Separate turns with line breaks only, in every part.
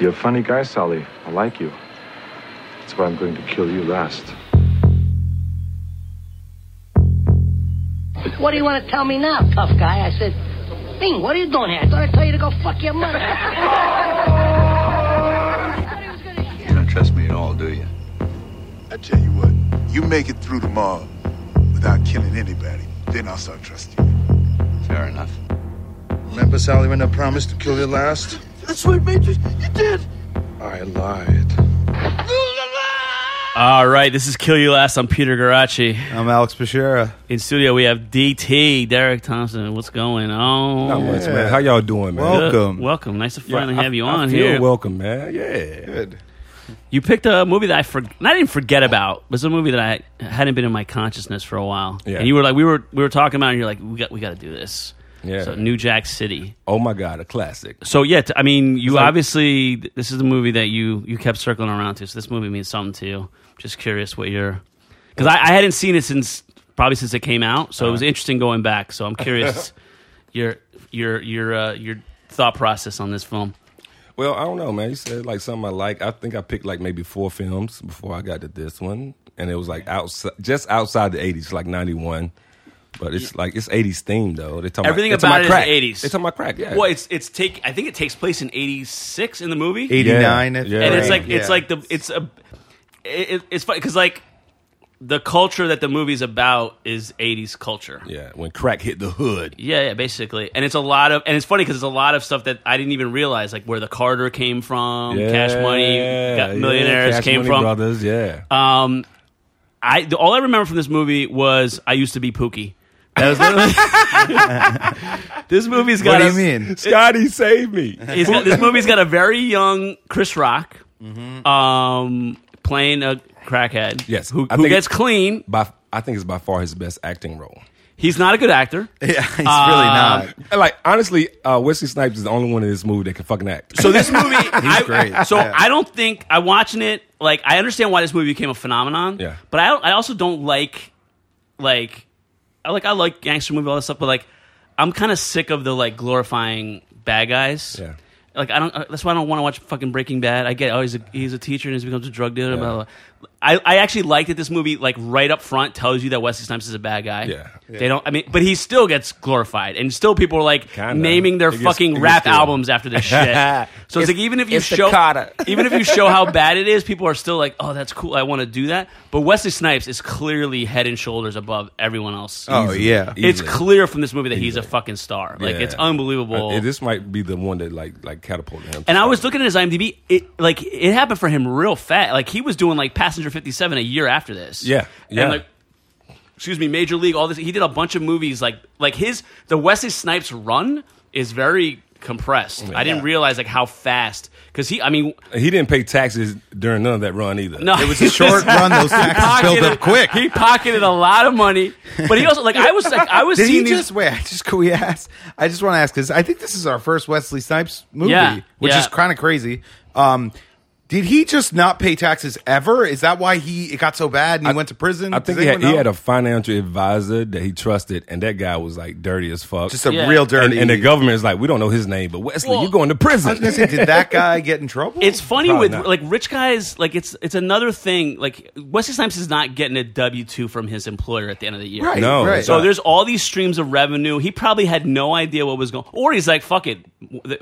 You're a funny guy, Sally. I like you. That's why I'm going to kill you last.
What do you want to tell me now, tough guy? I said, Bing, what are you doing here? I thought I'd tell you to go fuck your mother.
You don't trust me at all, do you?
I tell you what, you make it through tomorrow without killing anybody, then I'll start trusting you.
Fair enough.
Remember, Sally, when I promised to kill you last?
That's right, Major. You did.
I lied.
All right, this is Kill You Last. I'm Peter Garacci.
I'm Alex Bashira.
In studio, we have DT, Derek Thompson. What's going on?
Not much, man. How y'all doing, man?
Good.
Welcome.
Welcome. Nice to finally
I-
have you
I
on
feel
here.
Welcome, man. Yeah.
Good.
you picked a movie that I for- I didn't forget about, but it's a movie that I hadn't been in my consciousness for a while.
Yeah.
And you were like, we were we were talking about, it and you're like, we got we got to do this.
Yeah.
So New Jack City.
Oh my God, a classic.
So yeah, t- I mean, you
like-
obviously this is the movie that you you kept circling around to. So this movie means something to you. Just curious what your because I, I hadn't seen it since probably since it came out. So it was interesting going back. So I'm curious your your your uh, your thought process on this film.
Well, I don't know, man. You said like something I like. I think I picked like maybe four films before I got to this one, and it was like outside, just outside the '80s, like '91. But it's like it's '80s themed though. They talking
Everything
about, they
about it
talking
is
crack.
the 80s.
They talking about crack. Yeah.
Well, it's it's take I think it takes place in '86 in the movie.
89.
Yeah.
if-
Yeah.
and it's like
Yeah.
it's like the it's a it, it- it's funny because like the culture that the movie's about is 80s culture
yeah. When crack hit the hood.
yeah yeah basically and it's a lot of and it's funny because it's a lot of stuff that i didn't even realize like where the carter came from cash money
Yeah,
got
yeah,
millionaires
Cash
came
Money
from
Brothers. Yeah.
um i the, all i remember from this movie was i used to be pookie that was literally this movie's got
What do
us-
you mean?
Scotty saved me.
He's got, this movie's got a very young Chris Rock um, playing a crackhead.
Yes,
who,
I
who
think-
gets clean.
by I think it's by far his best acting role.
He's not a good actor.
Yeah, he's really
Ah.
not.
And, Like honestly, uh, Wesley Snipes is the only one in this movie that can fucking act.
So this movie, I,
great,
So
yeah.
I don't think I watching it. Like I understand why this movie became a phenomenon.
Yeah.
but I don't, I also don't like like I like I like gangster movie all that stuff. But like I'm kind of sick of the like glorifying bad guys.
Yeah.
Like I don't. uh, That's why I don't want to watch fucking Breaking Bad. I get oh he's a he's a teacher and he becomes a drug dealer. Blah, blah, blah. I I actually like that this movie like right up front tells you that Wesley Snipes is a bad guy.
Yeah.
They don't. I mean, but he still gets glorified and still people are like
Kinda.
naming their
It gets-
fucking
it gets
rap
good.
albums after this shit. so it's, like even if you
it's the
show
Carter.
even if you show how bad it is, people are still like, "Oh, that's cool. I want to do that." But Wesley Snipes is clearly head and shoulders above everyone else.
Oh, yeah.
It's
Easily.
clear from this movie that he's a fucking star. Like
Yeah.
it's unbelievable.
Uh, this might be the one that like like catapulted him.
and I was looking at his IMDb. It like it happened for him real fast. Like he was doing like Passenger Fifty Seven a year after this.
Yeah, yeah.
And like, excuse me, Major League. All this. He did a bunch of movies. Like like his the Wesley Snipes run is very compressed. I didn't realize like how fast because he. I mean,
he didn't pay taxes during none of that run either.
no,
It was a short run. Those taxes built up quick.
He pocketed a lot of money, but he also like I was like I was
Did he
seeing these.
just wait? I just can we ask? I just want to ask because I think this is our first Wesley Snipes movie,
Yeah,
which
yeah.
is kind of crazy. Um, did he just not pay taxes ever? Is that why he it got so bad and he went to prison?
I think
Does
he had,
anyone
he
know?
had a financial advisor that he trusted, and that guy was like dirty as fuck.
just a
Yeah.
real
and,
dirty.
and the government is like, we don't know his name, but Wesley,
Well-
you're going to
I was
prison.
gonna say, did that guy get in trouble?
It's funny
Probably
with
not.
like rich guys. Like it's it's another thing. Like Wesley Snipes is not getting a W two from his employer at the end of the year.
Right,
No,
right.
it's
So
not.
there's all these streams of revenue. He probably had no idea what was going. Or he's like, "Fuck it,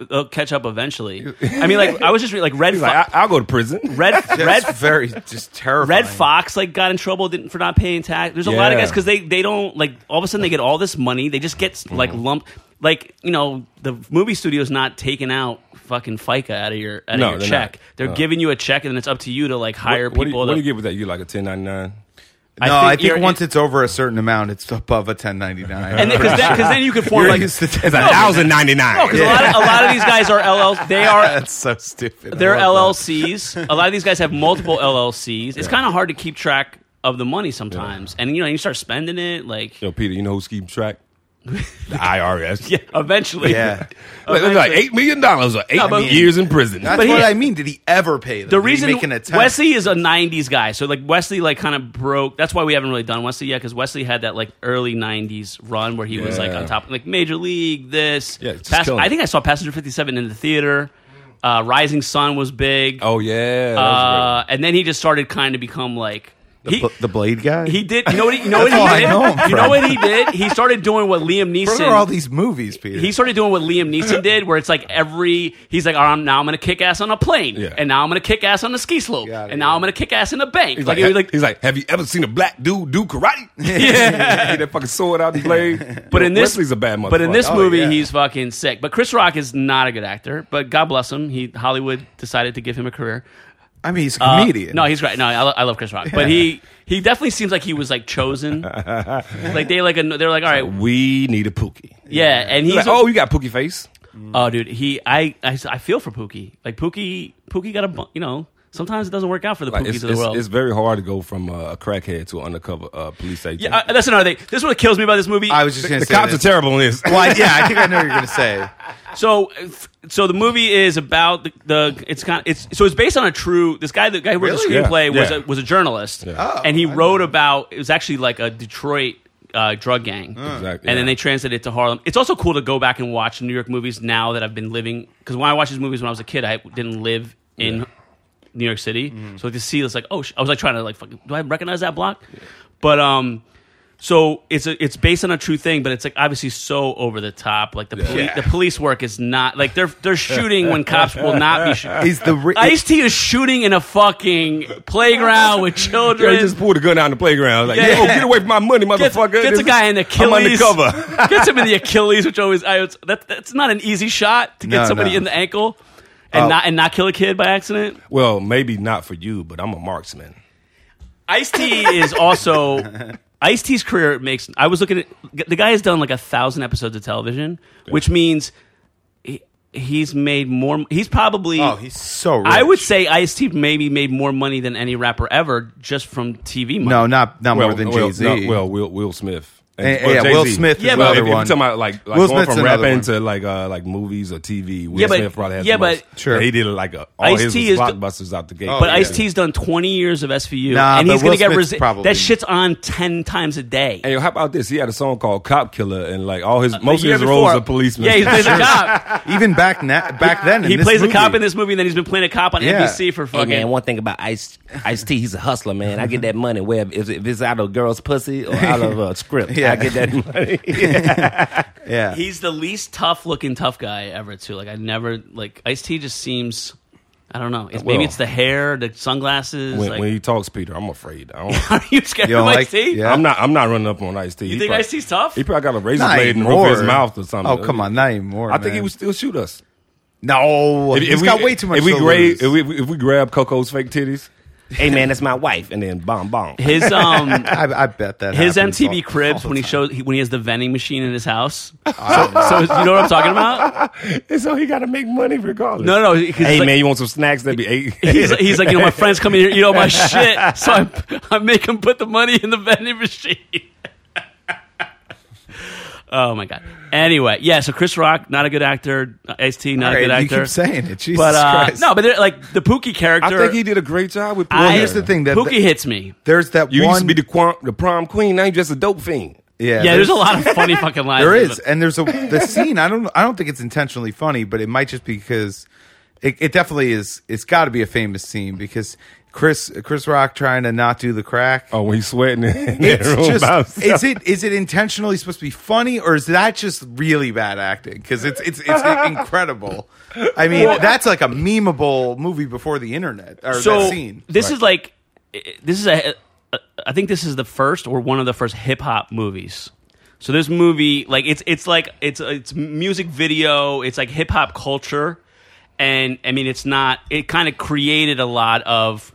they'll catch up eventually." I mean, like I was just re- like Red
He's
Fo-
like, "Ah, I, I'll go to prison.
Red
That's
Red
very just terrifying.
Red Fox like got in trouble didn't, for not paying tax. There's a lot of
Yeah.
guys because they they don't like all of a sudden they get all this money. They just get like
Mm-hmm.
lumped. Like you know, the movie studio's not taking out fucking FICA out of your out
No,
of your
they're
check.
not.
They're
No.
giving you a check, and then it's up to you to like hire
what, what do you,
people.
what do you
to-
get with that? You like a 1099?
No, I think,
you're-
once it's over a certain amount, it's above a ten ninety nine.
and because then you could form
You're
like
used to
It's a thousand ninety nine.
because a, lot of, a lot of these guys are LL. They are
that's so stupid. I
they're
love that.
LLCs. a lot of these guys have multiple LLCs. It's kind of hard to keep track of the money sometimes, and you know you start spending it like
Yo, Peter, you know who's keeping track? The IRS.
yeah, eventually.
Yeah,
Like, they're like eight million dollars or eight
but-
years in prison.
that's
But he-
what I mean. Did he ever pay them?
the
Did he
reason
make an attempt?
Wesley is a '90s guy, so like Wesley like kind of broke. That's why we haven't really done Wesley yet, because Wesley had that like early '90s run where he was like
Yeah.
on top, like Major League, this.
Yeah, it's just
Pass-
killing
I
it.
think I saw Passenger 57 in the theater. Uh, Rising Sun was big.
Oh yeah, that was
Uh, and then he just started kind of become like he,
B- the Blade guy.
he did. You know what? He, you know what
That's all I
he did?
know him
you know
from.
what he did? He started doing what Liam
What are all
Neeson.
these movies, Peter?
He started doing what Liam Neeson did, where it's like every he's like, "All right, I'm- now I'm gonna kick ass on a plane,
Yeah.
and now I'm gonna kick ass on a ski slope,
Got it,
and now
yeah.
I'm gonna kick ass in a bank."
He's
like,
like,
it was like-
he's like, have you ever seen a black dude do karate? Yeah, Get that fucking sword out the blade.
but in this,
Wesley's a bad motherfucker.
But in this
Oh,
movie,
yeah.
he's fucking sick. But Chris Rock is not a good actor. But God bless him, he Hollywood decided to give him a career.
I mean, he's a
Uh,
comedian.
no, he's great. No, I, lo- I love Chris Rock, but he he definitely seems like he was like chosen. like they like they're like all right,
we need a Pookie.
yeah, and he's
He's like, oh, you got Pookie face.
Oh, dude, he I, I I feel for Pookie. Like Pookie, Pookie got a bu- you know. Sometimes it doesn't work out for the
Like,
Pookies
it's,
of the
it's-
world.
it's very hard to go from uh, a crackhead to an undercover uh, police agent.
yeah, I, that's another thing. This is what kills me about this movie.
I was just going
the
to say
cops
this.
are terrible in this.
Well, I- yeah, I think I know what you're going to say.
so f- so the movie is about the, the it's kind it's so it's based on a true this guy the guy who wrote the
Really? Yeah.
screenplay was
Yeah. Oh,
a, was a journalist and he wrote about it was actually like a Detroit uh, drug gang
Exactly,
and then
yeah.
they translated it to Harlem. It's also cool to go back and watch New York movies now that I've been living because when I watched these movies when I was a kid I didn't live in New York City
Mm-hmm.
so to see it's like oh sh- I was like trying to like fucking, do I recognize that block but um. So it's a, it's based on a true thing, but it's like obviously so over the top. Like the poli- the police work is not like they're they're shooting when cops will not be shooting.
Is the re-
Ice T is shooting in a fucking playground with
Yeah,
children.
he just pulled a gun out on the playground. Like,
Yeah.
yo, get away from my money,
Gets,
motherfucker.
gets
This
a guy in the
is- I'm
Achilles.
undercover.
gets him in the Achilles, which always I, it's, that, that's not an easy shot to get
No,
somebody
no. Uh,
in the ankle and not and not kill a kid by accident.
well, maybe not for you, but I'm a marksman.
Ice T is also Ice T's career makes. I was looking at the guy has done like a thousand episodes of television, which means he, he's made more. He's probably.
Oh, he's so rich.
I would say Ice T maybe made more money than any rapper ever just from TV money.
No, not not more than
well,
Jay Z.
no, well, Will, Will Smith.
And- yeah, Will Smith is
Yeah,
Yeah,
but-
well, if,
another
if you're
one.
talking about like, like going
Will Smith's
from
another
rapping
one.
to like uh, like movies or TV, Will
Yeah, but-
Smith probably has
yeah,
the most.
but-
Sure.
He did like a, all
Ice-T
his
is the-
blockbusters out the gate.
But
yeah.
Ice T's done 20 years of SVU,
Oh, Nah,
and
but
he's
Will
going to get
Smith's
resi-
probably-
that shit's on 10 times a day.
Hey, how about this? He had a song called "Cop Killer," and like all his most
The Uh, year
of his roles
before-
are policemen.
Yeah, he plays a cop.
Even back na- back then, in
he
this
plays
movie,
a cop in this movie, and then he's been playing a cop on
Yeah.
NBC for
Hey
fucking.
man, one thing about Ice Ice T, he's a hustler, man. I get that money where if, if it's out of a girl's pussy or out of a script,
Yeah.
I get that money.
Yeah,
He's the least tough looking tough guy ever too. Like I never like Ice T just seems I don't know. It's, maybe
Well-
it's the hair, the sunglasses.
When,
like,
when he talks, Peter, I'm afraid. I don't,
are you scared
You
of
don't
Ice
like-
T?
yeah.
I'm not. I'm not running up on Ice T.
You think Ice-T's tough?
He probably got a razor
Not
blade in the roof of his
anymore.
mouth or something.
Oh come on, not anymore.
I think he
man.
would still shoot us.
No, he's got way too much.
If we,
to
grab,
lose.
if we, if we grab Coco's fake titties,
hey man, that's my wife, and then bomb bomb.
His um
I, I bet that
his
happens all-
MTV Cribs
all
when he
the Ah.
shows he, when he has the vending machine in his house. So, so you know what I'm talking about?
and so he got to make money regardless.
No, no, no. 'cause
Hey
like-
man, you want some snacks? That'd be eight.
He's, he's like, you know, my friends come in here, eat all my shit, so I, I make him put the money in the vending machine. oh my god. Anyway, yeah. So Chris Rock, not a good actor. Ice T, not
All
a good
right,
actor.
You keep saying it, Jesus
but uh,
Christ.
no, but they're, like the Pookie
I
character.
think he did a great job with.
I-
Pookie.
here's the thing that-
Pookie
that-
hits me.
there's that
You
one.
used to be the, quam, the prom queen. Now you just a dope fiend.
yeah,
Yeah, there's, a lot of funny fucking lines.
There
in
is,
it.
and there's a the scene. I don't. I don't think it's intentionally funny, but it might just be because it, it definitely is. It's got to be a famous scene because Chris Chris Rock trying to not do the crack.
Oh, when he's sweating in that
It's
room by
just
himself.
is it is it intentionally supposed to be funny or is that just really bad acting? Because it's it's it's incredible. I mean, that's like a memeable movie before the internet or that scene.
This is like this is a I think this is the first or one of the first hip hop movies. So this movie like it's it's like it's it's music video, it's like hip hop culture and I mean it's not it kind of created a lot of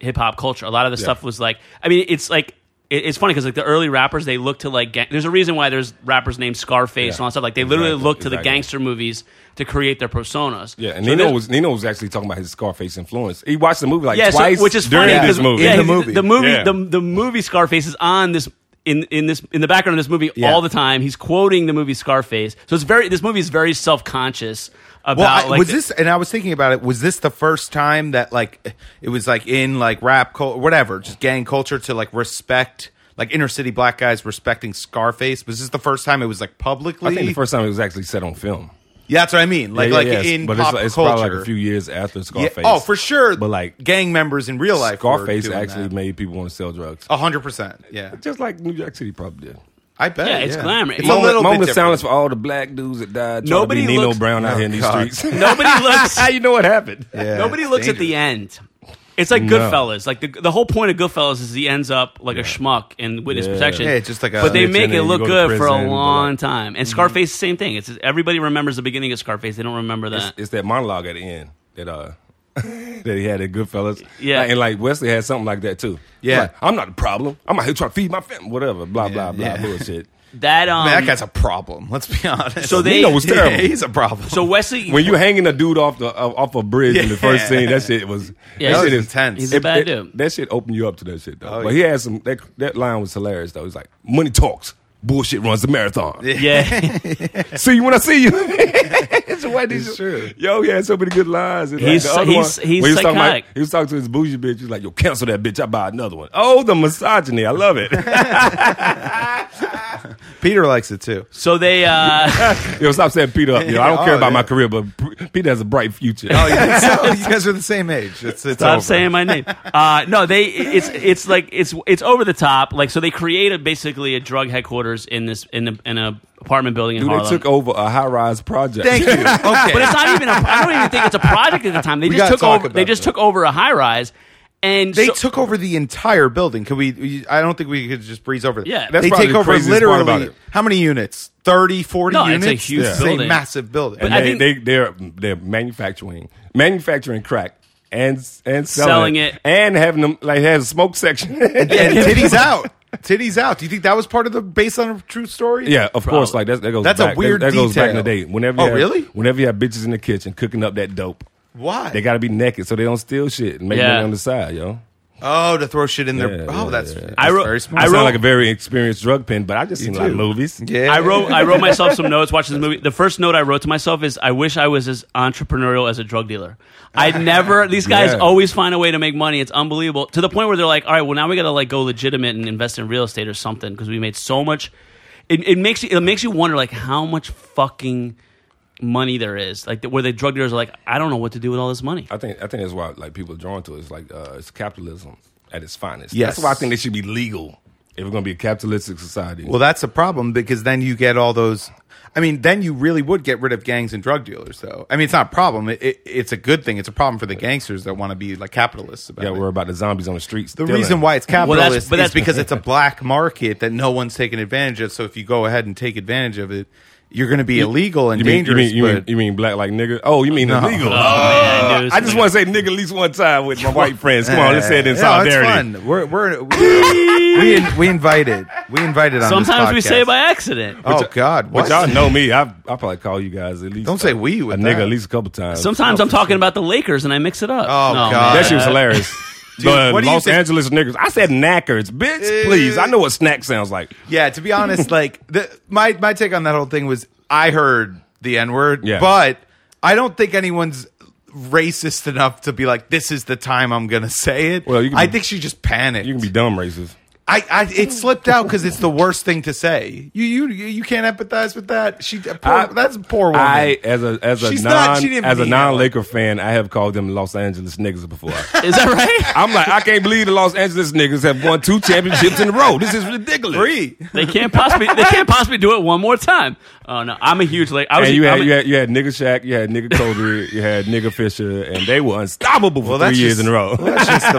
hip hop culture. A lot of the stuff was like I mean it's like it- it's funny because like the early rappers, they look to like gang- there's a reason why there's rappers named Scarface and all that stuff. Like they literally
Exactly,
look to the
exactly.
gangster movies to create their personas.
Yeah, and
So
Nino
this-
was Nino was actually talking about his Scarface influence. He watched the movie like
yeah, so-
twice,
which is
during
funny
this
'cause-
movie.
yeah,
In the
he-
movie.
the movie,
Yeah.
the, the movie Scarface is on this in in this in the background of this movie
Yeah.
all the time. He's quoting the movie Scarface, so it's very this movie is very self conscious about
Well, I,
like
was
the-
this, and I was thinking about it. Was this the first time that like it was like in like rap culture, whatever, just gang culture to like respect like inner city black guys respecting Scarface? Was this the first time it was like publicly?
I think the first time it was actually set on film.
Yeah, that's what I mean. Like,
Yeah, yeah,
like
yeah, it's-
in
but
pop
it's, it's
culture.
probably like a few years after
Yeah,
Scarface.
oh, for sure.
But like
gang members in real life. were
Scarface
doing
actually
that. Oh.
made people want to sell drugs.
a hundred percent. Yeah,
Just like New York City probably did.
I bet.
Yeah, it's glamorous.
It's
Moment-
a little
Moment
bit
of silence
different. Oh,
for all the black dudes that died. trying
Nobody
to be Nino
looks-
Brown out here in these
God.
streets.
Nobody looks.
How you know what happened?
Yeah,
Nobody
it's
looks at the
dangerous.
end. It's like
No.
Goodfellas. Like the, the whole point of Goodfellas is he ends up like a schmuck in witness
Yeah.
protection.
Yeah, it's just like a.
but they
Snitching
make
and
it
you
look
go to
good for
prison,
a
blah,
long
blah.
time.
mm-hmm.
And Scarface, same thing. It's everybody remembers the beginning of Scarface. They don't remember
It's,
that.
it's that monologue at the end that uh that he had at Goodfellas.
Yeah.
Like, and like Wesley had something like that too.
Yeah.
Like, I'm not the problem. I'm out here trying to feed my family. Whatever. Blah blah blah
Yeah.
bullshit.
that um.
Man, that guy's a problem. Let's be honest.
So they-
Nino was terrible.
Yeah, he's a problem.
so Wesley.
When you hanging a dude off the uh, off a bridge in the first
Yeah.
scene, that shit was
Yeah,
that
that
shit
was
is-
intense.
He's a
it-
bad
it-
dude.
That shit opened you up to that shit though.
Oh,
but he had some that that line was hilarious though. He's like, money talks, bullshit runs the marathon.
yeah,
see you when I see you. it's a white dude.
It's true.
Yo, he had so many good lines. It's
He's-
like the other
he's-
one,
he's
when he was talking about-
psychotic.
he was talking to his bougie bitch. He's like, yo, cancel that bitch. I buy another one. Oh, the misogyny. I love it. yo,
Peter likes it too.
so they uh,
stop saying Peter up. Yo, I don't
Oh,
care about my
yeah.
career, but P- Peter has a bright future.
Oh, yeah. so you guys are the same age. It's, it's
stop
over.
saying my name. Uh, no, they it's it's like it's it's over the top. Like so, they created basically a drug headquarters in this in a, in a apartment building in
Dude,
Harlem.
they took over a high rise project.
Thank you. Okay.
but it's not even. A, I don't even think it's a project at the time. They
We
just
gotta
took
talk
over. They
about
just
that.
took over a high rise, and
They
so-
took over the entire building. Could we, we? I don't think we could just breeze over. that.
Yeah. That's
they
probably
take
the
over
craziest part
literally.
about it.
How many units? 30, 40
No, it's
units.
a huge
It's a
building.
massive building.
And
I
they,
think-
they they're they're manufacturing manufacturing crack and and selling,
Selling it.
and having them like has a smoke section.
and titties out. Titties out. Do you think that was part of the based on a true story?
Yeah, of course. Like that, that goes.
That's a
back.
weird
That, that goes back in the day.
detail.
Whenever, you
Oh,
have,
really?
Whenever you have bitches in the kitchen cooking up that dope,
Why?
they got to be naked so they don't steal shit and make
Yeah.
money on the side, yo.
oh, to throw shit in there.
Yeah,
oh,
yeah,
that's,
yeah.
that's
I wrote-
very
I
smart.
I
sound
wrote-
like a very experienced drug pen, but I just seen a lot of
do.
movies.
yeah.
I wrote I wrote myself some notes watching this movie. The first note I wrote to myself is I wish I was as entrepreneurial as a drug dealer. I never these guys
Ah, Yeah.
always find a way to make money. It's unbelievable. To the point where they're like, "All right, well now we got to like go legitimate and invest in real estate or something because we made so much it, it makes you it makes you wonder like how much fucking money there is. Like where the drug dealers are like, "I don't know what to do with all this money."
I think I think that's why like people are drawn to it. It's like uh, it's capitalism at its finest.
Yes.
That's why I think they should be legal if we're gonna be a capitalistic society.
Well, that's a problem because then you get all those. I mean, then you really would get rid of gangs and drug dealers, though. I mean, it's not a problem. It, it, it's a good thing. It's a problem for the gangsters that want to be like capitalists about
you
it.
gotta worry about the zombies on the streets.
The reason why it's
that's-
capitalist
but that's-
is because it's a black market that no one's taking advantage of. So if you go ahead and take advantage of it, you're going to be illegal and
you mean, you
dangerous.
mean, you, mean,
but
you mean black like nigga? Oh, you mean illegal?
Oh, man, I knew it was
I just
gonna-
want to say nigga at least one time with my white friends. Come on, let's say it in
Yeah,
solidarity.
It's fun. We're, we're, we we in- we invited we invited on. this
Sometimes we
podcast.
say it by accident.
Oh God! What?
But y'all know me. I I probably call you guys at least.
Don't say we
a
with
nigga
that.
at least a couple times.
Sometimes I'm talking about the Lakers and I mix it up.
Oh,
No,
God.
that
man.
shit was hilarious. the
what do you
Los
think-
Angeles niggas. I said knackers, bitch.
Eh.
Please, I know what snack sounds like.
Yeah, to be honest, like the, my my take on that whole thing was I heard the N word,
Yeah.
but I don't think anyone's racist enough to be like, this is the time I'm gonna say it.
Well, you can
I
be-
think she just panicked.
You can be dumb racist.
I, I it slipped out because it's the worst thing to say. You you you can't empathize with that. She poor,
I-
that's a poor woman.
I as a as a
She's
non
not- she didn't
as a
mean that.
non Laker fan, I have called them Los Angeles niggas before.
Is that right?
I'm like, I can't believe the Los Angeles niggas have won two championships in a row. This is ridiculous.
Three.
They can't possibly. They can't possibly do it one more time. Oh no, I'm a huge like. I was.
And you
I'm
had,
a-
you had you had nigga Shaq, you had nigga Kobe, you had nigga Fisher, and they were unstoppable for
Well,
three
that's
years
just-
in a row.
That's just the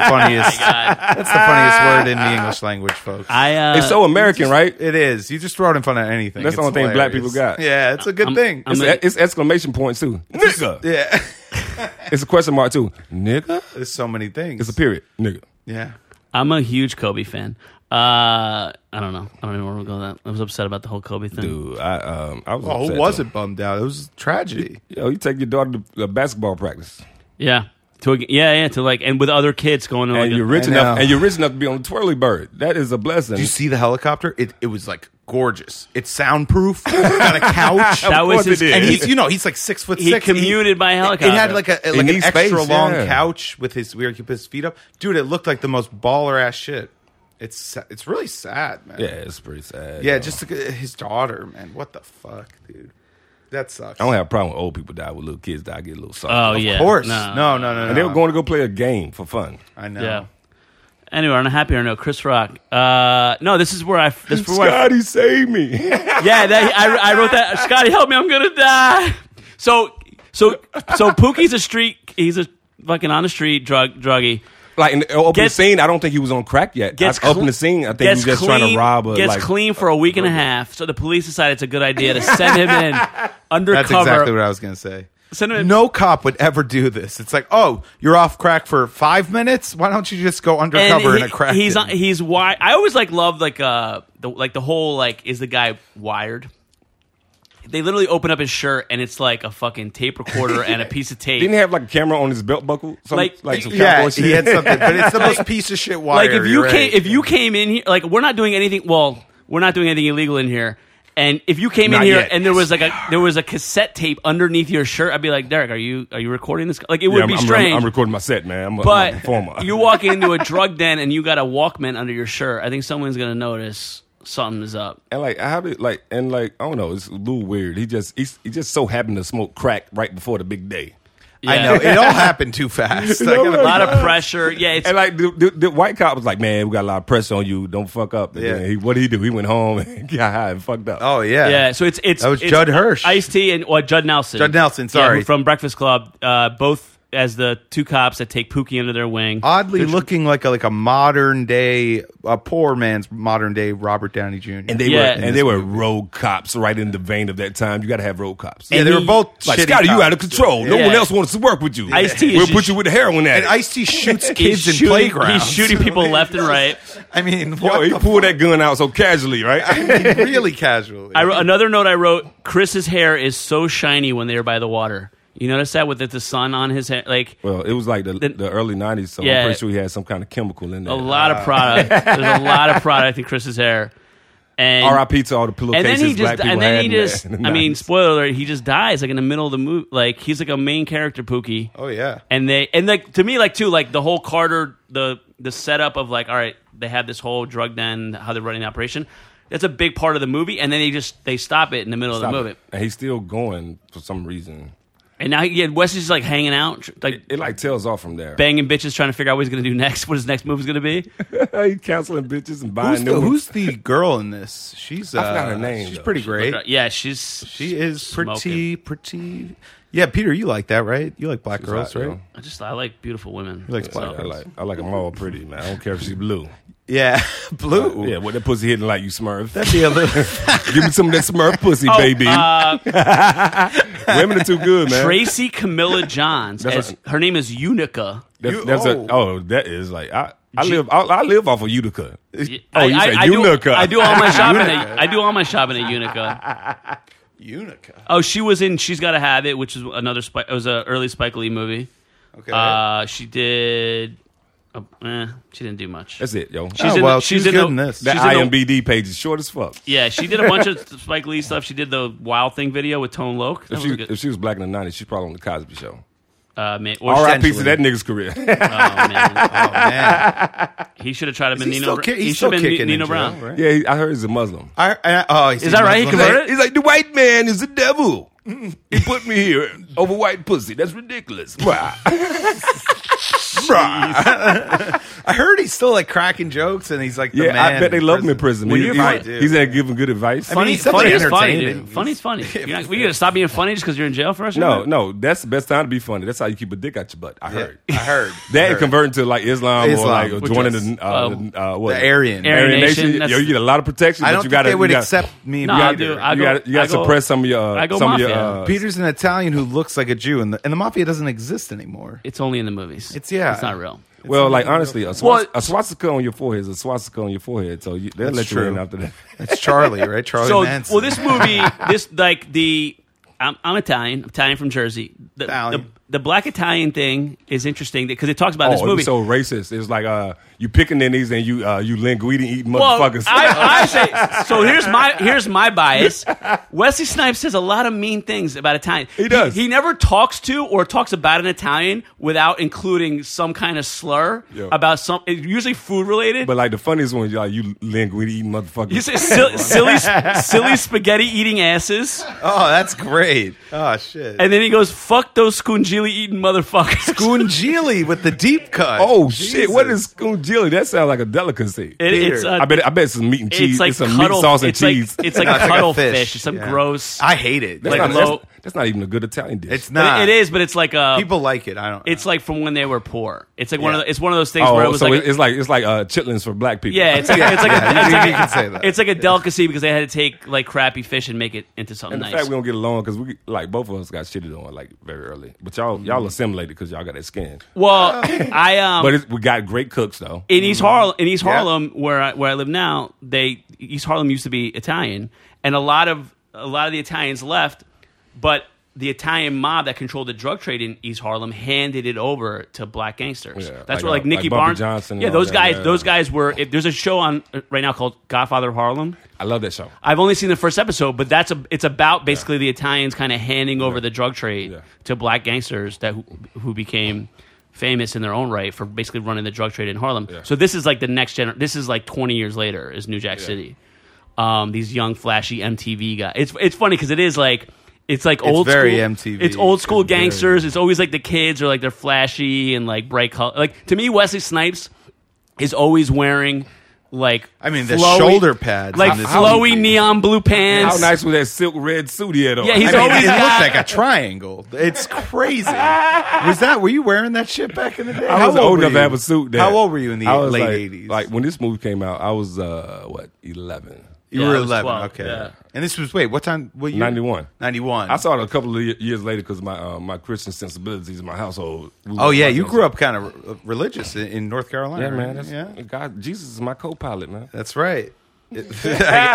funniest. that's the funniest word in the English language, folks.
Oh I. Uh,
it's so American, right?
it is. You just throw it in front of anything.
That's the
It's
only thing black people
hilarious.
got.
Yeah, it's a good
I'm-
thing.
I'm
It's,
a-
it's exclamation point too. Nigga.
yeah,
It's a question mark too. Nigga.
there's so many things.
It's a period. Nigga.
yeah.
I'm a huge Kobe fan. Uh, I don't know. I don't even want to go that. I was upset about the whole Kobe thing.
Dude, I um I was.
Oh, who
upset,
was
though.
it bummed out? It was a tragedy.
Yo, you take your daughter to uh, basketball practice,
Yeah. To a, yeah, yeah. To like and with other kids going to like.
and
a-
you're rich
I
enough,
know.
and you're rich enough to be on the twirly bird. That is a blessing.
Did you see the helicopter? It it was like gorgeous. It's soundproof. got a couch.
that was
course
his.
it is.
and he's you know he's like six foot
He
six.
commuted by helicopter.
It had like a like an
needs
extra
space,
long
yeah.
couch with his where he could put his feet up. Dude, it looked like the most baller ass shit. It's sa- it's really sad, man.
yeah, it's pretty sad.
yeah. uh,
yo.
Just look at his daughter, man. What the fuck, dude?
That sucks.
I don't have a problem with old people die with little kids die. I get a little sorry.
Oh yeah,
Of course.
No.
No, no, no, no.
And they
Uh,
were going to go play a game for fun.
I know.
Yeah. Anyway, on a happier note, Chris Rock. Uh, no, this is where I. This is where I,
Scotty, save me.
yeah, that, I, I wrote that. Scotty, help me! I'm gonna die. So, so, so Pookie's a street. He's a fucking on the street drug druggie.
like in the opening
Gets-
scene, I don't think he was on crack yet.
Gets
I, opening
cle-
scene, I think he was just trying to rob a
Gets
like,
clean for a week and a half. So the police decided it's a good idea to send him in undercover.
That's exactly what I was going to say.
Send him in-
No cop would ever do this. It's like, oh, you're off crack for five minutes. Why don't you just go
And
undercover
he-
in a crack?
He's
den?
on, he's wired. I always like love like uh the like the whole like is the guy wired. They literally open up his shirt and it's like a fucking tape recorder and a piece of tape.
Didn't he have like a camera on his belt buckle? Some,
Like-
like, some
yeah,
cowboy
he
shit.
had something, but it's the most piece of shit wire.
like if you
you're
came
right.
if you came in here like we're not doing anything well we're not doing anything illegal in here and if you came
Not
in here
yet.
and there was like a there was a cassette tape underneath your shirt I'd be like Derek are you are you recording this like it
Yeah,
would
I'm,
be
I'm-
strange
I'm, recording my set, man. I'm a, I'm a performer.
but you walk into a drug den and you got a Walkman under your shirt I think someone's gonna notice something is up
and like how did like and like I don't know, it's a little weird. He just he's, he just so happened to smoke crack right before the big day.
I know it all happened too fast. I gotta-
a lot of pressure yeah it's
And like the, the, the white cop was like, "Man, we got a lot of pressure on you. Don't fuck up." And
Yeah.
then he, what did he do? He went home and got high and fucked up.
oh yeah,
Yeah, so it's it's
That was
it's
Judd Hirsch.
Ice T, and well, Judd Nelson.
Judd Nelson,
Yeah,
sorry.
who- from Breakfast Club. Uh, both as the two cops that take Pookie under their wing.
Oddly looking like a like a modern day, a poor man's modern day Robert Downey Jr.
And they
Yeah.
were and they were rogue cops right in the vein of that time. You got to have rogue cops.
yeah, they were
he-
both
Like
shitty
Scotty, you
cops.
out of control. No
Yeah.
one else wants to work with you.
Ice-T is
we'll
just-
put you with a heroin
And
addict.
Ice T shoots
He's
kids in
shooting-
playgrounds.
He's shooting people left and right.
I mean,
Yo,
what
he
the
pulled that gun out so casually, right?
f- really casually.
I wrote, another note I wrote: Chris's hair is so shiny when they are by the water. You notice that with the, the sun on his hair, like
well, it was like the, the early '90s, so
Yeah.
I'm pretty sure he had some kind of chemical in there.
a lot of product. There's a lot of product in Chris's hair. And
R.I.P. to all the pillowcases
and then he
black
just
people
and then he
had in the-
just
in the
I mean
90s.
spoiler alert he just dies like in the middle of the movie like he's like a main character Pookie
oh yeah,
and they and like to me like too like the whole Carter the the setup of like all right they have this whole drug den how they're running the operation that's a big part of the movie and then they just they stop it in the middle
Stop
of the
it.
movie
And he's still going for some reason.
and now yeah Wesley's just like hanging out tr- like
It like tails off from there.
banging bitches trying to figure out what he's gonna do next what his next move is gonna be
he canceling bitches and buying
who's
new
the,
ones.
who's the girl in this? She's uh,
I forgot her name,
She's
though.
pretty great.
yeah she's
She is
smoking.
pretty, pretty. Yeah, Peter, you like that, right? You like black
She's
girls,
hot,
right?
yo.
I just I like beautiful women
He likes black
So-
I like I like them all pretty, man. I don't care if she's blue.
Yeah, blue.
Yeah, what that pussy hitting like you Smurf.
That'd be a little.
Give me some of that Smurf pussy,
Oh,
baby.
uh,
Women are too good, man.
Tracy Camilla Johns.
That's
as- her name is Unica.
That's,
You-
that's
oh.
a oh, that is like I I live I, I live off of Utica. Oh, you say
I
Unica?
Do, I do all my shopping. At, I do all my shopping at Unica.
Unica.
Oh, she was in She's Got to Have It, which is another. Spike, it was an early Spike Lee movie.
Okay.
Uh, she did. Uh, eh, she didn't do much.
That's it, yo.
She's
Oh,
in
well,
the, she's
she's
in
good
the-
in this.
that
she's in the-
IMBD page is short as fuck.
yeah, she did a bunch of Spike Lee stuff. She did the Wild Thing video with Tone Loc. That
If
was
she,
a good.
if she was black in the nineties, she's probably on the Cosby Show.
Uh, man, or
All
she-
right, piece of that nigga's career. yeah,
Oh, man.
man.
He should have tried to been
he
Nino.
still
Bra-
ki- he's
he should have
still
been
kicking in
Nino
jail,
Brown.
right?
he, I heard he's a Muslim.
I, I, oh, he's
Is that right? He
Muslim.
converted?
He's like the white man is the devil. He put me here over white pussy. That's ridiculous. Wow.
I heard he's still like cracking jokes, and he's like, the
Yeah,
man
I bet they
in
love him in prison.
When
He-
you-
he's,
I do.
he's there giving good advice.
mean,
Funny,
he's something
funny is funny,
entertaining.
dude. Funny's funny. You're not, we gotta stop being funny just because you're in jail for us.
no, no, that's the best time to be funny. That's how you keep a dick out your butt. I
Yeah,
heard.
I heard. I
That and
heard.
converting to like Islam,
Islam,
or like
which
joining
is,
uh,
the, uh, uh, what?
the Aryan.
Aryan
Aryan
Nation,
Nation.
that's-
Yo, you get a lot lot of protection.
I
but
don't
you
think
gotta,
they would
you gotta,
accept me.
No,
being-
I do. I
you
go-
gotta, you
I
gotta
go-
suppress some of your. Uh,
I go
some of
mafia.
your. Uh,
Peter's an Italian who looks like a Jew, and the, and the mafia doesn't exist anymore.
It's only in the movies.
It's- yeah.
It's not real.
well, like honestly, a, swast-
Well-
a swastika on your forehead is a swastika on your forehead. So you, they'll
That's
let you
true.
in after that.
That's Charlie, right? Charlie
So,
Manson.
well, this movie, this like the, I'm, I'm Italian. I'm Italian from Jersey. The,
Italian.
the- the black Italian thing is interesting because it talks about
Oh,
this
it
movie.
was so racist. It's like uh, you picking in these and you uh, you linguini eating
well,
motherfuckers.
I, I say so. Here's my here's my bias. Wesley Snipes says a lot of mean things about Italian.
He does.
He, never talks to or talks about an Italian without including some kind of slur
Yeah.
about some. It's usually food related.
but like the funniest one, y'all, you linguini eating motherfuckers.
He says silly, silly, silly spaghetti eating asses,
Oh, that's great. Oh shit.
and then he goes, "Fuck those scungili eating motherfuckers."
Gungili with the deep cut.
oh shit! What is scungili? That sounds like a delicacy.
It- it's, uh,
I bet. I bet it's some meat and cheese. It's,
like
some
cuddle-
meat sauce and
it's like-
cheese.
it's like
No,
a
it's like a
cuttlefish.
fish.
It's some
Yeah.
gross.
I hate it.
that's,
like
not,
low-
that's- that's not even a good Italian dish.
It's
But
not.
it is, but it's like a.
People like it. I don't.
it's like from when they were poor. It's like one of
Yeah.
the, it's one of those things
oh,
where it was
so
like
it's like it's like uh, chitlins for black people.
yeah, it's like it's like a, it's
you,
like
you
a-
can say that.
it's like a delicacy because they had to take like crappy fish and make it into something
And the
nice.
fact we don't get along because we like both of us got shitted on like very early, but y'all y'all assimilated because y'all got that skin.
well, I Mm-hmm. um
But it's, we got great cooks though.
in East Harlem, in East Harlem, where I, where I live now, they East Harlem used to be Italian, and a lot of a lot of the Italians left, but the Italian mob that controlled the drug trade in East Harlem handed it over to black gangsters.
Yeah,
That's
like,
where like
uh,
Nicky
like Bumpy
Barnes,
Johnson and
yeah,
all
those
that,
guys,
yeah.
those guys were. If, there's a show on uh, right now called Godfather of Harlem.
I love that show.
I've only seen the first episode, but that's a, it's about basically the Italians kind of handing over the drug trade
Yeah.
to black gangsters that who, who became famous in their own right for basically running the drug trade in Harlem. So this is like the next gen. This is like 20 years later is New Jack City. Um, these young flashy MTV guys. It's it's funny because it is like it's like old
very
school,
MTV.
It's old school gangsters. It's always like the kids are like they're flashy and like bright color. Like to me, Wesley Snipes is always wearing. Like
I mean, the shoulder pads
like
on this
flowy
movie.
neon blue pants.
How nice was that silk red suit he had on?
Yeah, he's
I mean,
always
it
got-
looks like a triangle. It's crazy. was that? Were you wearing that shit back in the day?
I was
How
old
were
enough to
you?
have a suit. That
How old were you in the
I was
late
like-
'80s?
Like when this movie came out, I was uh what eleven.
you
Yeah,
were
I was
11.
12,
okay.
yeah.
And this was wait, what time? What year?
91.
91.
I saw it a couple of ye- years later because my uh, my Christian sensibilities in my household. we
Oh
were
yeah,
like
you
those-
grew up kind of religious in, in North Carolina.
Yeah, man.
right?
That's,
yeah.
God, Jesus is my co-pilot, man.
That's right. I,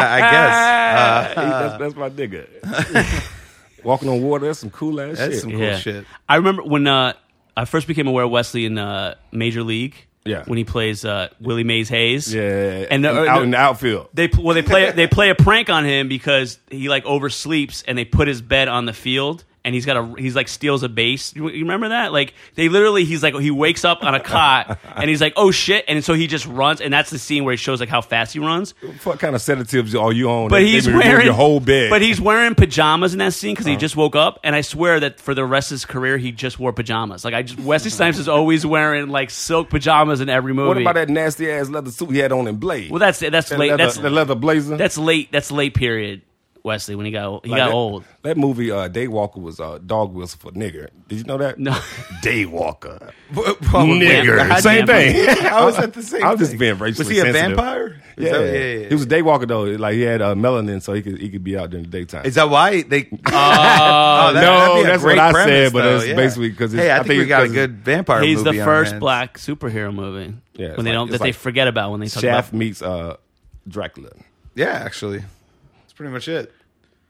I guess. Uh,
Hey, that's, that's my nigga. Walking on water, that's some cool ass
that's
shit.
some cool shit.
I remember when uh, I first became aware of Wesley in uh, Major League.
Yeah.
When he plays uh, Willie Mays Hayes.
yeah,
And the-
out in the outfield.
They pl- well they play they play a prank on him because he like oversleeps and they put his bed on the field and he's got a he's like steals a base. You, you remember that? Like they literally he's like he wakes up on a cot and he's like oh shit and so he just runs and that's the scene where he shows like how fast he runs.
What kind of sedatives are you on?
But
that they
he's
may remove
wearing
your whole bed. Uh-huh.
But he's wearing pajamas in that scene because he just woke up, and I swear that for the rest of his career, he just wore pajamas. Like I just Wesley Snipes is always wearing like silk pajamas in every movie.
what about that nasty ass leather suit he had on in Blade?
Well, that's that's
That
late.
leather-
That's
the leather blazer.
that's late. That's late period. Wesley when he got he
Like
got
that-
old.
That movie, uh, Daywalker, was uh, dog whistle for nigger. Did you know that?
No.
Daywalker.
Yeah,
nigger.
but-
Same
yeah, but-
thing.
I was at the same.
I was just being racially
Was he a
sensitive.
vampire? Is
Yeah.
that- yeah, yeah, yeah.
He was a daywalker though. Like he had uh, melanin, so he could he could be out during the daytime.
Is that why they? Oh,
no, that's what I said, but it's basically 'cause it's-
hey, I,
I
think,
think
we got a
it's 'cause
good vampire.
He's the
movie on our
first
hands.
black superhero movie
Yeah, it's
when they
like-
don't
it's
that they
like
forget about when they talk
Shaft
about.
meets uh, Dracula.
Yeah, actually, that's pretty much it.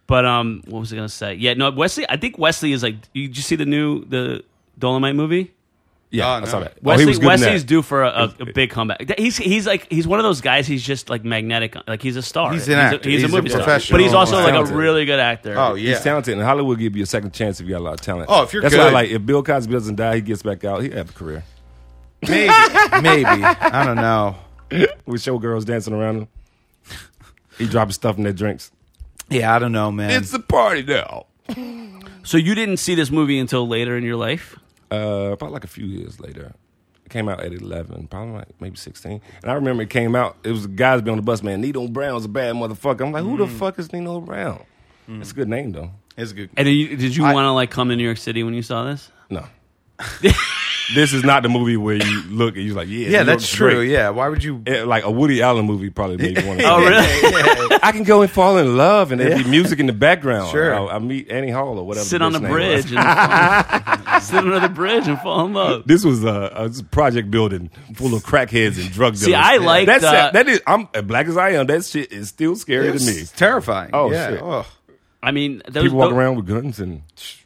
But um, what was I gonna say? Yeah, no, Wesley. I think Wesley is like. You, did you see the new the Dolomite movie?
Yeah,
Oh,
I
no.
saw that.
Wesley,
oh, he was good in
Wesley's
that.
due for a, a, a big comeback. Th- He's he's like he's one of those guys. He's just like magnetic. Like he's a star.
He's an actor.
he's
He's
a
a
movie star.
professional
But he's also like a
talented.
really good actor.
Oh yeah,
He's talented, and Hollywood give you a second chance if you got a lot of talent.
Oh, if you're
that's
good.
why like if Bill Cosby doesn't die, he gets back out. He have a career.
maybe, maybe. I don't know.
We show girls dancing around him. He dropping stuff in their drinks.
Yeah, I don't know, man.
a party now.
So you didn't see this movie until later in your life.
uh, probably like a few years later. It came out at 11, probably like maybe 16. And I remember it came out, it was the guys be on the bus, man, Nino Brown's a bad motherfucker. I'm like, who
Mm.
the fuck is Nino Brown? It's a good name, though.
it's good.
And then you, did you want to like come to New York City when you saw this?
No. this is not the movie where you look and you're like, yeah.
Yeah,
New
that's
York's
true.
great.
Yeah, why would you?
It- like a Woody Allen movie probably made one.
Oh really?
I can go and fall in love and there'd be music in the background.
Sure.
I, I meet Annie Hall or whatever.
sit
the
on a
bitch name was.
bridge and fall- sit under the bridge and fall in love.
This was a, a project building full of crackheads and drug dealers.
See, I liked,
that's
uh,
that is. I'm as black as I am. That shit is still scary to me.
It's terrifying.
Oh,
yeah.
shit.
Oh.
I mean, those,
People walk
tho-
around with guns and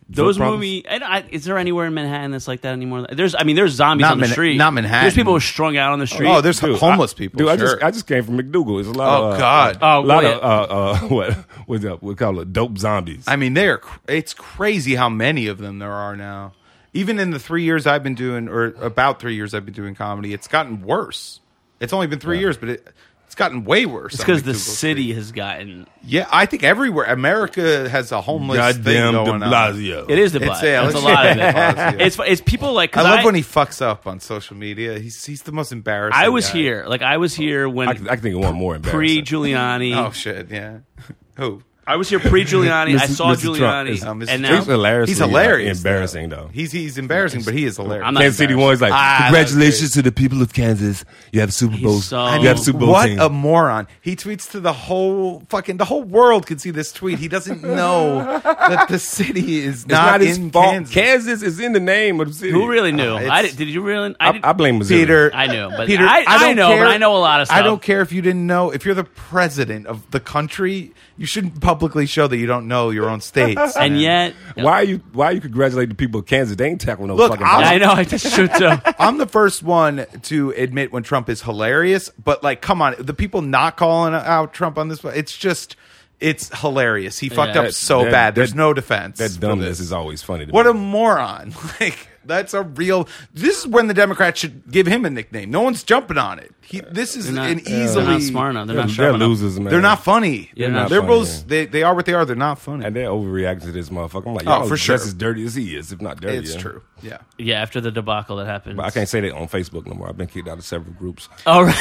Those
problems?
movie and I, is there anywhere in Manhattan that's like that anymore? There's, I mean, there's zombies
Not
on the
Manha-
street.
not Manhattan.
There's people who are strung out on the street.
Oh, there's homeless people.
Dude, I
sure.
just I just came from McDougal. It's a lot.
Oh,
of, uh,
God.
Oh,
a lot
go
of uh, uh, what what's up? We call it dope zombies.
I mean, they are. cr- It's crazy how many of them there are now. Even in the three years I've been doing, or about three years I've been doing comedy, it's gotten worse. It's only been three years, but it, it's gotten way worse.
it's
on
because the
McDougal
city
Street.
has gotten.
Yeah, I think everywhere America has a homeless thing
Goddamn De
going on.
Blasio.
It is the
It's-
black.
yeah,
That's a
let's-
lot of
De Blasio.
it. it's it's people like. 'cause
I love when he fucks up on social media. He's he's the most embarrassing.
I was
guy.
here. Like I was here when
I, can- I can think of one more embarrassing.
pre Giuliani.
Oh shit! Yeah. Who?
I was here pre Giuliani. I
Mrs.
saw
Mrs. Trump
Giuliani,
is-
Oh, Mrs.
and
Trump.
now
He's hilarious.
He's hilarious.
Embarrassing though.
He's he's embarrassing, but he is hilarious.
I'm not
Kansas City One is like,
Ah,
congratulations to the people of Kansas. You have Super
He's
Bowl.
so-
you have Super Bowl
what
team.
a moron! He tweets to the whole fucking the whole world could see this tweet. He doesn't know that the city is
it's not,
not,
his
in
fault. Kansas.
Kansas.
is in the name of the city.
who really knew?
Oh, it's-
I did, did you really? I,
I,
did,
I blame Missouri.
Peter,
I knew, but
Peter,
I, I,
don't
know,
care-
but I know a lot of stuff.
I don't care if you didn't know. If you're the president of the country, you shouldn't publicly show that you don't know your own states.
And
man.
yet,
Why are you why you congratulate the people of Kansas? They ain't tackling no
Look,
fucking.
I'll-
I
ball.
know I just should too.
I'm the first one to admit when Trump is hilarious, but like, come on, the people not calling out Trump on this, it's just, it's hilarious. He fucked
Yeah.
up so
That- that-
bad. There's no defense.
that
for
dumbness
this.
is always funny. To
What
me.
a moron! Like that's a real. This is when the Democrats should give him a nickname. No one's jumping on it. He, this is
They're not, uh,
an
they're
easily.
not smart enough. They're
they're,
not sharp enough.
losers, man.
They're not funny.
They're not
They're
funny,
both-
yeah.
They they are what they are. They're not funny.
and they overreacted to this motherfucker. I'm like,
Oh,
y'all
for sure.
just as dirty as he is, if not dirty.
it's true. Yeah.
Yeah, after the debacle that happened. Oh,
But I can't say that on Facebook no more. I've been kicked out of several groups.
All right.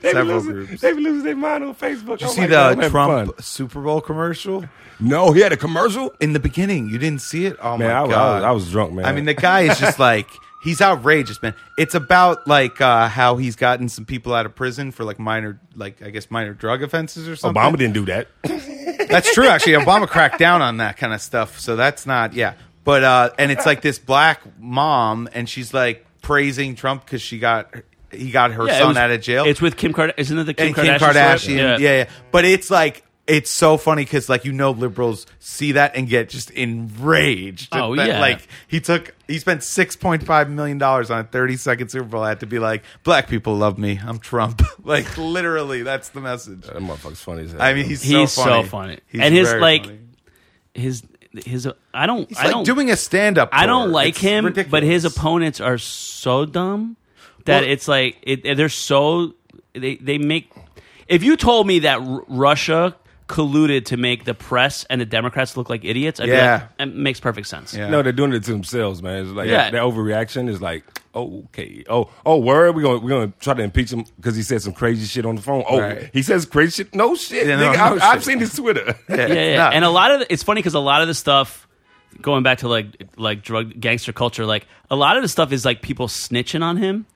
Several groups.
They be losing their mind on Facebook.
You see the Trump Super Bowl commercial
No, he had a commercial.
in the beginning. You didn't see it. Oh
Man,
my
I was- I
god!
was- I was drunk, man.
I mean, the guy is just like. He's outrageous, man. It's about like uh, how he's gotten some people out of prison for like minor, like I guess minor drug offenses or something.
Obama didn't do that.
That's true, actually. Obama cracked down on that kind of stuff, so that's not yeah. But uh, and it's like this black mom, and she's like praising Trump because she got he got her
Yeah, it
son
was-
out of jail.
It's with Kim Kardashian. Isn't it the Kim
and Kim
Kardashian?
Kardashian,
story?
yeah. yeah, But it's like it's so funny because like you know liberals see that and get just enraged.
Oh,
That,
yeah.
like he took he spent six point five million dollars on a thirty second Super Bowl ad to be like black people love me. I'm Trump. like literally, that's the message.
That motherfucker's funny as hell.
I mean, he's so
He's so
funny.
funny.
He's
And his,
very
like,
funny.
His his. I don't.
He's
I
like
don't.
doing a stand up.
I don't like him, but his opponents are so dumb that
Well-
it's like it, they're so they they make. If you told me that R- Russia colluded to make the press and the Democrats look like idiots, I'd
Yeah.
be like, it makes perfect sense.
Yeah.
No, they're doing it to themselves, man. It's like
Yeah.
that overreaction is like, oh, okay, oh, oh, word, we're gonna we're gonna try to impeach him because he said some crazy shit on the phone. Oh,
Right.
he says crazy shit. No shit,
Yeah, no,
nigga.
no
I've, I've
shit.
seen his Twitter.
yeah, yeah. And a lot of the, it's funny because a lot of the stuff going back to like like drug gangster culture, like a lot of the stuff is like people snitching on him.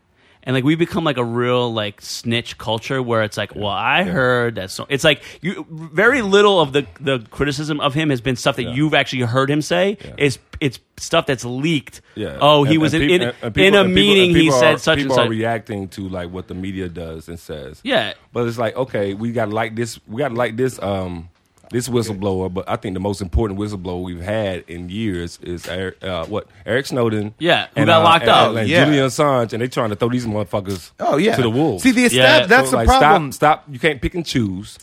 And like we become like a real like snitch culture where it's like, well, I heard that. So it's like you very little of the the criticism of him has been stuff that you've actually heard him say. It's it's stuff that's leaked.
Yeah.
Oh, he
And-
was
and
in
peop-
in,
and- and people-
in a
and people- and
meeting. he
people
said
are-
such and
people
such.
are reacting to like what the media does and says.
Yeah.
but it's like okay, we got to like this. We got to like this. Um, this whistleblower. But I think the most important whistleblower we've had in years is Eric, uh, what Eric Snowden.
Yeah, who got locked
and,
up.
And
Yeah.
Julian Assange, and they trying to throw these motherfuckers.
Oh yeah,
to the wolves.
See, the estab-
Yeah.
that's
So,
the
like,
problem.
Stop, stop. You can't pick and choose.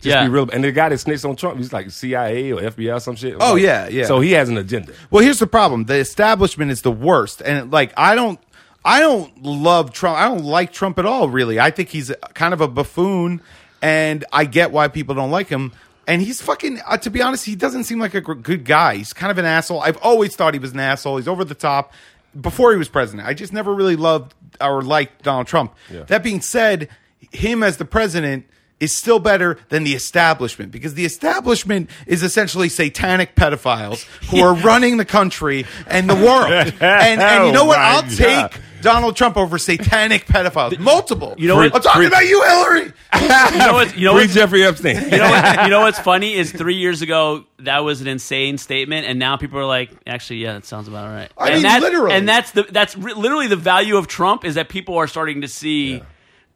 Just
Yeah.
be real. And the guy that snitched on Trump, he's like CIA or FBI or some shit.
Oh,
Like,
yeah, yeah.
So he has an agenda.
Well, here's the problem: the establishment is the worst, and like I don't, I don't love Trump. I don't like Trump at all. Really, I think he's kind of a buffoon, and I get why people don't like him. And he's fucking. Uh, to be honest, he doesn't seem like a gr- good guy. He's kind of an asshole. I've always thought he was an asshole. He's over the top. Before he was president, I just never really loved or liked Donald Trump. That being said, him as the president is still better than the establishment because the establishment is essentially satanic pedophiles who are running the country and the world. And, and you know what?
Oh my
I'll
God.
take Donald Trump over satanic pedophiles. Multiple.
You know what-
I'm talking about you, Hillary.
you know what? You know
Free
what?
Jeffrey Epstein.
you know, what, you know what's funny is three years ago that was an insane statement, and now people are like, actually, yeah, that sounds about all right.
I
and
mean,
that's,
literally.
and that's the that's re- literally the value of Trump is that people are starting to see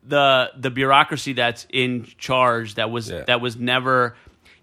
the the bureaucracy that's in charge that was
Yeah.
that was never.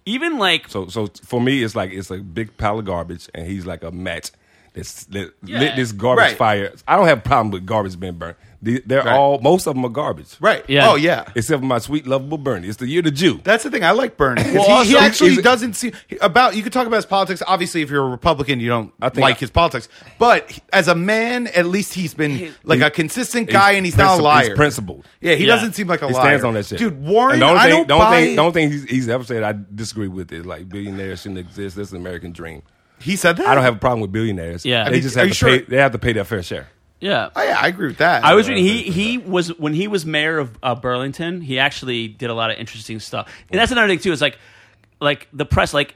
Even like
So so for me, it's like it's a big pile of garbage, and he's like a match that's, that lit this garbage
Right.
fire. I don't have a problem with garbage being burnt. The- They're
Right.
all most of them are garbage,
Right.
Yeah.
Oh yeah.
Except for my sweet lovable Bernie. It's the year of the Jew.
That's the thing. I like Bernie. 'Cause
Well,
he, he
also,
actually
is it-
doesn't see about. You could talk about his politics. Obviously, if you're a Republican, you don't
I think
like
I-
his politics. But he- as a man, at least he's been like a consistent
He's
guy, and he's not a
principled-
liar.
he's principled.
Yeah, he
Yeah.
doesn't seem like a
he
liar.
stands on that shit,
dude. Warren,
And the only
I
thing,
don't
the only
buy.
thing, the only thing he's, he's ever said I disagree with is like billionaires shouldn't exist. That's an American dream.
he said that.
I don't have a problem with billionaires.
Yeah. I
they
mean,
just
are
have
you
to
sure?
pay. They have to pay their fair share.
yeah.
Oh, yeah, I agree with that.
I was reading. He he was when he was mayor of uh, Burlington. He actually did a lot of interesting stuff, and that's another thing too. Is like like the press. Like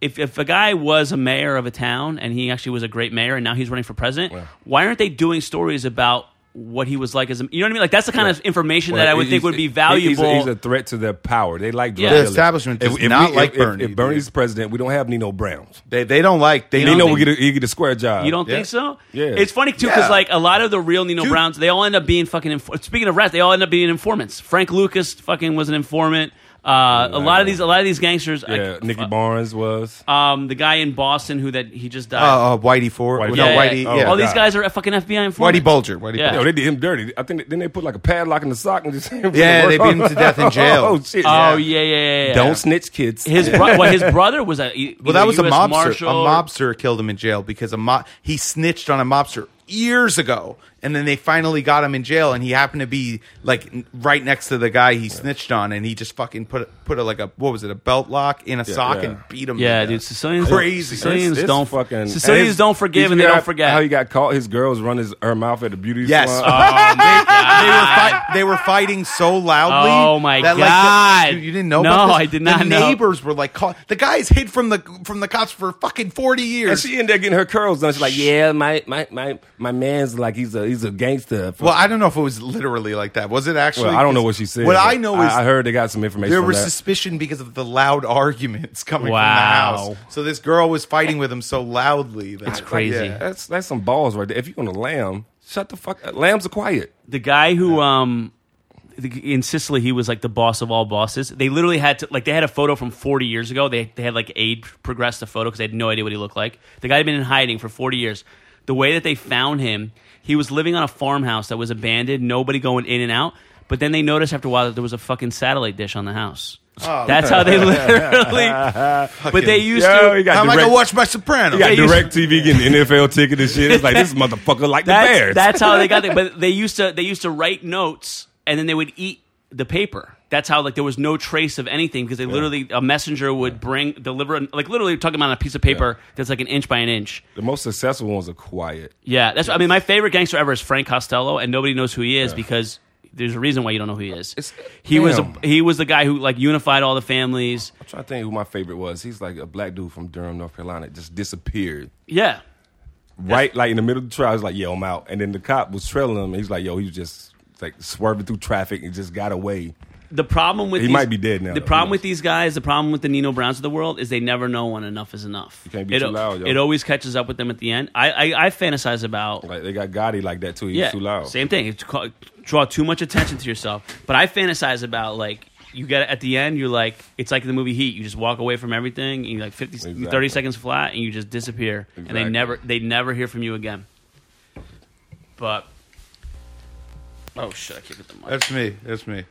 if if a guy was a mayor of a town and he actually was a great mayor, and now he's running for president, why aren't they doing stories about what he was like as a? You know what I mean? Like that's the kind of information that I would
He's-
think would be
he's a-
valuable.
He's a, threat to their power. They like
Yeah.
drug
The
dealers.
establishment does not like
if-
Bernie,
If,
dude.
Bernie's president, we don't have Nino Browns.
They they don't like. They
You
don't
Nino
think-
will get a, he get a square job.
You don't
Yeah.
think so?
Yeah.
It's funny too because
Yeah.
like a lot of the real Nino
Dude.
Browns, they all end up being fucking. Inf- Speaking of rats, they all end up being informants. Frank Lucas fucking was an informant. Uh, a lot of these, a lot of these gangsters.
Yeah,
like,
Nicky
uh,
Barnes was.
um, the guy in Boston who that he just died.
Uh, uh, Whitey Ford.
Whitey
No,
Ford.
Whitey.
Oh,
yeah.
all these
God.
guys are fucking FBI informants.
Whitey Bulger. Whitey
Yeah.
Yo, they did him dirty. I think then they put like a padlock in the sock and just
Yeah, they beat him to death in jail.
oh shit!
Oh yeah, yeah, yeah. yeah.
Don't snitch, kids.
His bro- well, his brother was a e-
Well, that
either
was a
US
mobster.
Marshal
A
or-
mobster killed him in jail because a mob he snitched on a mobster years ago, and then they finally got him in jail, and he happened to be like n- right next to the guy he snitched on, and he just fucking put put a, like a what was it a belt lock in a sock
yeah.
and beat him.
Yeah,
to
dude.
death.
Sicilians
Crazy.
Sicilians
It's- it's
don't
fucking.
Sicilians
and his-
don't forgive
you
and they
forgot
don't forget. Uh,
How he got caught? His girls run his her mouth at a beauty
Yes.
salon.
Oh,
they, were fi- they were fighting so loudly.
Oh, my
that, like,
God.
the- dude, you didn't know?
No,
about this?
I did not
The
know.
neighbors were like, call- the guys hid from the from the cops for fucking forty
And
years.
she in there getting her curls done. She's like,
yeah, my, my, my, my man's like he's a he's a gangster.
well, I don't know if it was literally like that. Was it actually?
Well, I don't know
'Cause
what she said.
What
but
I know is
I, heard they got some information.
There
on
was
that.
suspicion because of the loud arguments coming from
Wow.
the house. So this girl was fighting with him so loudly that
That's crazy.
yeah.
that's that's some balls right there. If you're gonna lamb, shut the fuck. up. Lambs are quiet.
the guy who um the- in Sicily he was like the boss of all bosses. They literally had to like they had a photo from 40 years ago. They they had like aid progressed the photo because they had no idea what he looked like. The guy had been in hiding for 40 years. The way that they found him, he was living on a farmhouse that was abandoned, nobody going in and out. But then they noticed after a while that there was a fucking satellite dish on the house.
Oh,
That's how they literally. but they used
Yo,
to.
he got
How am I
direct,
gonna watch my Sopranos?
he got
Yeah, you-
direct TV getting NFL ticket and shit. It's like this motherfucker like the
That's,
Bears.
that's how they got it. But they used to they used to write notes and then they would eat the paper. That's how like there was no trace of anything because they literally a messenger would bring deliver an- like literally talking about a piece of paper that's like an inch by an inch.
the most successful ones are quiet.
Yeah, that's I mean my favorite gangster ever is Frank Costello and nobody knows who he is because there's a reason why you don't know who he is.
It's-
he was a,
damn.
he was the guy who like unified all the families.
I'm trying to think who my favorite was. He's like a black dude from Durham, North Carolina, just disappeared.
Yeah.
Right, like in the middle of the trial, he's like, "Yo, I'm out," and then the cop was trailing him. He's like, "Yo, he was just like swerving through traffic and just got away."
The problem with
He
these-
might be dead now,
The
though.
problem
Who
with
knows?
these guys, the problem with the Nino Browns of the world, is they never know when enough is enough. You
can't be
it,
too loud, yo.
It always catches up with them at the end. I I, I fantasize about
Like they got Gotti like that too. He's
yeah,
too loud.
same thing. It's ca- draw too much attention to yourself. But I fantasize about like you get at the end. You're like it's like the movie Heat. You just walk away from everything. And you like 50,
Exactly.
30 seconds flat, and you just disappear. And they
Exactly.
never they never hear from you again. But oh shit, I can't get the mic.
That's me. That's me.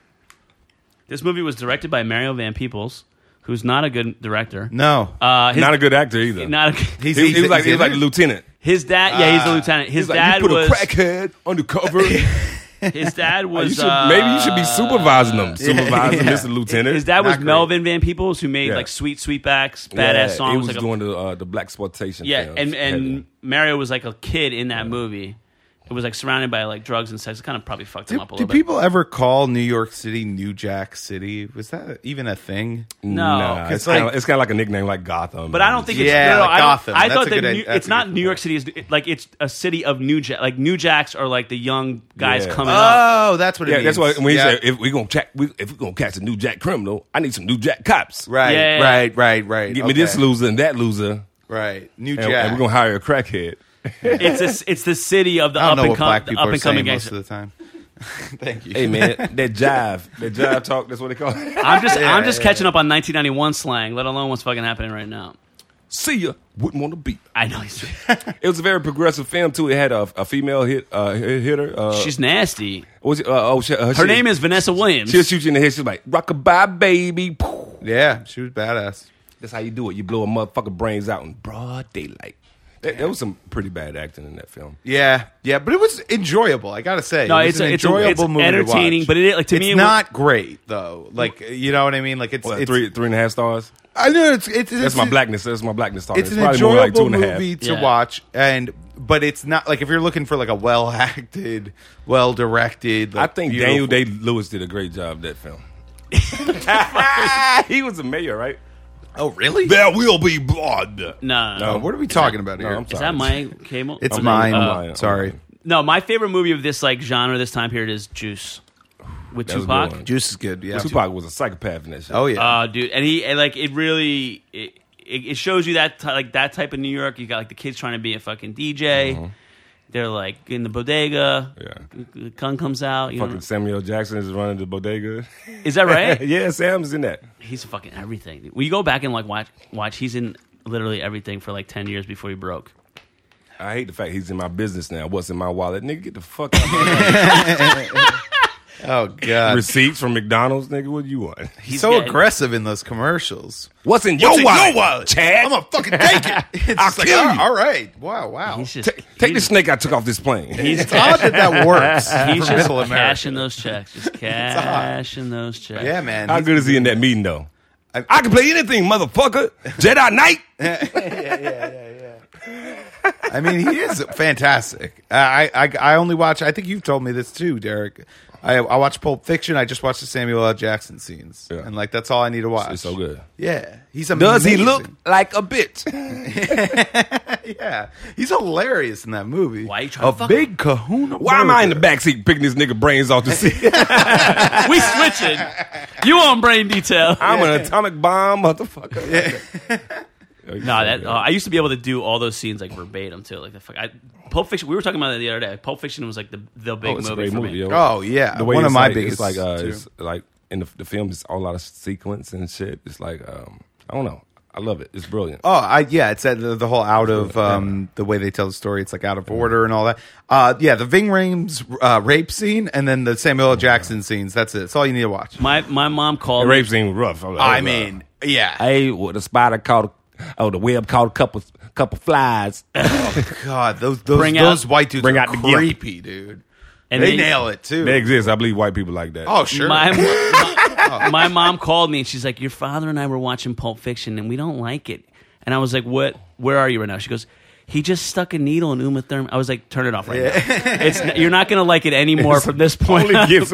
This movie was directed by Mario Van Peebles, who's not a good director.
No,
Uh, his,
Not a good actor either.
not a-
he,
He's-
he was like
he's
he was
in
like
it?
a lieutenant.
his dad. Yeah, he's a lieutenant. His
He's like,
dad
you put
was.
a crackhead undercover.
His dad was.
you should,
uh,
maybe you should be supervising them. Supervising
yeah.
Mr. Lieutenant.
His dad
Not
was
great.
Melvin Van Peebles, who made
Yeah.
like Sweet Sweetbacks, badass
Yeah,
songs.
He was
like a-
doing the uh, the black exploitation.
yeah,
films.
and and
Heavy.
Mario was like a kid in that movie. It was like surrounded by like drugs and sex. It kind of probably fucked him
do,
up a
do
little bit.
people ever call New York City New Jack City? Was that even a thing?
No,
Nah,
'cause
it's kind
like-
of it's kind of like a nickname like Gotham.
But I don't think it's
Yeah,
no, no,
like
I don't-
Gotham.
I
That's
thought
a
that
good-
New,
that's
it's
a
not
good
New York
point.
City is it- like it's a city of New Jack. Like New Jacks are like the young guys
Yeah.
coming up.
Oh, that's what it
Yeah, that's
means.
why when he
Yeah.
said if we gonna check, we, if we gonna catch a new Jack criminal, I need some new Jack cops.
right,
Yeah.
right, right, right.
Get me this
Okay.
loser and that loser,
Right, New
and,
Jack.
and we're gonna hire a crackhead.
It's a, it's the city of the
I
up
don't know
and
what
com-
black
the
people
up
are
and
saying
coming
most of
gangster.
the time.
Thank you.
Hey man, that jive, that jive talk. That's what they call it.
I'm just I'm just catching up on 1991 slang, let alone what's fucking happening right now.
See ya. Wouldn't want to be.
I know he's,
It was a very progressive film too. It had a, a female hit uh, hit- hitter. Uh,
she's nasty.
what was it? Uh, oh, she, uh,
Her name is Vanessa Williams.
She'll shoot you in the head. She's like rockabye baby.
Yeah, she was badass.
That's how you do it. You blow a motherfucker brains out in broad daylight. There, there was some pretty bad acting in that film.
Yeah, yeah, but it was enjoyable. I gotta say,
No,
it was
it's
an
a- it's a-
enjoyable
it's
movie.
entertaining,
to watch.
but it- like, to
it's
me, it wa-
not great though. Like you know what I mean? Like it's,
What,
it's
three three and a half stars.
I know it's it's,
That's
it's
my blackness. That's my blackness talking.
It's, an enjoyable movie to
Yeah.
watch, and but it's not like if you're looking for like a well acted, well directed.
I think Daniel Day Lewis did a great job that film. he was a mayor, right?
Oh really?
There will be blood.
no,
Oh, what are we talking about
No,
here?
I'm
is
sorry.
that my cable?
It's
I'm lying,
mine.
I'm lying, I'm
Sorry.
lying.
Uh, no. My favorite movie of this like genre, this time period, is Juice with
That was a good
Tupac.
one.
Juice is good. Yeah.
Tupac was a psychopath in that shit.
Oh yeah.
Uh, dude, and he and, like it really it, it it shows you that ty- like that type of New York. You got like the kids trying to be a fucking DJ.
Uh-huh.
They're like in the bodega.
Yeah.
The gun comes out. You know,
Fucking Samuel Jackson is running the bodega.
is that right?
yeah, Sam's in that.
he's fucking everything. When you go back and like watch watch, he's in literally everything for like ten years before he broke.
I hate the fact he's in my business now. What's in my wallet? Nigga, get the fuck out of here.
oh god.
Receipts from McDonald's, nigga. What do you want?
He's so
getting-
aggressive in those commercials.
What's in your
What's in
wallet?
your wallet?
Chad.
I'm gonna fucking take it. It's
I'll
just like,
kill
all-
you.
all right. Wow. Wow.
He's just
Ta- take the
he's-
snake I took off this plane.
it's odd that that works.
He's just
for middle America.
cashing those checks, just cashing those checks.
Yeah, man.
How
He's-
good is he in that meeting though?
I-
I, can play anything, motherfucker. Jedi Knight.
I mean, he is fantastic. I, I I only watch. I think you've told me this too, Derek. I I watch Pulp Fiction. I just watch the Samuel L. Jackson scenes,
Yeah.
and like that's all I need to watch.
It's so good.
Yeah, he's amazing.
Does he look like a bitch?
Yeah, he's hilarious in that movie.
Why you trying
a
to fuck
big Kahuna?
Why am I in the
burger.
backseat picking this nigga brains off the seat?
we switching. You on brain detail?
I'm an atomic bomb, motherfucker.
No, that uh, I used to be able to do all those scenes like verbatim too. Like the fuck, I, Pulp Fiction. We were talking about that the other day. Pulp Fiction was like the the big
Oh, it's a
movie
great
for
movie.
me.
yo.
Oh yeah,
the way
one of
it's
my
like,
biggest.
it's like uh,
too.
it's like in the, the film it's all a lot of sequence and shit it's like um i don't know i love it it's brilliant
Oh, I yeah, it's that the, the whole out of um, the way they tell the story. It's like out of order and all that. Uh, yeah, the Ving Rhames uh, rape scene and then the Samuel L. Jackson scenes. That's it. That's all you need to watch.
My my mom
the
called. me-
rape scene was rough I'm like,
I
oh,
mean, yeah.
Hey, well, the spider caught, oh, the web caught a couple, couple flies.
Oh, God, those those,
Bring out-
those white dudes
bring
are
out the guilt.
creepy, dude.
and then-
they nail it too.
they exist i believe white people like that
oh sure. Oh.
My, my, my mom called me and she's like, "Your father and I were watching Pulp Fiction and we don't like it." And I was like, "What? Where are you right now?" She goes, "He just stuck a needle in Uma Thurman." I was like, "Turn it off right now. It's n- you're not gonna like it anymore from this point."
only
on."
gets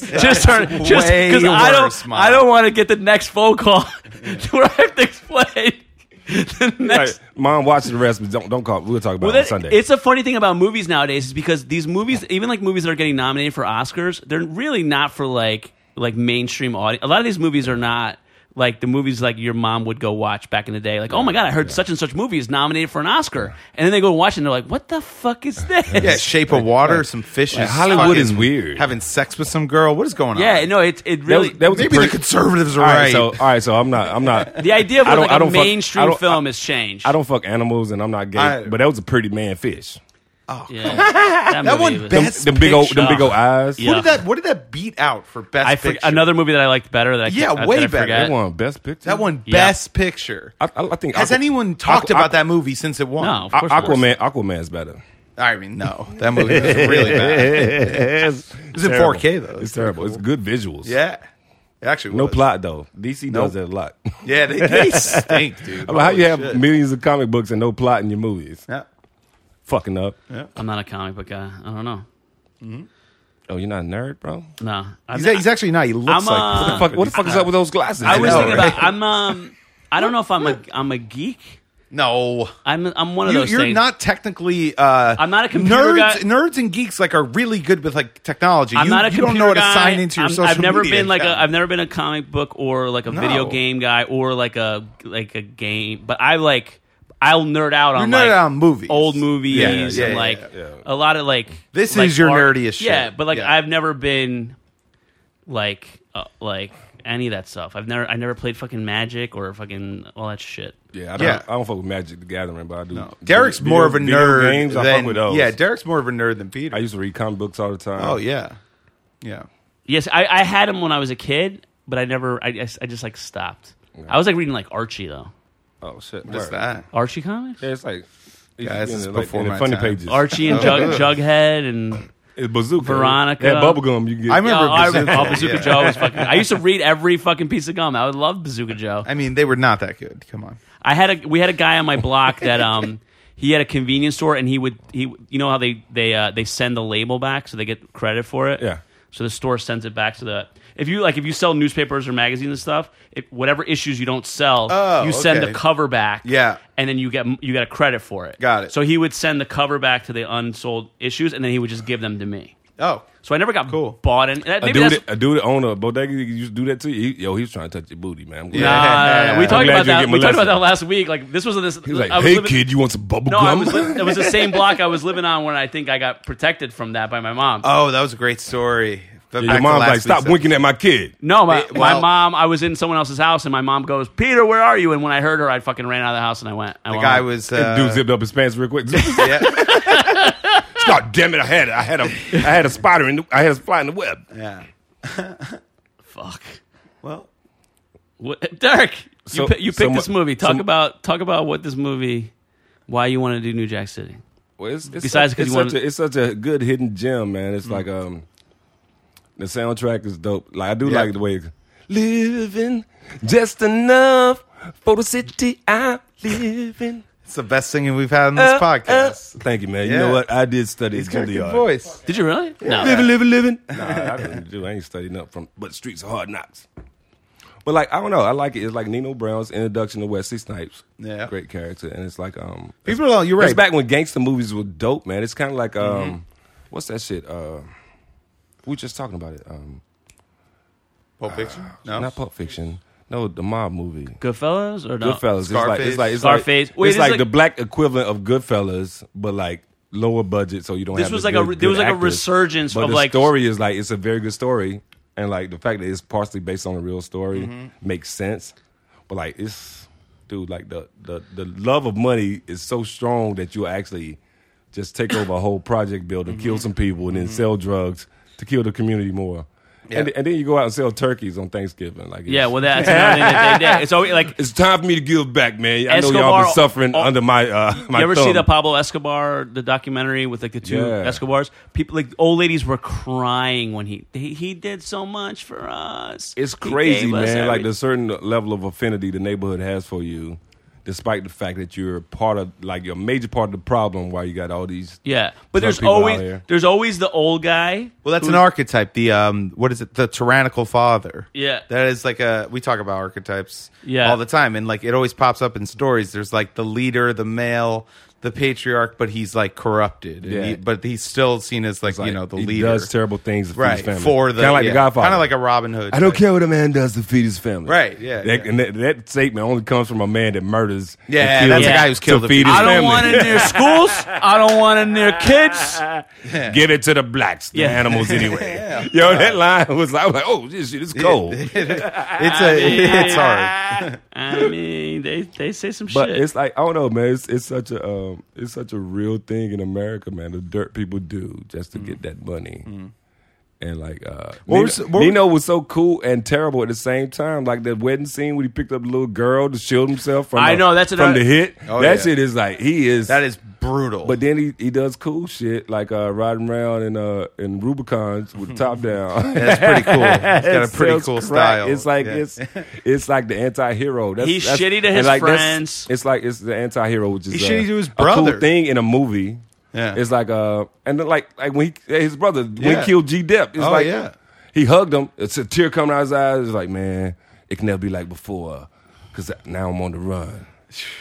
just turn it. Just
way
because I
worse,
don't
Mom.
I don't want to get the next phone call where I have to explain the next.
Like, mom watch the rest but don't don't call we'll talk about
Well,
it on
that-
sunday
It's a funny thing about movies nowadays is because these movies, even like movies that are getting nominated for Oscars, they're really not for like like mainstream audience. A lot of these movies are not like the movies like your mom would go watch back in the day. Like, oh my god, I heard such and such movie is nominated for an Oscar, and then they go watch it and they're like, what the fuck is this?
yeah, Shape of Water, some fishes.
Like, Hollywood
fucking
is weird.
Having sex with some girl. What is going on?
Yeah, no, it it
That was-
really
that was a
Maybe the
pretty-
conservatives are
all right,
right.
so all right so i'm not i'm not
the idea of
I don't-
like
I
a
don't fuck- I
mainstream
don't- I-
film has changed.
i don't fuck animals and i'm not gay
I-
but that was a pretty man fish
Yeah. that movie
one
was-
best
them, them big old
picture.
them big old eyes
what
Yeah.
did that? What did that beat out for best
I for,
picture?
another movie that I liked better. That I
Yeah,
can't-
way
that I
better.
forget.
that one best picture
that one
Yeah.
best picture.
i, I- I think
Has
Aqua-
anyone talked
Aqua-
about that movie since it won?
No, of
Aqu-
course not.
aquaman aquaman's better
I mean, no, that movie was really bad.
it's
It's in 4K though.
It's terrible. It's good visuals.
Yeah, it actually,
No
was.
plot though. DC
Nope.
does that a lot.
Yeah, they, they stink, dude.
I mean, how you have
Holy shit.
millions of comic books and no plot in your movies?
Yeah.
Fucking up.
I'm not a comic book guy. I don't know.
Oh, you're not a nerd, bro.
No, I'm
He's,
not-
he's actually not. He
I'm,
looks
uh,
like
What the fuck, what the fuck is up with those glasses?
I was
know,
thinking
right?
about I'm um I don't know if I'm a I'm a geek.
no.
I'm I'm one of
You,
those.
you're
things.
not technically. Uh,
I'm not a computer
nerds,
guy.
Nerds and geeks like are really good with like technology.
I'm
you,
not a
you
computer
don't know how to
guy.
sign into your
I'm,
social.
I've never
media
been like a
account.
I've never been a comic book or like a video
No.
game guy or like a like a game. But I like I'll nerd out on
nerd
like
um,
out on movies.
old movies,
Yeah,
and
yeah, yeah,
like
yeah.
a lot of like.
This
like
is your nerdiest
Yeah,
shit.
but like
Yeah.
I've never been like uh, like any of that stuff. I've never I never played fucking Magic or fucking all that shit.
Yeah, I don't,
Yeah.
I don't fuck with Magic the Gathering, but I do. No.
Derek's more of a nerd
Games,
than
I fuck with those.
yeah. Derek's more of a nerd than Peter.
I used to read comic books all the time.
oh yeah, yeah.
Yes, I, I had him when I was a kid, but I never I, I s- I just like stopped. I was like reading like Archie though.
Oh shit,
Just
word.
that.
Archie comics?
Yeah, it's like.
Yeah, this
it's
is
like,
before
in the
my
funny
time.
pages.
Archie and Jug, Jughead and
It's bazooka.
Veronica.
Yeah, bubblegum. You can get.
I remember
Oh, I
Bazooka,
remember- oh, Bazooka
yeah.
Joe was fucking. I used to read every fucking piece of gum. I would love Bazooka Joe.
I mean, they were not that good. Come on.
I had a we had a guy on my block that um he had a convenience store and he would he you know how they they uh, they send the label back so they get credit for it
Yeah.
so the store sends it back to the if you like if you sell newspapers or magazines and stuff if whatever issues you don't sell
Oh,
you send the
okay.
cover back
Yeah.
and then you get you get a credit for it
Got it.
so he would send the cover back to the unsold issues and then he would just give them to me
Oh,
so I never got
Cool.
bought in that,
A
maybe
dude,
that's
that, a dude that owned a bodega he used to do that to you. He, yo, he was trying to touch your booty, man. I'm glad.
Yeah.
Nah, nah, nah. we talked
I'm
glad
about
you
that.
get
We talked about
molested.
that last week. Like this was this.
He was like,
I was
"Hey
living-
kid, you want some bubble
No, I
gum?"
was li- it was the same block I was living on when I think I got protected from that by my mom.
oh, that was a great story. But
Your
back to
mom's
last
like, "Stop
week's-
winking at my kid."
no, my,
Hey, well-
my mom. I was in someone else's house, and my mom goes, "Peter, where are you?" And when I heard her, I fucking ran out of the house and I went. I
The
went
guy
home.
was
That
uh,
dude zipped up his pants real quick.
yeah.
God damn it! I had I had a I had a spider in the, I had a fly in the web.
yeah.
fuck.
Well,
What, Derek,
So-
you, pi- you
so
picked
mu-
this movie. Talk
so-
about talk about what this movie, why you want to do New Jack City.
Well, it's, it's
Besides,
such,
'cause
it's,
you Mm.
such
wanna-
a, it's such a good hidden gem, man. It's like um, the soundtrack is dope. Like I do
Yeah.
like the way living just enough for the city I live in.
it's the best singing we've had on this
Uh, uh.
podcast.
Thank you, man. You
Yeah.
know what? I did study
He's
at
got a good
Juilliard.
voice.
Did you really? No.
Living, living, living. Nah, I didn't do. I ain't studying up from, but streets are hard knocks. But like, I don't know. I like it. It's like Nino Brown's introduction to Wesley Snipes.
Yeah.
great character, and it's like um,
People don't. You're right.
It's back when gangster movies were dope, man. It's kind of like um, what's that shit? Uh, we were just talking about it. Um,
Uh, Pulp Fiction. No.
not Pulp Fiction. No, the mob movie.
Goodfellas or no?
Goodfellas. It's like
Scarface.
it's like it's
Scarface.
like
Wait, this
it's
is
like,
like-
the black equivalent of Goodfellas, but like lower budget, so you don't.
This
have
was
the
like a
good-
re- there was
good
like a
actors.
resurgence
but
of,
the
like-
story is like it's a very good story, and like the fact that it's partially based on a real story makes sense. But like it's dude, like the the the love of money is so strong that you actually just take over a whole project building, kill some people, and then sell drugs to kill the community more. And, and then you go out and sell turkeys on Thanksgiving. Like
Yeah,
it's-
well, that's another thing that they did. It's always like
it's time for me to give back, man. I know y'all
Escobar-
been suffering
oh,
under my uh, my
you ever
thumb.
see the Pablo Escobar the documentary with like the two
Yeah.
Escobars? People like old ladies were crying when he he, he did so much for us.
It's
He
crazy,
gave us
man. Like
every-
the certain level of affinity the neighborhood has for you, despite the fact that you're part of like you're a major part of the problem. While you got all these,
yeah, but
Some
there's
people out
always
here.
there's always the old guy.
Well, that's an
who-
archetype. The um, what is it? The tyrannical father.
Yeah.
that is like a. We talk about archetypes.
Yeah.
all the time, and like it always pops up in stories. There's like the leader, the male, the patriarch, but he's like corrupted. and
Yeah.
he- but he's still seen as like, you know the
he
leader.
does terrible things to feed his
right
family.
for the
kind of like
yeah,
the Godfather,
kind of like a Robin Hood.
I don't
type.
care what a man does to feed his family.
Right, yeah,
That,
yeah.
And that, that statement only comes from a man that murders. and
Yeah,
kills
that's
a guy
who's killed
to
the
feed
people.
his
I don't
family.
want it near schools. I don't want it near kids.
Give it to the blacks, the
Yeah.
animals anyway. Yo, that line was like, I was like, oh, this shit is cold.
It's a. It's hard.
I mean, they they say some
But
shit.
it's like I don't know, man. It's, it's such a um, it's such a real thing in America, man. The dirt people do just to
Mm.
get that money, and like uh, Nino,
was- what was-
Nino was so cool and terrible at the same time. Like that wedding scene when he picked up the little girl to shield himself from
I
the-
know, that's
from
another-
the hit.
Oh,
that
yeah.
shit is like he is
That is brutal.
But then he, he does cool shit like uh, riding around in uh in Rubicons with the top down.
that's pretty cool. He's got a
It
pretty
sells
cool
crack.
style.
It's like
Yeah.
it's it's like the anti-hero. That's,
He's
that's-
shitty to
and
his
like, that's-
friends.
It's like it's the anti-hero, which is
He's
uh,
shitty to his
A
brother.
cool thing in a movie.
Yeah.
it's like uh, and then like like when he, his brother when
Yeah.
he killed G. Dep. It's
Oh,
like
yeah.
he hugged him. It's a tear coming out his eyes. It's like man, it can never be like before because now I'm on the run.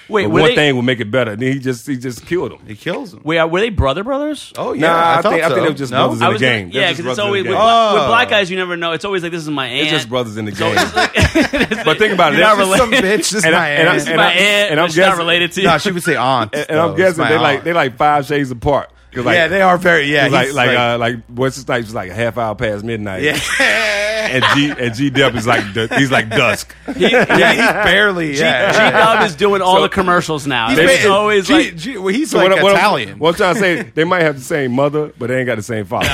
Wait,
But
were
one
they-
thing would make it better. Then he just he just killed him.
He kills him.
Wait, were they brother brothers?
Oh yeah,
Nah, I, think I
thought
think
so.
they were just
No?
brothers in the
gonna-
game. They're
yeah,
just
because it's
brothers in the
always with,
game.
game.
with black
Oh.
guys, you never know. It's always like this is my aunt.
It's just brothers in the game.
it's like-
but think about it.
You're
that's-
not related. Some bitch, this
And I-
my
and I-
aunt.
It's my aunt.
and I'm
but she's not
guessing-
related to you.
No, she would say aunt.
And, and I'm guessing they like they like five shades apart. 'Cause, Like,
yeah, they are very yeah.
'cause Like
he's
like uh, like what's his name? It's like a half hour past midnight.
yeah,
And G and G Dep is like du- he's like dusk.
yeah. He's barely yeah.
G
uh,
Dub is doing all the commercials now.
He's
It's
ba-
always
G-
like
G- well, he's like
what, what-
Italian.
What I'm trying to say, they might have the same mother, but they ain't got the same father.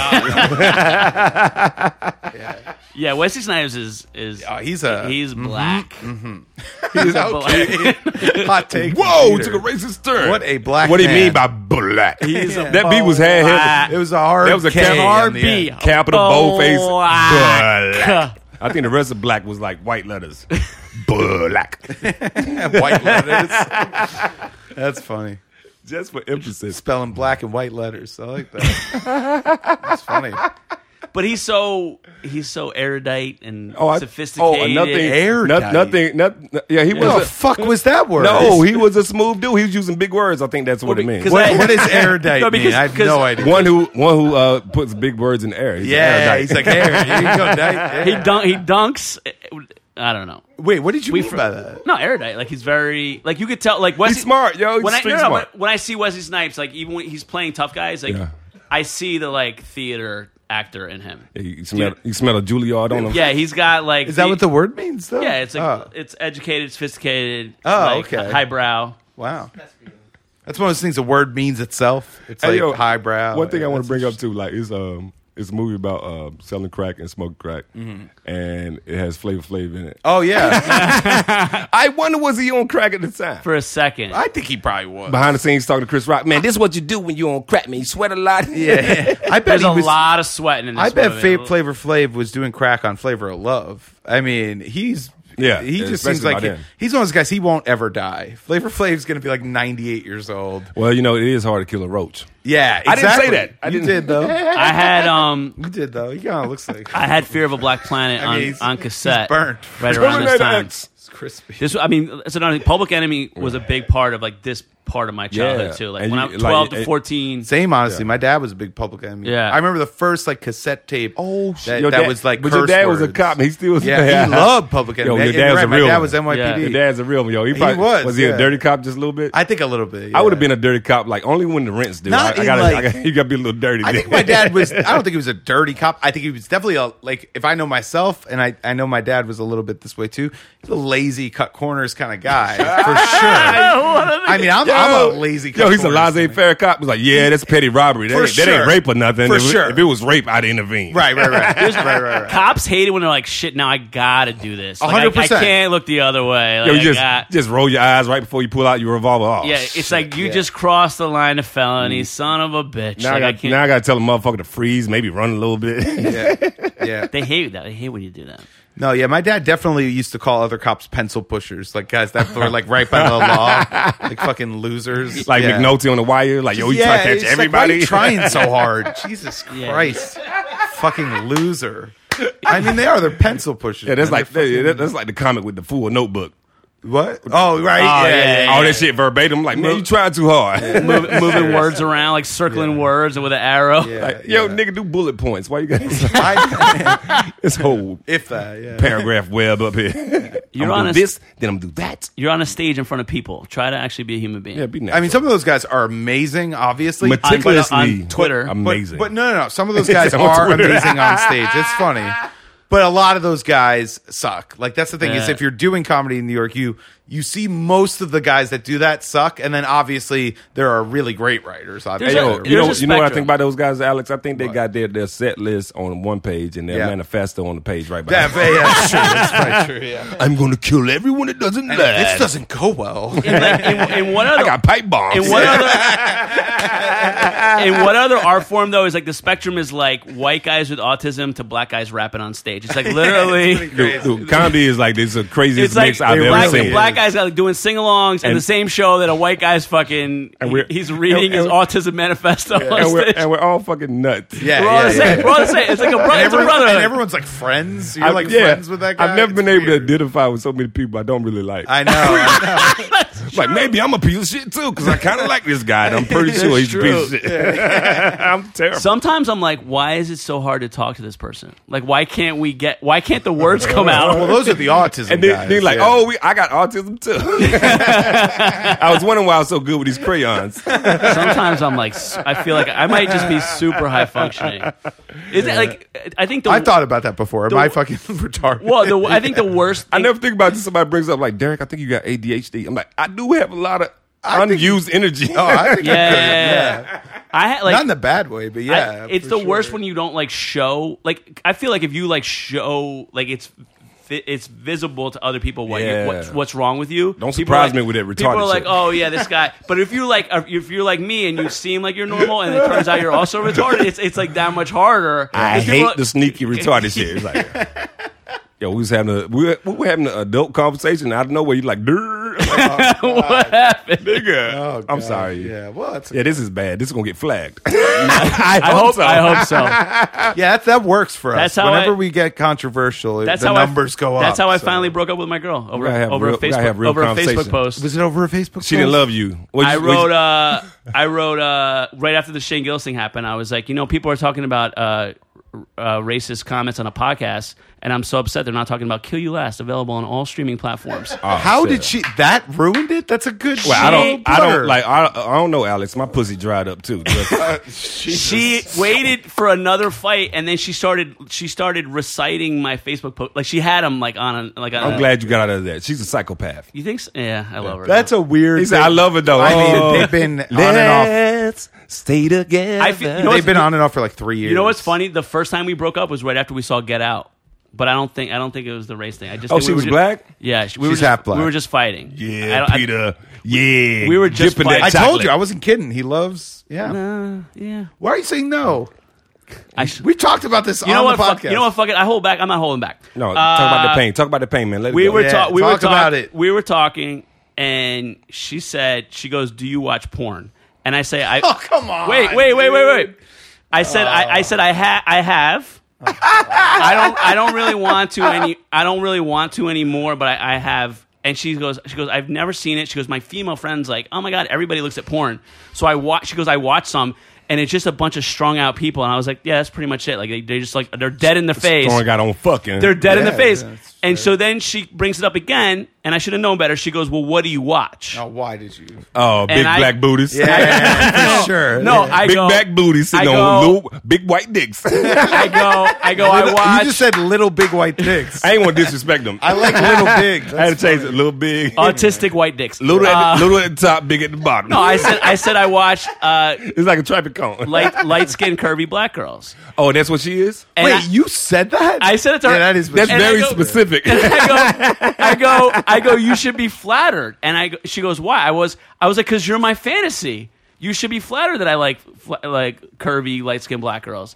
yeah. Wesley Snipes is is
Oh, he's a-
he's
Mm-hmm.
black.
He's
okay.
Hot take.
Whoa,
Peter.
took a racist turn.
What a black
What do you
man.
mean by black?
He's a
that beat was hand
black.
It was a hard.
That was a
K
cap-
on the
hard
end.
B.
Capital boldface.
Black.
Black. I think the rest of black was like white letters. black.
white letters. That's funny.
Just for emphasis.
Spelling black and white letters. I like that. That's funny.
But he's so he's so erudite and
I-
sophisticated.
Oh, nothing.
Air
no-
diet.
nothing. Nothing. Yeah, he
What the
was.
fuck was that
A,
word?
no, he was a smooth dude. He was using big words. I think that's what it means.
because
What, what is erudite
No, because-
mean? I have
because-
no idea.
One who one who uh, puts big words in air. He's an
yeah,
erudite.
he's like air. Here you go, Dave.
he dunk he dunks. eh, I don't know.
Wait, what did you
We
mean
fr-
by that?
No, erudite. Like he's very like you could tell. Like Wesley,
smart, yo. He's
When I,
street smart.
When, when I see Wesley Snipes, like even when he's playing tough guys, like
Yeah.
I see the like theater actor in him.
You smell, you smell a Juilliard on him.
Yeah, he's got like
Is that what the word means, though?
yeah? It's like
Oh,
it's educated, sophisticated.
Oh,
like,
okay.
Highbrow.
wow. That's one of those things. The word means itself. It's
Hey,
like
yo,
highbrow.
One thing I want to bring up too, like is um, it's a movie about uh, selling crack and smoking crack, and it has Flavor Flav in it.
Oh yeah,
I wonder was he on crack at the time?
For a second,
I think he probably was.
Behind the scenes talking to Chris Rock, man.
Man, this is what you do when you on crack, man. You sweat a lot.
yeah, I bet
there's
he
a
was,
lot of sweating in this.
I bet
movie.
Fa- Flavor Flav was doing crack on Flavor of Love. I mean, he's
Yeah,
he just
especially
seems like
by
he-
then.
he's one of those guys. He won't ever die. Flavor Flav's gonna be like ninety eight years old.
Well, you know it is hard to kill a roach.
Yeah,
I didn't say
exactly.
that. I
you
didn't-
did though.
I had um
you did though. He kind of looks like
I had Fear of a Black Planet
I mean,
on,
he's-
on
he's
cassette.
burnt.
right around this
Terminator
time.
X.
it's crispy.
This, I mean, it's another thing. Public Enemy was a big part of like this part of my childhood
Yeah.
too. Like
And
when
you-
I was
like,
twelve
it-
to fourteen.
Same, honestly. My dad was a big public enemy.
Yeah.
I remember the first like cassette tape.
Oh, shit.
that,
Your
that
dad-
was like.
but your
curse
dad was a
words.
cop, and he still was-
Yeah,
Yeah.
he loved public enemy.
Yo, your
And
dad was
right,
a
my
real
dad
one.
was NYPD.
Your dad's a real one, yo. He, probably,
was,
he a
yeah.
dirty cop just a little bit?
I think a little bit.
I would have
yeah.
been a dirty cop, like only when the rents due.
Not
I, I
in,
gotta, I
like-
gotta- you gotta be a little dirty.
I
then.
think my dad was. I don't think he was a dirty cop. I think he was definitely a like. If I know myself, and I, I know my dad was a little bit this way too. He's a lazy cut corners kind of guy for sure. I mean, I'm, I'm a lazy. Cut
Yo, he's a
corners.
laissez-faire cop. He's like, yeah, that's petty robbery. That,
For
ain't, that
sure.
ain't rape or nothing.
For
if, it-
sure.
if it was rape, I'd intervene.
Right, right, right, right, right, right. right.
Cops hate it when they're like, "Shit, now I gotta do this. Like, I- I,
100%.
can't look the other way." Like,
Yo, you
I
just
got-
just roll your eyes right before you pull out your revolver. Oh,
yeah,
shit. Mm.
it's like you just crossed the line of felony, son of a bitch.
now,
Like,
I
I
got,
can't-
now I gotta tell the motherfucker to freeze, maybe run a little bit.
Yeah.
they hate that. They hate when you do that.
No, yeah, my dad definitely used to call other cops pencil pushers, like guys that were like right by the law, like fucking losers,
like
yeah.
McNulty on the wire. Like, yo, you
yeah,
try to
it's
catch
like, why are
everybody.
you trying so hard? Jesus
Yeah.
Christ, fucking loser. I mean, they are they're pencil pushers.
yeah, that's
man.
like that- that's like the comic with the fool notebook.
what? Oh, right,
Oh,
yeah,
yeah,
yeah,
All that shit verbatim. Like, man, you trying too hard.
Move, moving words around, like circling words with an arrow.
yeah,
Like,
yeah.
yo, nigga, do bullet points. Why you got this,
I-
this whole
if that, yeah.
paragraph web up here?
You're
I'm
on
gonna
a-
do this, then I'm gonna do that.
You're on a stage in front of people. Try to actually be a human being.
Yeah, be nice.
I mean, some of those guys are amazing, obviously.
meticulously
on- on Twitter.
But-
amazing.
But, no, no, no. Some of those guys
On
are
Twitter.
amazing on stage. It's funny. But a lot of those guys suck. Like that's the thing is
Yeah.
if you're doing comedy in New York, you you see most of the guys that do that suck, and then obviously there are really great writers. Obviously,
There's
Yo,
a-
Oh, you know,
there's a
you know what I
spectrum.
think about those guys, Alex? I think they got their, their set list on one page and their
Yeah.
manifesto on the page right
yeah,
behind.
but, yeah, that's true. That's probably true. Yeah.
I'm going to kill everyone that doesn't
And
laugh.
this doesn't go well.
And, like, in, in one other,
I got pipe bombs.
And what other and what other art form though is like the spectrum is like white guys with autism to black guys rapping on stage. It's like literally
Dude, dude, comedy is like this is the craziest
it's like
mix I've ever
black,
seen.
black guy's got like, doing sing-alongs and
And-
the same show that a white guy's fucking.
And we're-
he's reading
and-
his
and-
autism manifesto. on
and, we're,
stage.
and we're all fucking nuts.
Yeah,
We're all
yeah,
the same.
yeah.
We're all the same. It's like a, bro-
And,
it's a
everyone-
brotherhood.
and everyone's like friends. You're
I-
like
yeah.
friends with that guy.
I've never
It's
been able
weird.
to identify with so many people I don't really like.
I know. I know.
like maybe I'm a piece of shit too because I kind of like this guy. and I'm pretty sure he's a piece of shit. I'm terrible.
Sometimes I'm like, why is it so hard to talk to this person? Like, why can't we get? Why can't the words come out?
well, those are the autism
and then,
guys.
then like,
yeah.
oh, we, I got autism too. I was wondering why I was so good with these crayons.
Sometimes I'm like, s- I feel like I might just be super high functioning. Is it like? I think the
I thought about that before. Am I
the-
fucking retarded?
Well, the, I think the worst.
I
thing-
never think about this. Somebody brings up like, Derek, I think you got ADHD. I'm like, I do have a lot of unused energy.
Oh, I think
Yeah,
I'm good.
I had like
Not in the bad way, but
I-
yeah.
it's
for
the worst
sure.
when you don't like show. Like I feel like if you like show, like it's vi- it's visible to other people what
Yeah.
you, what's, what's wrong with you.
Don't
People are
surprise
like-
me with that
People are
retarded
like,
shit.
oh yeah, this guy. But if you like, if you're like me and you seem like you're normal, and it turns out you're also retarded, it's it's like that much harder.
I
If people
hate
are-
the sneaky retarded shit. It's like, yo, we was having a we were, we were having an adult conversation. and Out of nowhere, you like, "Durr." I'm like,
what happened.
nigga,
Oh,
I'm
God.
sorry.
Yeah, well, that's,
Yeah, this is bad. This is gonna get flagged. I,
I hope I hope so.
yeah, that, that works for us.
That's how
Whenever
I-
we get controversial, it-
That's
the
how
numbers
I,
go up.
That's how I
so.
finally broke up with my girl over
gotta have
over
real-
a
we gotta have
Facebook
real
over a Facebook
conversation.
post.
Was it over a Facebook?
She didn't
post?
love you. What
I
you- what you-
wrote. Uh, I wrote uh, right after the Shane Gillis thing happened. I was like, you know, people are talking about uh, r- uh, racist comments on a podcast, and I'm so upset they're not talking about "Kill You Last," available on all streaming platforms.
Oh,
How
shit.
did she? That ruined it. That's a good.
Well, I
Shane
don't. I
butter.
don't like. I, I don't know, Alex. My pussy dried up too.
she waited for another fight, and then she started. She started reciting my Facebook post. Like she had him like on a, like on
I'm
a-
glad you got out of that. She's a psychopath.
You think? So? Yeah, I love her.
That's a weird.
He said, "I love it though."
I mean,
Oh.
they've been on and off.
stay together.
I feel, you know
They've
what's-
been on and off for like three years.
You know what's funny? The first time we broke up was right after we saw Get Out. But I don't think I don't think it was the race thing. I just
Oh,
think
she
we were
was
ju-
black?
Yeah, she- we were
She's
just,
half black.
We were just fighting. I
Yeah,
don't- I-
Peter. yeah,
We were just
dipping that
I
fighting.
chocolate.
told you. I wasn't kidding. He loves. Yeah.
Uh, yeah.
Why are you saying no?
I sh-
We talked about this
you
on
know what?
the
fuck-
podcast.
you know what? Fuck it. I hold back. I'm not holding back.
No,
Uh,
talk about the pain. Talk about the pain, man. Let it
We
go.
were
Yeah,
talking. We were
talk about
talk-
it.
We were talking, and she said she goes, "Do you watch porn?" And I say, "I."
Oh come on.
wait, wait, wait, wait,
dude. Oh,
wait. I said, I, I said, I ha- I have. I don't, I don't really want to any, I don't really want to anymore, but I, I have. And she goes, she goes, I've never seen it. She goes, my female friends like, oh my god, everybody looks at porn. So I watch. She goes, I watch some, and it's just a bunch of strung out people. And I was like, yeah, that's pretty much it. Like they, they just like they're dead in the face.
Storm got on fucking.
They're dead in the
Yeah,
face.
yeah, that's
and so then she brings it up again, and I should have known better. She goes, well, what do you watch?
Now, why did you?
Oh, big
And I-
black booties.
Yeah, for sure.
No, I
big
go,
black booties
I
sitting
go,
on little big white dicks. I
I go, I go, I watch.
You just said little big white dicks.
ain't want to disrespect them.
I
I,
like little big. That's
had to change it. Little big,
autistic white dicks.
little, at
Uh,
the, little at the top, big at the bottom.
no, I said I said I watched uh,
it's like a traffic cone.
light light skinned curvy black girls.
oh, that's what she is.
And
Wait,
I,
you said that?
I said it to her.
Yeah, that is.
That's
And I
very
go-
specific.
I go, I go, I go. You should be flattered. And I, go, she goes, why? I was, I was like, because you're my fantasy. You should be flattered that I like, fl- like curvy, light skinned black girls.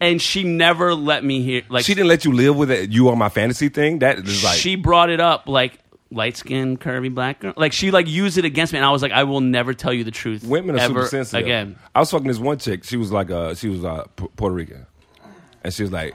And she never let me hear. Like
she didn't let you live with it. You are my fantasy thing. That is like
she brought it up like light skinned curvy black girl. Like she like used it against me, and I was like, I will never tell you the truth.
Women are
ever
super sensitive.
again.
I was talking to this one chick. She was like, uh, she was uh, Pu- Puerto Rican, and she was like,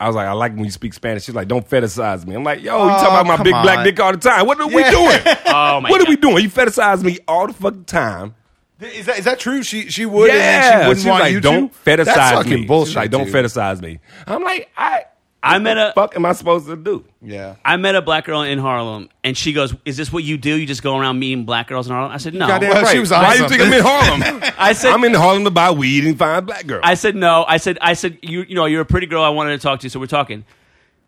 I was like, I like when you speak Spanish. She's like, don't fetishize me. I'm like, yo, you talking
Oh,
about my
come
big
on.
black dick all the time? What are
Yeah.
we doing?
Oh my
what
god.
are we doing? You fetishize me all the fucking time.
Is that is that true? She she would. and then
Yeah,
she wouldn't
She's
want
like,
you
don't
to.
fetishize
That's fucking
me.
bullshit.
She's like, don't
dude.
fetishize me. I'm like, I,
I met a
fuck, am I supposed to do?
Yeah.
I met a black girl in Harlem, and she goes, "Is this what you do? You just go around meeting black girls in Harlem?" I said, "No."
goddamn
Well,
right.
she was Why
on
do you think I'm in Harlem?
I said,
I'm in Harlem to buy weed and find black girls.
I said no. I said, I said, you, you know, you're a pretty girl. I wanted to talk to you, so we're talking.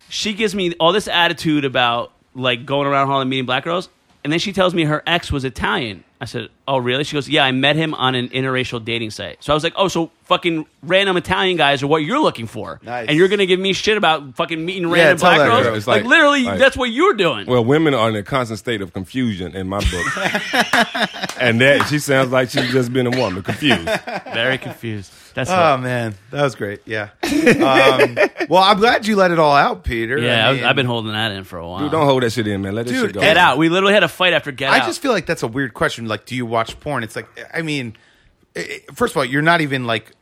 She gives me all this attitude about like going around Harlem meeting black girls, and then she tells me her ex was Italian. I said, "Oh, really?" She goes, "Yeah, I met him on an interracial dating site." So I was like, "Oh, so fucking random Italian guys are what you're looking for,
Nice.
and you're gonna give me shit about fucking meeting
Yeah,
random
tell
black
that
girls?
girl.
It's
like,
like-
literally,
like-
that's what you're doing."
Well, women are in a constant state of confusion in my book, and that she sounds like she's just been a woman confused.
Very confused. That's
Oh man, that was great. Yeah. Um, well, I'm glad you let it all out, Peter.
it. yeah. I
I
was,
mean,
I've been holding that in for a while.
Dude, don't hold that shit in, man. Let that
Dude,
shit go.
Get out. We literally had a fight after Get Out.
I just feel like that's a weird question. Like, do you watch porn? It's like, I mean, i- i- first of all, you're not even like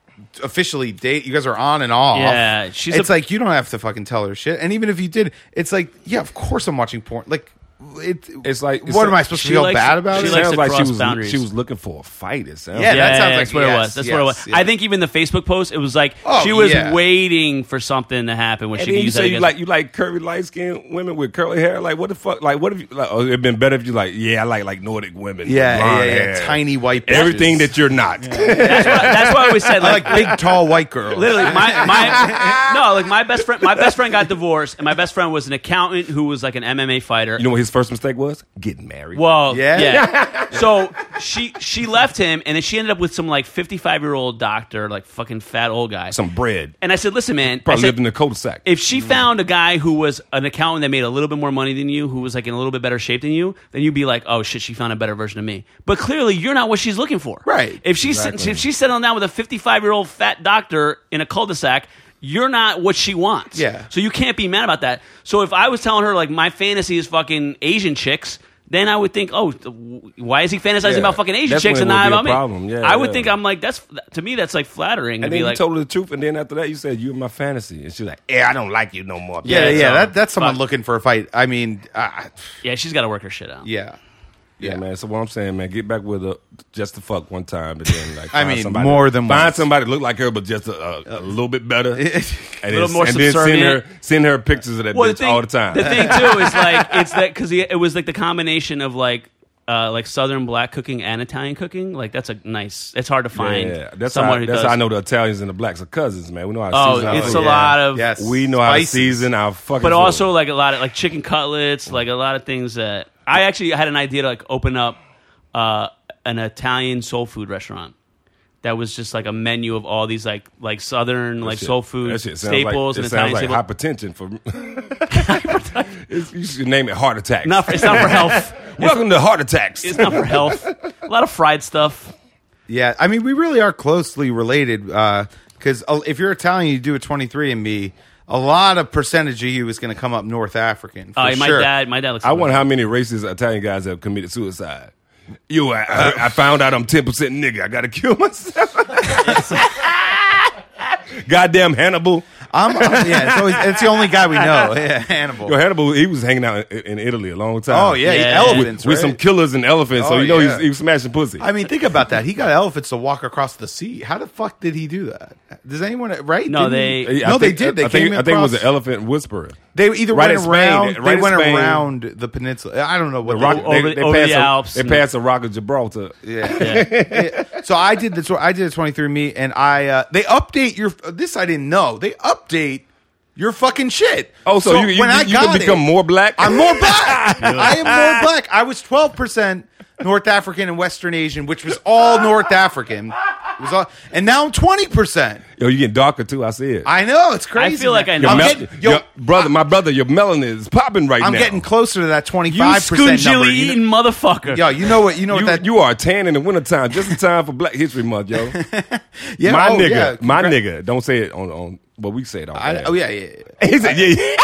officially date. You guys are on and off.
Yeah, she's
It's
a-
like you don't have to fucking tell her shit. And even if you did, it's like, yeah, of course I'm watching porn. Like, it,
It's like
what
it's
am
like-
I supposed to
she
feel
likes-
bad about
she
it?
likes
sounds
to
like she
cross
was
bounds.
she was looking for a fight. It sounds
Yeah,
like.
that sounds like-
that's what it
yes,
was. That's what it was.
yes,
I
yes.
think even the Facebook post, it was like
Oh,
she was
yeah.
waiting for something to happen when she
And
could
then you
use that
say you
against-
like you like curly light skinned women with curly hair. Like what the fuck? Like what if you like? Oh, it'd been better if you like. Yeah, I like like Nordic women. with
Yeah, yeah,
blonde
yeah,
hair.
Tiny white bitches.
Everything that you're not.
that's, why, that's why I always said
I
like,
like big, tall white girls.
literally my my no like my best friend my best friend got divorced and my best friend was an accountant who was like an MMA fighter.
you know what his first mistake was? Getting married.
Well, yeah.
Yeah.
so she she left him and then she ended up with some like 55 year old doctor, like fucking fat old guy.
some bread.
and I said, listen, man, I
Probably
said-
lived in the cul-de-sac.
if she found a guy who was an accountant that made a little bit more money than you, who was like in a little bit better shape than you, then you'd be like, oh shit, she found a better version of me. But clearly, you're not what she's looking for.
Right.
If she's if she's settling down with a 55 year old fat doctor in a cul-de-sac. You're not what she wants.
Yeah.
So you can't be mad about that. So if I was telling her like my fantasy is fucking Asian chicks, then I would think, oh, th- why is he fantasizing
Yeah.
about fucking Asian
That's
chicks and
when
not
it would be a
about me?
problem. Yeah,
I would
yeah.
think I'm like that's to me that's like flattering. to
and then
be
you
like,
told her the truth, and then after that you said you're my fantasy, and she's like, "Yeah, I don't like you no more."
yeah, yeah.
so-
that, that's someone
fuck.
looking for a fight. I mean, I
yeah, she's got to work her shit out.
yeah.
Yeah, man. So what I'm saying, man, get back with her just to fuck one time, but then like
I
find
mean,
somebody,
more than
find
once.
somebody that look like her, but just a, a, a little bit better, and,
Uh, Little
then,
more
and then send her
subservient.
send her pictures of that bitch all the time.
thing too is like it's that because it was like the combination of like uh, like Southern black cooking and Italian cooking. Like that's a nice. It's hard to find.
yeah, that's
someone
how,
who
that's
does.
how I know the Italians and the blacks are cousins, man. We know how to
Oh,
season our
it's a
food.
lot of.
Yes.
We know how to
Spices.
season our fucking.
But
food.
also like a lot of like chicken
Mm.
cutlets, like a lot of things that I actually had an idea to like open up uh, an Italian soul food restaurant. That was just like a menu of all these like like southern like
Shit.
soul food
That shit sounds
staples
like,
and
it sounds
Italian
like
staples.
hypertension for. It's- you should name it heart attacks.
Not for, it's not for health.
Welcome to heart attacks.
It's not for health. A lot of fried stuff.
Yeah, I mean, we really are closely related because if you're Italian, you do a 23 and me. A lot of percentage of you is going to come up North African. For
Oh, my
sure.
dad, my dad looks.
I wonder how many racist Italian guys have committed suicide. Yo, I,
Uh,
I, I found out I'm 10% nigga. I gotta kill myself. Goddamn Hannibal.
I'm, I'm- yeah, it's, always, it's the only guy we know. Yeah, Hannibal.
Yo, Hannibal, he was hanging out in, in Italy a long time.
Oh yeah, he-
Yeah.
elephants
With
right?
some killers and elephants, so
Oh,
you know
yeah.
he's, he was smashing pussy.
I mean, think about that. He got elephants to walk across the sea. How the fuck did he do that? Does anyone right?
No,
Didn't
they-
he-
I
no, they
think-
did. They
I
came
think, I think it
across.
was an elephant whisperer.
They either
Right in
went
Spain,
around.
right
they
in
went
Spain.
around the peninsula. I don't know what
The rock,
they-
they,
over-
they
over
passed
the
a-
Alps
They
and-
passed the Rock of Gibraltar.
so I did the tw- I did a 23 me and I uh, they update your this I didn't know. They update your fucking shit.
Oh, so, you, you, you, can
got
become
it,
more black?
I'm more black. I am more black. I was 12% North African and Western Asian, which was all North African. It was all, and now I'm 20%.
Yo, you getting darker too. I see it.
I know, it's crazy.
feel like I
man.
know.
Your
I'm
mel-
getting, yo,
your brother, my brother, your melanin is popping right
I'm
now.
getting closer to that
You
25% number.
scoongily
You
eating
know,
motherfucker.
yo, you know what, you know
You,
what that
you are tan in the wintertime, just in time for Black History Month, yo.
yeah,
my
oh,
nigga,
yeah,
my
congra-
nigga. Don't say it on on. But we say it on.
I,
air.
oh yeah, yeah, yeah.
He said, yeah, yeah.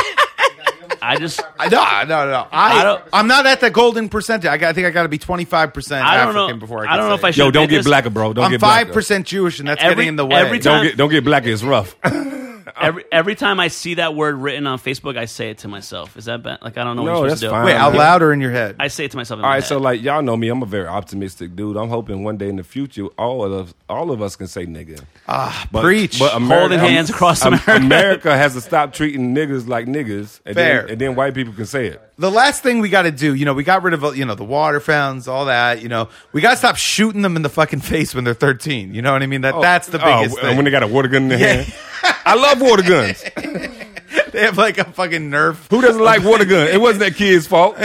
I just.
I- No, no, no.
I
I,
don't-
I am not at the golden percentage. I, got, I think I got to be 25 percent
I don't
African
know.
before I. Can
I don't know if
say
I
it.
should.
Yo, don't get blacker, bro. Don't
I'm
get
five
blacker.
percent Jewish, and that's
Every-
getting in the way.
every time-
Don't get don't get blacker. It's rough.
Every every time I see that word written on Facebook, I say it to myself. Is that bad? Like I don't know.
No,
what you're
that's
supposed to do.
fine.
Wait, out
Yeah.
loud or in your head?
I say it to myself. In
All
my
right,
head.
so like y'all know me, I'm a very optimistic dude. I'm hoping one day in the future, all of us, all of us can say nigga. Ah,
preach.
Holding hands across America.
America has to stop treating niggas like niggas, and
Fair.
then and then white people can say it.
the last thing we got to do, you know, we got rid of you know the water fountains, all that. You know, we got to stop shooting them in the fucking face when they're 13. You know what I mean? That that's the
Oh,
biggest
and
thing.
When they got a water gun in their
Yeah.
hand, I love water guns.
they have like a fucking Nerf.
Who doesn't like water gun? It wasn't that kid's fault.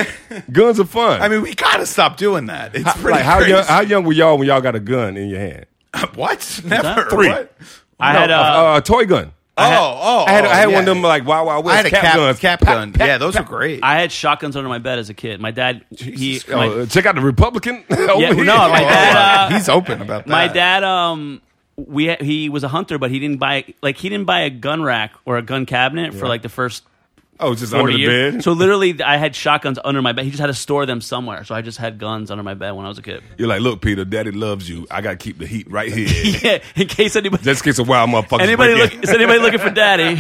Guns are fun.
I mean, we gotta stop doing that. It's
How-
pretty
like, how
crazy.
young, how young were y'all when y'all got a gun in your hand?
what? Never.
Three.
What?
I had
a,
uh,
a toy gun.
Oh, oh,
I had,
oh,
I had
yeah.
one of them like wow wow
I had a cap, cap gun.
guns. Pack, pack,
yeah, those
pack.
were great.
I had shotguns under my bed as a kid. My dad, he,
Oh,
my,
uh, check out the Republican. over
Yeah,
here.
no, my dad, uh,
Oh, He's open about that.
my dad, um, we ha- he was a hunter, but he didn't buy like he didn't buy a gun rack or a gun cabinet for like the first
Oh, just under
forty
the
years.
bed.
So literally, I had shotguns under my bed. He just had to store them somewhere. So I just had guns under my bed when I was a kid.
You're like, look, Peter, Daddy loves you. I gotta keep the heat right here,
yeah, in case anybody
just in case a wild motherfucker.
Anybody
break
look,
in.
is anybody looking for daddy?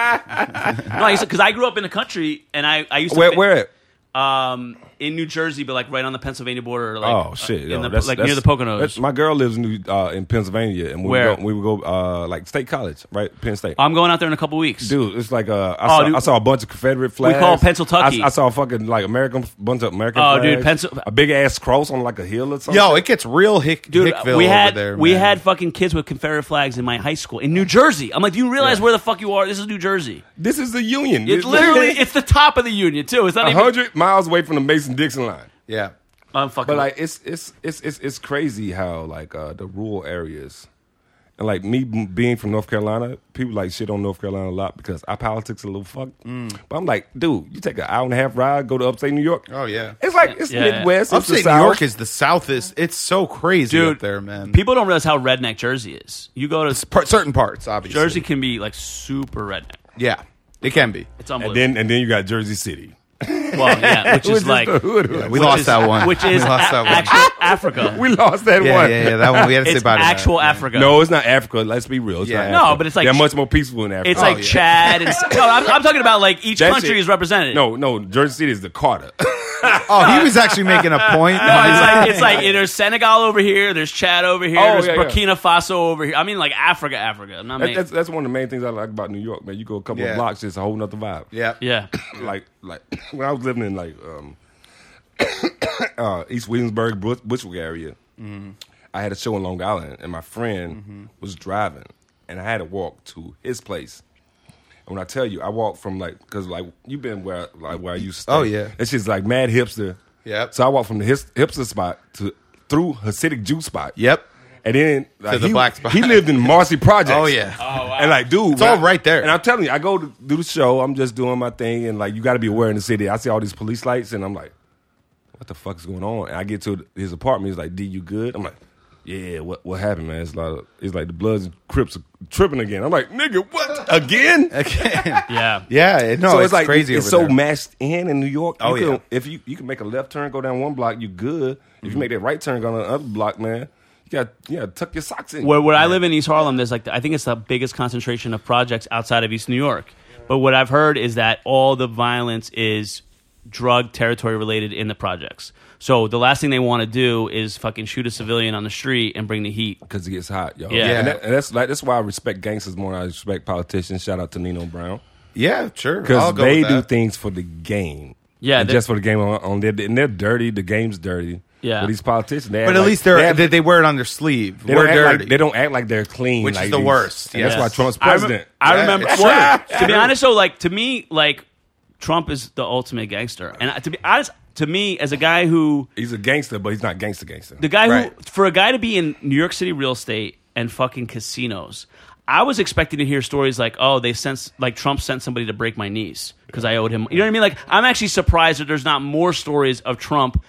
no, because I grew up in the country, and I, I used to
Where,
fi-
where? at?
um in New Jersey, but like right on the Pennsylvania border. Like, uh,
oh shit!
in
yo,
the,
that's-
like
that's-
near the Poconos.
that's- My girl lives in, New- uh, in Pennsylvania, and we
Where?
would go, we would go uh, like state college, right? Penn State.
I'm going out there in a couple weeks.
Dude, it's like uh, I,
Oh,
saw,
dude.
I saw a bunch of Confederate flags.
call it Pennsyltucky.
I, I saw a fucking like American bunch of American.
Oh,
flags,
dude, Pencil-
a big ass cross on like a hill or something.
Yo, it gets real hick,
Dude,
hickville
we had
over there.
we
man.
had fucking kids with Confederate flags in my high school in New Jersey. I'm like, do you realize where the fuck you are? This is New Jersey.
this is the Union.
It's literally it's the top of the union too. It's not
a
even.
hundred miles away from the Mason Dixon line.
yeah.
I'm fucking.
But like it's it's it's it's, it's crazy how like uh, the rural areas and like me m- being from North Carolina, people like shit on North Carolina a lot because our politics a little fucked.
Mm.
But I'm like, dude, you take an hour and a half ride, go to upstate New York.
Oh, yeah.
it's like it's
Yeah, yeah.
Midwest. it's the
Upstate New
South.
York is the southest. It's so crazy
dude,
up there, man.
People don't realize how redneck Jersey is. You go to
Par- certain parts, obviously.
Jersey can be like super redneck.
Yeah, it can be.
It's unbelievable.
and then and then you got Jersey City.
Well, yeah, which is like
We
which
lost
is-
that one.
Which
We
is
lost
a-
that one.
actual Africa.
We lost that
Yeah,
one.
yeah, yeah. That one we had to say
it's
bye to that.
actual Africa.
No, it's not Africa. Let's be real. It's not
Yeah. No,
Africa.
but it's like-
they're much more peaceful in Africa.
it's like
yeah.
Chad. And, no, I'm, I'm talking about like each
Oh, That's
country
it.
is represented.
No, no, Jersey City is the Carter.
Oh, he was actually making a point.
No, it's like it's like there's Senegal over here, there's Chad over here,
Oh,
there's
yeah, yeah.
Burkina Faso over here. I mean, like Africa, Africa. I'm not
That-
making-
that's, that's one of the main things I like about New York, man. You go a couple
Yeah.
of blocks, it's a whole nother vibe.
yeah.
yeah,
like like when I was living in like um uh East Williamsburg, Bush- Bushwick area,
Mm-hmm.
I had a show in Long Island, and my friend was driving, and I had to walk to his place. And when I tell you, I walked from like because like you've been where like where I used to. Stay.
Oh, yeah.
it's just like mad hipster.
Yep.
So I walked from the his, hipster spot to through Hasidic Jew spot.
Yep.
And then like,
the
he,
black spot.
he lived in Marcy Projects.
Oh, yeah.
And like, dude,
It's all right there.
And I'm telling you, I go to do the show. I'm just doing my thing, and like, you got to be aware in the city. I see all these police lights, and I'm like, what the fuck is going on? And I get to his apartment. He's like, D, you good? I'm like, yeah. What what happened, man? It's like it's like the Bloods and Crips are tripping again. I'm like, nigga, what again?
yeah.
Yeah, it, no,
so
it's,
it's, like
crazy.
It's
over
so
there.
mashed in in New York. You
Oh,
can-
yeah. Mm-hmm.
If you you can make a left turn, go down one block, you good. If you make that right turn, go down another block, man. You got yeah, tuck your socks in.
Where, where I live in East Harlem, there's like the, I think it's the biggest concentration of projects outside of East New York. But what I've heard is that all the violence is drug territory related in the projects. So the last thing they want to do is fucking shoot a civilian on the street and bring the heat.
because it gets hot, yo.
Yeah.
and, that- and that's like that's why I respect gangsters more than I respect politicians. Shout out to Nino Brown
Yeah, sure. I'll
because
go
they
with
do
that.
things for the game.
Yeah,
and
they-
just for the game on, on their and they're dirty. The game's dirty.
Yeah.
but these politicians, they
but
act
at
like-
least they're,
they
they
act-
they, wear it on their sleeve.
they
We're
don't act
dirty.
like they don't act like they're clean,
Which is
like
the
these-
worst,
And
yes.
That's why Trump's
I rem-
president.
I,
Yeah,
remember.
it's
well,
true.
to be honest, though, like to me, like Trump is the ultimate gangster, and I- to be honest, to me, as a guy who
he's a gangster, but he's not gangster gangster.
the guy who
Right.
for a guy to be in New York City real estate and fucking casinos, I was expecting to hear stories like, oh, they sent like Trump sent somebody to break my knees because I owed him. You know what I mean? Like I'm actually surprised that there's not more stories of Trump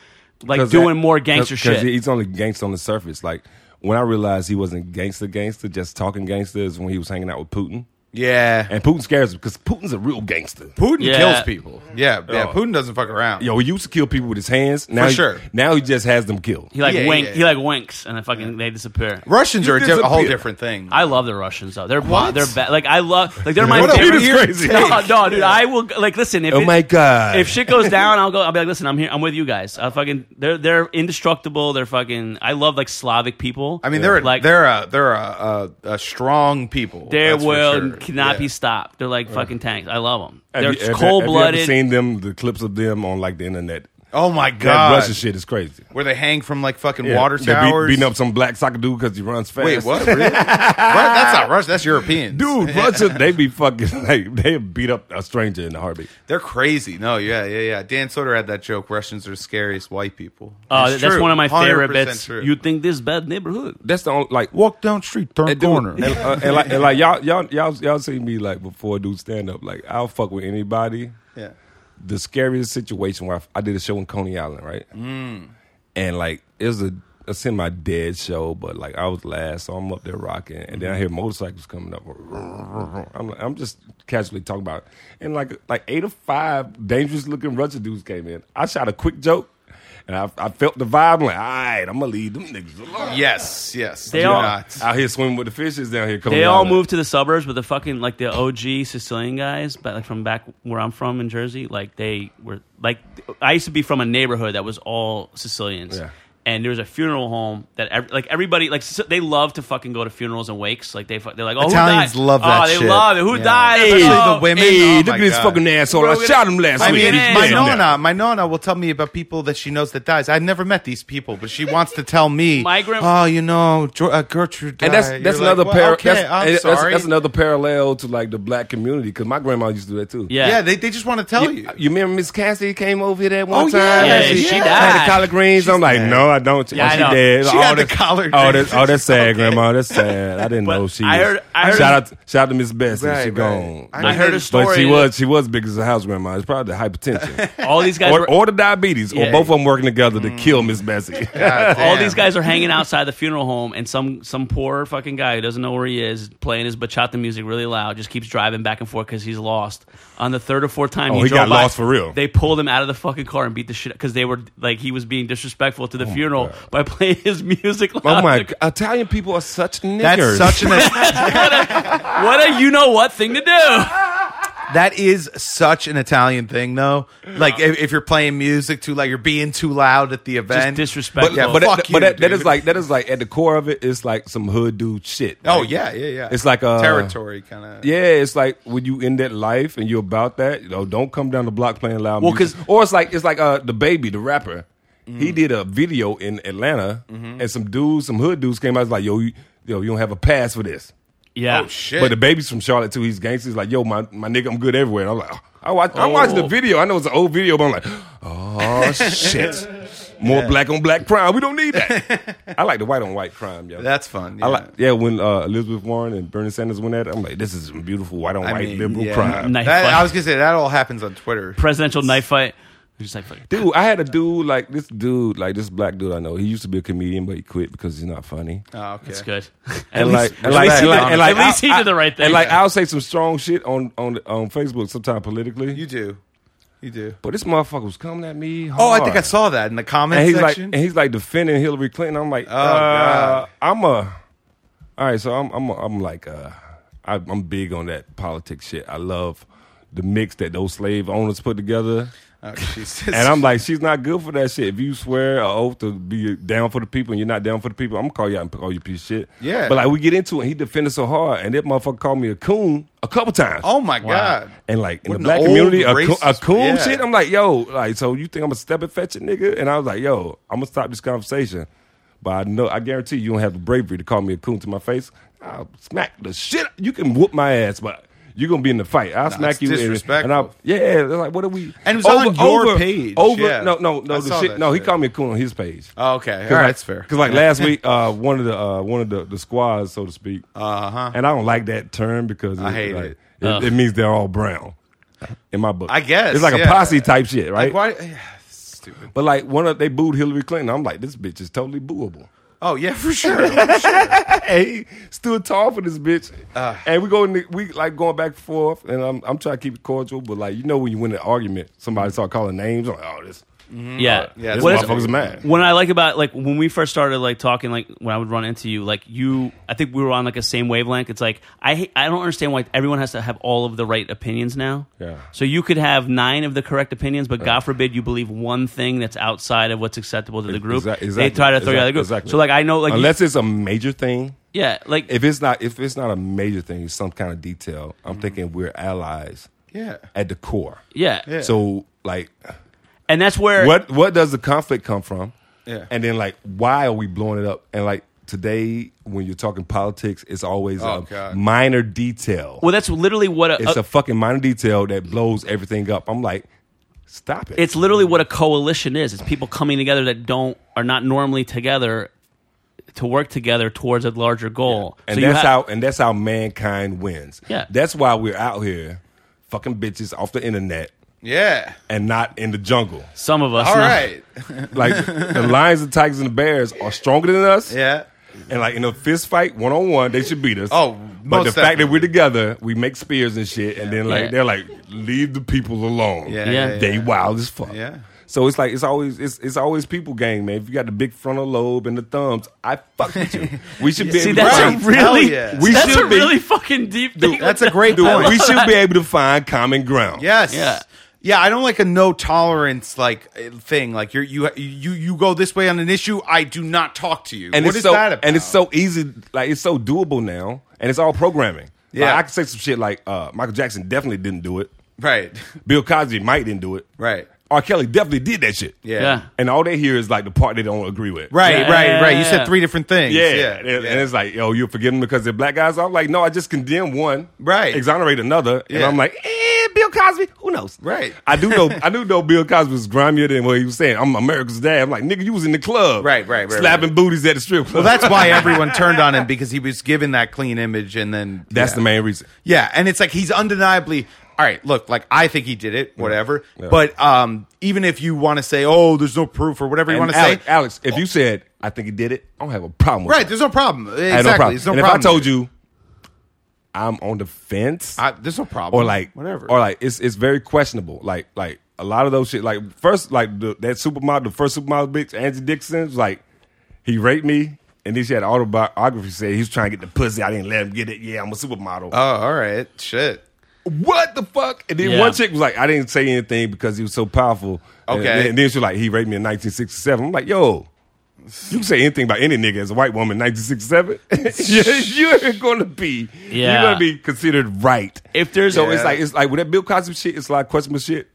like
'Cause
doing
that-
more gangster
'cause- 'cause
shit.
he's only gangster on the surface. Like when I realized he wasn't gangster gangster, just talking gangster is when he was hanging out with Putin.
Yeah,
And Putin scares him because Putin's a real gangster.
Putin
Yeah.
kills people. Yeah, yeah.
Oh.
Putin doesn't fuck around.
Yo, he used to kill people with his hands. Now
For
he,
sure.
Now he just has them killed.
he like
yeah,
wink,
yeah.
he like winks, and then fucking they disappear.
Russians are a, di- a whole
disappear.
different thing.
I love the Russians though. They're
What?
they're bad. Like I love like they're my
What a
favorite.
weird crazy.
No, no, dude. I will like listen. If
Oh
it-
my God.
If shit goes down, I'll go. I'll be like, listen, I'm here. I'm with you guys. I fucking they're they're indestructible. They're fucking. I love like Slavic people.
I mean, they're
like
they're a, they're a, a, a strong people.
their
that's for
world
sure.
cannot
Yeah.
be stopped. They're like fucking tanks. I love them.
Have
They're
you- have you-
cold
Have you ever
blooded.
seen them the clips of them on like the internet?
Oh my
That
god,
Russian shit is crazy.
where they hang from like fucking
Yeah,
water
they beat-
towers.
beating up some black soccer dude because he runs fast.
Wait, what? Really? Ru- That's not Russian. That's Europeans,
Dude, Russia, they be fucking like they beat up a stranger in the heartbeat.
They're crazy. No, yeah, yeah, yeah. Dan Soder had that joke. Russians are scariest white people.
Uh,
It's
that's
true.
one of my favorite
100%
bits.
true.
You think this bad neighborhood?
That's the only like
Walk down street, turn
And dude, And, uh, and like, and like y'all, y'all, y'all, y'all seen me like before do stand up. Like I'll fuck with anybody.
Yeah.
The scariest situation where I, I did a show in Coney Island, right?
Mm.
And like it was a, a semi dead show, but like I was last, so I'm up there rocking, and then I hear
Mm-hmm.
motorcycles coming up. I'm like, I'm just casually talking about, it. and like like eight or five dangerous looking Russian dudes came in. I shot a quick joke. And I, I felt the vibe. I'm like, all right, I'm gonna leave them niggas alone.
Yes, yes.
They
do
all-
not.
Out here swimming with the fishes down here. Coney
They all
Island.
moved to the suburbs, but the fucking like the OG Sicilian guys, but like from back where I'm from in Jersey, like they were like I used to be from a neighborhood that was all Sicilians,
Yeah.
and there was a funeral home that ev- like everybody like Sic- they love to fucking go to funerals and wakes, like they fu- they're like oh
Italians
who died?
love that
oh they
shit.
love it who
Yeah.
died
Especially
Oh,
the women.
Hey,
Oh
look
my
at this
God.
fucking asshole. I
We're
shot him last
I
week.
mean,
and he's
my
dead now.
nonna, my nonna will tell me about people that she knows that dies. I've never met these people, but she wants to tell me.
My grand-
oh, you know, Ger- uh, Gertrude. Died.
And that's
You're
that's
like,
another
well,
par-
Okay,
that's,
I'm
that's-
sorry.
that's another parallel to like the black community because my grandma used to do that too.
yeah
Yeah, they, they just want to tell you.
You, you remember Miss Cassidy came over here that one
Oh, yeah.
time?
Yeah,
and
she
Had
died.
the collard greens. I'm like, no, I don't.
Yeah,
oh,
I
she
know.
dead.
She
oh,
had the
that's-
collard
Oh,
greens.
that's, oh, that's sad, Grandma. That's sad. I didn't
But
know she.
I
was-
heard- I heard-
shout out, shout out to Miss Bessie.
Right,
she
right.
gone.
I
I heard a story
But she was she was big as a house grandma. It's probably the hypertension
all these guys
or,
were-
or the diabetes or
Yeah.
both of them working together to
Mm.
kill Miss Bessie.
all these guys are hanging outside the funeral home, and some some poor fucking guy who doesn't know where he is playing his bachata music really loud just keeps driving back and forth because he's lost. On the third or fourth time,
Oh,
he,
he
drove
got
by,
lost for real.
They pulled him out of the fucking car and beat the shit because they were like he was being disrespectful to the funeral by playing his music. Loud.
Oh my! g- Italian people are such niggers.
that's such an
What a you know what thing to do.
that is such an Italian thing though. Like if, if you're playing music too, like you're being too loud at the event,
disrespectful.
Yeah,
but,
Oh, fuck
that,
you,
but that, that is
dude.
like that is like at the core of it, it's like some hood dude shit.
Oh
Like,
yeah, yeah, yeah.
It's like a
territory kind of.
Yeah, it's like when you in that life and you about that, you know, don't come down the block playing loud
Well,
music.
'cause-
or it's like it's like uh the baby, the rapper.
Mm.
He did a video in Atlanta,
Mm-hmm.
and some dudes, some hood dudes came out was like, "Yo, you, yo, you don't have a pass for this."
Yeah,
Oh shit.
But the baby's from Charlotte too. He's gangster. He's like, "Yo, my, my nigga, I'm good everywhere." And I'm like, oh, I watch, I watched the
Oh.
video. I know it's an old video, but I'm like, "Oh shit, more black on black crime. We don't need that." I like the white on white crime, yo.
That's fun. Yeah.
I like yeah when uh, Elizabeth Warren and Bernie Sanders went at it. I'm like, this is some beautiful white on
I
white
mean,
liberal
yeah.
crime.
Knife
That-
fight.
I was gonna say that all happens on Twitter.
presidential knife fight. Just like, fuck.
Dude, I had a dude like this dude, like this black dude I know. He used to be a comedian, but he quit because he's not funny.
Oh, okay.
that's good.
and like, and
least
like,
he
and like,
did-
and like,
at least he
I-
did the right thing.
And like, I'll say some strong shit on on on Facebook sometimes politically.
You do, you do.
but this motherfucker was coming at me.
Oh, I think
hard.
I saw that in the
And
comments
he's like,
section. Oh,
and he's like defending Hillary Clinton. I'm like, uh,
God.
I'm a. All right, so I'm I'm I'm like, uh, I, I'm big on that politics shit. I love the mix that those slave owners put together.
oh, Jesus.
And I'm like, she's not good for that shit. If you swear an oath to be down for the people and you're not down for the people, I'm gonna call you out and call you a piece of shit.
Yeah.
But like we get into it, and he defended so hard, and that motherfucker called me a coon a couple times.
oh my god.
And like in the
What an
black
old
community, a, coon, a
racist-
coon
yeah.
shit. I'm like, yo, like, so you think I'm gonna step and fetch it, nigga? And I was like, yo, I'm gonna stop this conversation. But I know, I guarantee you don't have the bravery to call me a coon to my face. I'll smack the shit. You can whoop my ass, but you're gonna be in the fight. I'll smack
it's
you. and- And,
disrespectful.
I'll, yeah, they're like, what are we?
And it was on your page,
Over,
yeah.
no, no, no.
I
The
saw
shit,
that
no, he
shit.
called me a coon on his page.
Oh, okay. All right, that's fair.
Because like last week, uh, one of the uh, one of the, the squads, so to speak, uh-huh. and I don't like that term because
I hate
like,
it.
It, it means they're all brown. In my book,
I guess,
it's like a
yeah.
posse type shit, right?
Like, why? yeah, Stupid.
but like one of they booed Hillary Clinton. I'm like, this bitch is totally booable.
Oh yeah, for sure.
And he stood tall for this bitch, and we go in the, we like going back and forth, and I'm I'm trying to keep it cordial, but like you know when you win an argument, somebody start calling names. I'm like, oh, this
Yeah,
Yeah,
this
What
is-
motherfucker's mad.
What I like about like when we first started like talking, like when I would run into you, like you, I think we were on like a same wavelength. It's like I hate- I don't understand why everyone has to have all of the right opinions now.
Yeah.
So you could have nine of the correct opinions, but God forbid you believe one thing that's outside of what's acceptable to the group.
Exac-
They try to throw you out of the group.
exactly, exactly.
So like I know like you-
unless it's a major thing,
yeah like
if it's not if it's not a major thing, it's some kind of detail. I'm thinking we're allies
Mm-hmm. yeah.
at the core.
yeah.
So like
and that's where
what what does the conflict come from?
Yeah.
And then like why are we blowing it up? And like today when you're talking politics, it's always
Oh,
a
God.
minor detail.
Well, uh, that's literally what a,
it's a fucking minor detail that blows everything up. I'm like, stop it.
it's literally what a coalition is. It's people coming together that don't are not normally together to work together towards a larger goal.
and
you
that's
ha-
how and that's how mankind wins.
Yeah.
That's why we're out here fucking bitches off the internet
Yeah.
and not in the jungle.
some of us.
All
no.
right.
Like the lions, the tigers, and the bears are stronger than us.
Yeah.
And like in a fist fight, one on one, they should beat us.
Oh,
but
most
the fact that
definitely.
we're together, we make spears and shit, and then like
Yeah.
they're like, leave the people alone.
Yeah.
Yeah.
yeah,
They
yeah.
wild as fuck.
Yeah.
So it's like it's always it's it's always people game, man. If you got the big frontal lobe and the thumbs, I fuck with you. We should be
See,
able to
that's
find-
a
Right.
really
Hell yeah.
We
that's
should
a
be-
really fucking deep thing.
That's a great
Dude,
point.
we should be able to find common ground.
Yes.
Yeah.
Yeah, I don't like a no tolerance like eh, thing. Like you're, you you you go this way on an issue, I do not talk to you.
And
what
it's
is
so,
that about?
And it's so easy, like it's so doable now, and it's all programming.
Yeah.
Like, I could say some shit like uh, Michael Jackson definitely didn't do it.
right.
Bill Cosby might didn't do it.
Right.
R. Kelly definitely did that shit.
Yeah.
yeah.
And all they hear is like the part they don't agree with.
Right, right, right. You
Yeah.
said three different things.
Yeah. And, and it's like, yo, you forgive them because they're black guys. I'm like, no, I just condemn one.
Right.
Exonerate another. And
Yeah.
I'm like, eh, Bill Cosby, who knows?
Right.
I do know I do know Bill Cosby was grimier than what he was saying. I'm America's dad. I'm like, nigga, you was in the club.
Right, right, right,
Slapping booties at the strip club.
Well, that's why everyone turned on him because he was given that clean image, and then
That's
yeah.
the main reason.
Yeah, and it's like he's undeniably all right. Look, like I think he did it, whatever.
Mm-hmm. Yeah.
But um, even if you want to say, oh, there's no proof or whatever you
And
want to say,
Alex, Alex, if you said I think he did it, I don't have a problem with
right?
that.
There's no problem. Exactly.
I had no problem.
There's no
and
problem.
if I told you I'm on the fence,
I, there's no problem,
or like
whatever,
or like it's it's very questionable. Like like a lot of those shit. Like first, like the, that supermodel, the first supermodel bitch, Angie Dixon, was like he raped me, and then she had autobiography said he was trying to get the pussy. I didn't let him get it. Yeah, I'm a supermodel.
Oh, all right. Shit.
what the fuck? And then
Yeah.
one chick was like, I didn't say anything because he was so powerful. And-
Okay.
and, then she was like, he raped me in 1967. I'm like, yo. You can say anything about any nigga as a white woman, 1967. you're, you're gonna be,
Yeah.
you're gonna be considered right.
If there's
So it's
Yeah.
like it's like with that Bill Cosby shit, it's like questionable shit.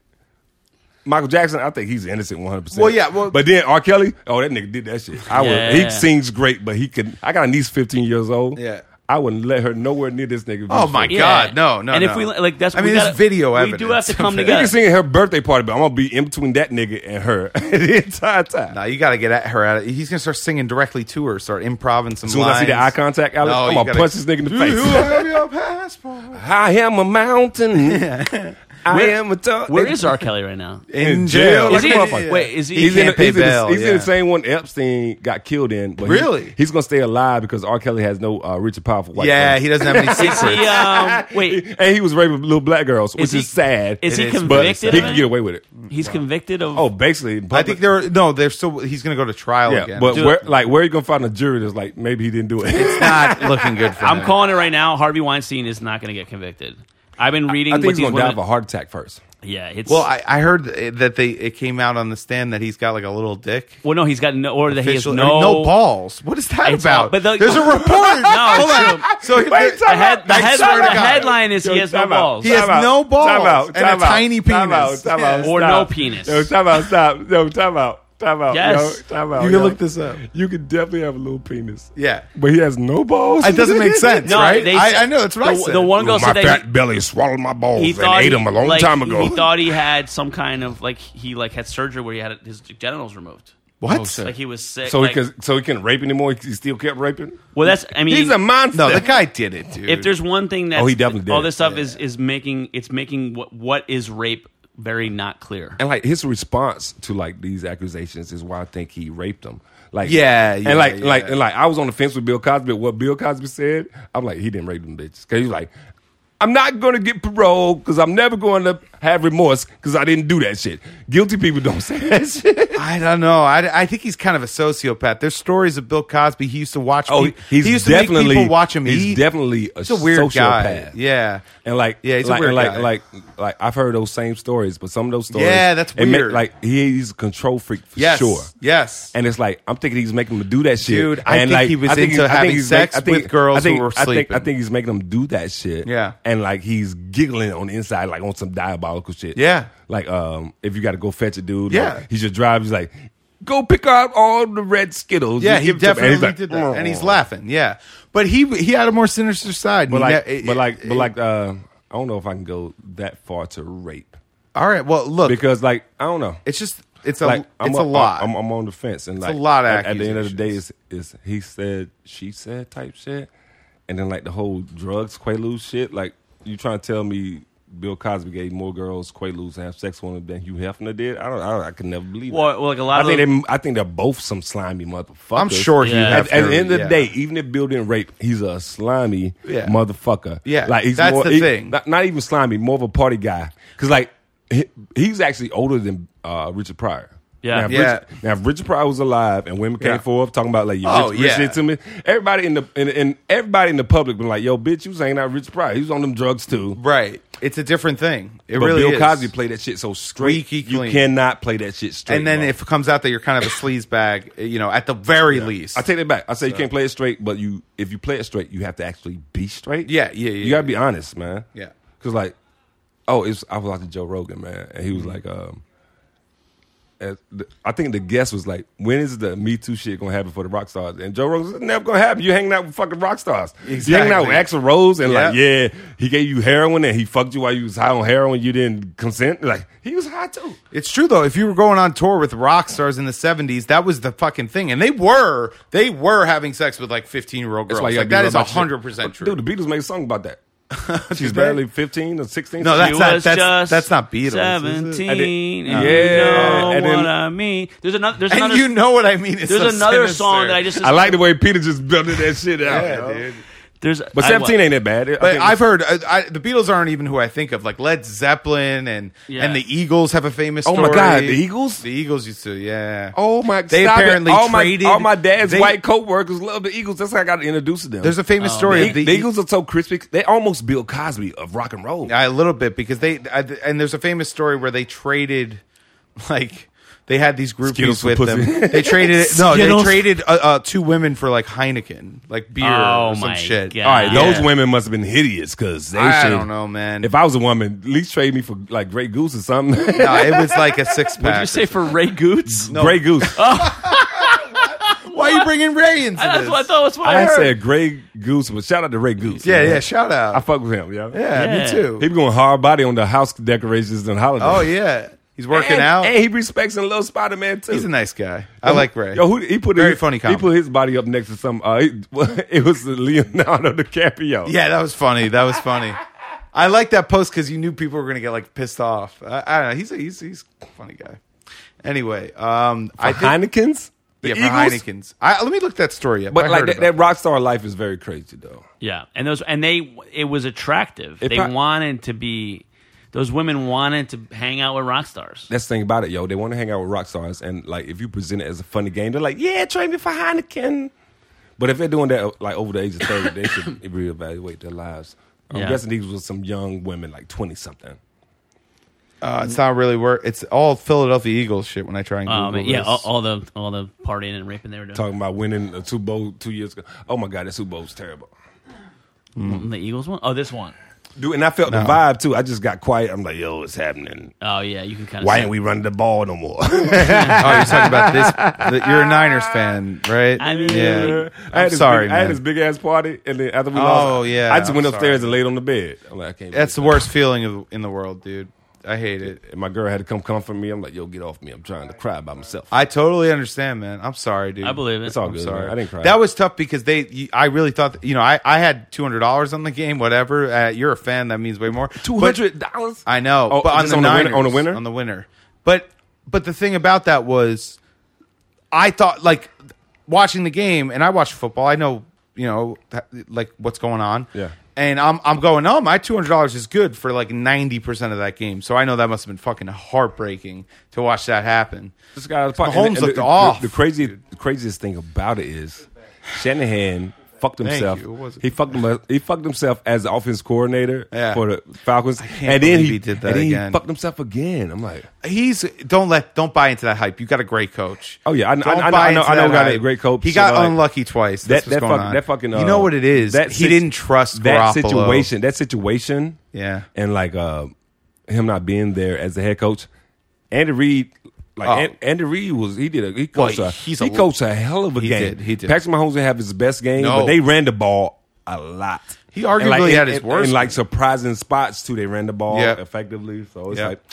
Michael Jackson, I think he's innocent one hundred percent.
Well, yeah, well-
but then R. Kelly, oh that nigga did that shit. I would.
Yeah.
He sings great, but he could. I got a niece fifteen years old.
Yeah.
I wouldn't let her nowhere near this nigga.
Oh my
Yeah.
god, no, no.
And
no.
if we like, that's
I
we
mean, there's
gotta-
video
We
evidence.
do have to come
of it.
He can
together.
sing at her birthday party, but I'm gonna be in between that nigga and her the entire time.
Nah, you got to get at her out. Of, he's gonna start singing directly to her, start improvising some
as soon as
lines.
I see the eye contact, Alex,
No,
I'm
you
gonna
gotta-
punch this nigga in the
Do you
face.
have your passport?
I am a mountain. I am a. T-
Where is R. Kelly right now?
In,
jail.
jail.
Is he,
Like a motherfucker.
wait, is he?
He's
He's in,
can't pay
he's, in the,
bail,
he's in
yeah.
the same one Epstein got killed in. But
Really?
He's, he's going to stay alive because R. Kelly has no uh, rich and powerful white
yeah,
friends.
he doesn't have any
Is he,
secrets.
um, wait,
and he was raping little black girls, which is,
he-
sad.
is he
It
convicted
But he
of
can
it?
get away with it.
he's convicted of.
Oh, basically.
I think there. are- No, they're still. He's gonna go to trial
Yeah,
again.
but
Dude,
where, like, where are you going to find a jury that's like, maybe he didn't do it?
not looking good for
I'm
him.
calling it right now. Harvey Weinstein is not going to get convicted. I've been reading.
I think
what
he's
these
going to die of
women-
a heart attack first.
Yeah, it's
Well, I, I heard that they it came out on the stand that he's got like a little dick.
Well, no, he's got no, or that he has
Facial-
no,
I mean, no balls. What is that
It's
about?
all- but the-
There's a report.
No, it's
Hold on. So
Wait,
there-
time
The, head, the,
I
head-
swear to
the
God.
headline is he has no
time out.
balls.
He has
Time out.
no balls
Time out.
and a
Time out.
tiny
Time out.
penis.
Time out.
Or
Stop.
no penis.
Yo, time out. Stop. Yo, time out. Time out.
Yes.
Yo, time out.
You can
yo.
look this up.
You can definitely have a little penis.
Yeah.
But he has no balls.
It doesn't make sense,
No,
right?
they-
I, I know that's what I
the-
said.
the one girl said that he-
belly swallowed my balls
he thought he- like, He thought he had some kind of like he like had surgery where he had his genitals removed.
what?
Like he was sick.
so
like,
he can, so he couldn't rape anymore. He still kept raping.
well, that's I mean
He's a monster.
no, the guy did it, dude.
if there's one thing that
Oh, he definitely did.
all this stuff is is making it's making what what is rape very not clear.
and like his response to like these accusations is why I think he raped them. Like
Yeah, yeah,
and like
yeah.
like and like I was on the fence with Bill Cosby. What Bill Cosby said, I'm like he didn't rape them bitches because he's like. I'm not going to get parole because I'm never going to have remorse because I didn't do that shit. Guilty people don't say that shit.
I don't know. I, I think he's kind of a sociopath. There's stories of Bill Cosby. He used to watch.
Oh,
pe-
he's
he used to
definitely
make people watch him
He's
eat.
definitely a,
he's a weird
sociopath.
guy. Yeah,
And like,
Yeah, he's a
like,
weird
and like,
guy.
like, like, I've heard those same stories, but some of those stories,
Yeah, that's
it make-
weird.
like, he- he's a control freak for
yes,
sure.
yes.
And it's like I'm thinking he's making them do that shit,
Dude, I
and
think
like,
he was
I think
into
he's- I think
having
he's make-
sex
I think-
with girls
I think-
who were
I think, I
sleeping.
think he's making them do that shit.
Yeah.
and like he's giggling on the inside, like on some diabolical diabolical shit.
Yeah.
Like um, if you got to go fetch a dude,
Yeah.
like, he just drives. He's like, go pick out all the red skittles.
Yeah,
and
he
give it to me." And
definitely
he's like,
did that, and he's
"Oh."
laughing. Yeah, but he he had a more sinister side.
But
He
like,
ne- it-
but like,
it-
but like, uh, I don't know if I can go that far to rape
all right. Well, look,
because like I don't know.
it's just it's a
like I'm
it's a, lot.
I'm, I'm on the fence, and
It's a
like
lot of
at, at the end of the day, is is he said, she said type shit, and then like the whole drugs Quaalude shit. Like you trying to tell me Bill Cosby gave more girls Quaaludes to have sex with than Hugh Hefner did? I don't. I, don't- I can never believe.
Well,
that.
well, like, a lot
I
of
think they, I think they're both some slimy motherfuckers.
I'm sure he.
Yeah.
At,
At,
at the end of the day, even if Bill didn't rape, he's a slimy
Yeah.
motherfucker.
Yeah, that's
more,
the
he-
thing.
Not, not even slimy, more of a party guy. Because like he, he's actually older than uh, Richard Pryor.
Yeah.
Now, if
Yeah.
Richard, now, if Richard Pryor was alive and women came
Yeah.
forth talking about like, yo,
Oh,
Rich, Rich
yeah.
did to me. Everybody in the in, in everybody in the public been like, yo, bitch, you was hanging out with Richard Pryor. He was on them drugs too.
right? It's a different thing. It
but
really
Bill
is.
Cosby played that shit so straight.
Squeaky
you
clean.
cannot play that shit straight.
and then
bro.
if it comes out that you're kind of a sleaze bag, you know, at the very least,
I take that back. I say you can't play it straight, but you if you play it straight, you have to actually be straight.
Yeah, yeah, yeah,
You gotta be honest, man.
Yeah.
Cause like, oh, it's I was watching Joe Rogan, man, and he
Mm-hmm.
was like, um, as the, I think the guest was like, when is the Me Too shit gonna happen for the rock stars? And Joe Rogan was like, never gonna happen. You hanging out with fucking rock stars. You hanging out with
Exactly.
Axl Rose and like, yeah,
Yeah.
he gave you heroin and he fucked you while you was high on heroin. You didn't consent. Like he was high too.
It's true though. If you were going on tour with rock stars in the '70s, that was the fucking thing, and they were they were having sex with like 15 year old girls.
you gotta
Like that
be
is
real about shit.
100 percent true.
Dude, the Beatles made a song about that. She's
Did they?
barely 15 or 16.
No,
She
that's not
was
that's,
just
that's not Beatles. is it?
And
Seventeen.
it-
and
Yeah,
you know
and then-
what I mean. There's another. There's
And
another.
you know what I mean? It's
there's
so
another
sinister.
song that I just.
I like the way Peter just building that shit out. yo.
There's,
But
I-
17 ain't that bad. I
But
think-
I've heard uh, I, I, the Beatles aren't even who I think of. Like Led Zeppelin and
Yeah.
and the Eagles have a famous.
Oh my
story.
God, the Eagles?
The Eagles used to, yeah.
Oh my!
They
stop it.
apparently
all my,
traded.
All my dad's
they-
white co-workers love the Eagles. That's how I got introduced to them.
There's a famous
the,
story of
Eag-
the,
oh,
E-
the Eagles are so crispy. They almost Bill Cosby of rock and roll.
Yeah, a little bit because they I, and there's a famous story where they traded like they had these groupies
Skittles for
with them.
pussy.
They traded no,
Skittles?
they traded uh, uh, two women for like Heineken, like beer
Oh
or some
my
shit.
God.
All right,
Yeah.
those women must have been hideous because they.
I
should-
don't know, man.
If I was a woman, at least trade me for like Grey Goose or something.
no, it was like a six pack.
What'd you say for Ray Goots?
Grey Goose.
Oh, Why are you bringing Ray into
That's
this?
what I thought. That's what I,
I
heard.
said Grey Goose, but shout out to Grey Goose.
yeah,
man.
yeah. Shout
I
out.
fuck with him. Yeah,
Uh, Yeah,
Yeah.
me too.
He be going hard body on the house decorations and holidays.
oh yeah, he's working
and,
out.
and he respects and loves Spider Man too.
he's a nice guy. I like Ray.
Yo, who, he put
Very
his,
funny
He
comic.
put his body up next to some. Uh, he- it was Leonardo DiCaprio.
yeah, that was funny. That was funny. I like that post because you knew people were gonna get like pissed off. I, I don't know. He's a he's he's a funny guy. Anyway, um, I think
Heineken's. The
yeah, for
Eagles?
Heineken's. I, let me look that story up.
But
I
like
heard
that,
about
that rock star life is very crazy though.
Yeah, and those and they it was attractive.
It
they
prob-
wanted to be. Those women wanted to hang out with rock stars.
That's the thing about it, yo. They want to hang out with rock stars, and like if you present it as a funny game, they're like, "Yeah, trade me for Heineken." But if they're doing that like over the age of thirty, they should reevaluate their lives. I'm
Yeah.
guessing these were some young women, like twenty something.
Uh, it's not really work. It's all Philadelphia Eagles shit. When I try and Google
Um, yeah,
this.
all, all the all the partying and raping they were doing.
talking about winning a Super Bowl two years ago. Oh my God, that Super Bowl was terrible.
Mm, The Eagles one. Oh, this one.
Dude, and I felt the vibe too. I just got quiet. I'm like, yo, it's happening.
Oh yeah, you can kind of.
Why ain't we running the ball no more?
oh, you're talking about this. the- you're a Niners fan, right?
I mean-
yeah.
I
I'm
had this
sorry,
big, I had
man.
this big ass party, and then after we
Oh,
lost,
yeah,
I just went
I'm
upstairs
sorry.
and laid on the bed. I'm like, I can't.
That's the
believe
worst feeling of, in the world, dude. I hate it.
that. And my girl had to come comfort me. I'm like, yo, get off me. I'm trying to cry by myself.
I totally understand, man. I'm sorry, dude.
I believe it.
it's all
I'm
good.
sorry.
man. I didn't cry.
That was tough because they. you- I really thought that, you know. I, I had two hundred dollars on the game. Whatever. Uh, you're a fan. That means way more.
two hundred dollars.
I know,
Oh,
but on
just
the,
on the winner-
Niners,
on the winner?
on the winner. But but the thing about that was, I thought like watching the game, and I watch football. I know you know th- like what's going on.
Yeah.
And I'm I'm going, oh my two hundred dollars is good for like ninety percent of that game. So I know that must have been fucking heartbreaking to watch that happen.
This guy was probably-
Mahomes
and- and
looked
the,
off.
The, the crazy, the craziest thing about it is Shanahan fucked himself.
you. It wasn't-
He fucked him. He fucked himself as the offense coordinator
Yeah.
for the Falcons,
can't
and then
believe
he,
he did that
and then He
again.
fucked himself again. I'm like,
He's don't let don't buy into that hype. You got a great coach.
Oh, yeah. I- I-
Don't
I know-
buy
I know-
into
I know
that
we got a
hype.
great coach,
He
so,
got
like,
unlucky twice. That's
that
what's
that,
going
fuck-
on.
that fucking. Uh,
you know what it is?
that
he
sit-
didn't trust
that
Garoppolo.
situation. That situation, and like uh, him not being there as the head coach, Andy Reid. Like
Oh.
An- Andy Reid was, he did a he
Well,
coached a,
he's
he
a-
coached a hell of a
He
game.
did, he did.
Patrick Mahomes didn't have his best game,
No.
but they ran the ball a lot.
He
And, like,
arguably
in-
had his
in-
worst
in like surprising spots too. They ran the ball
Yep.
effectively, so it's
Yep.
like,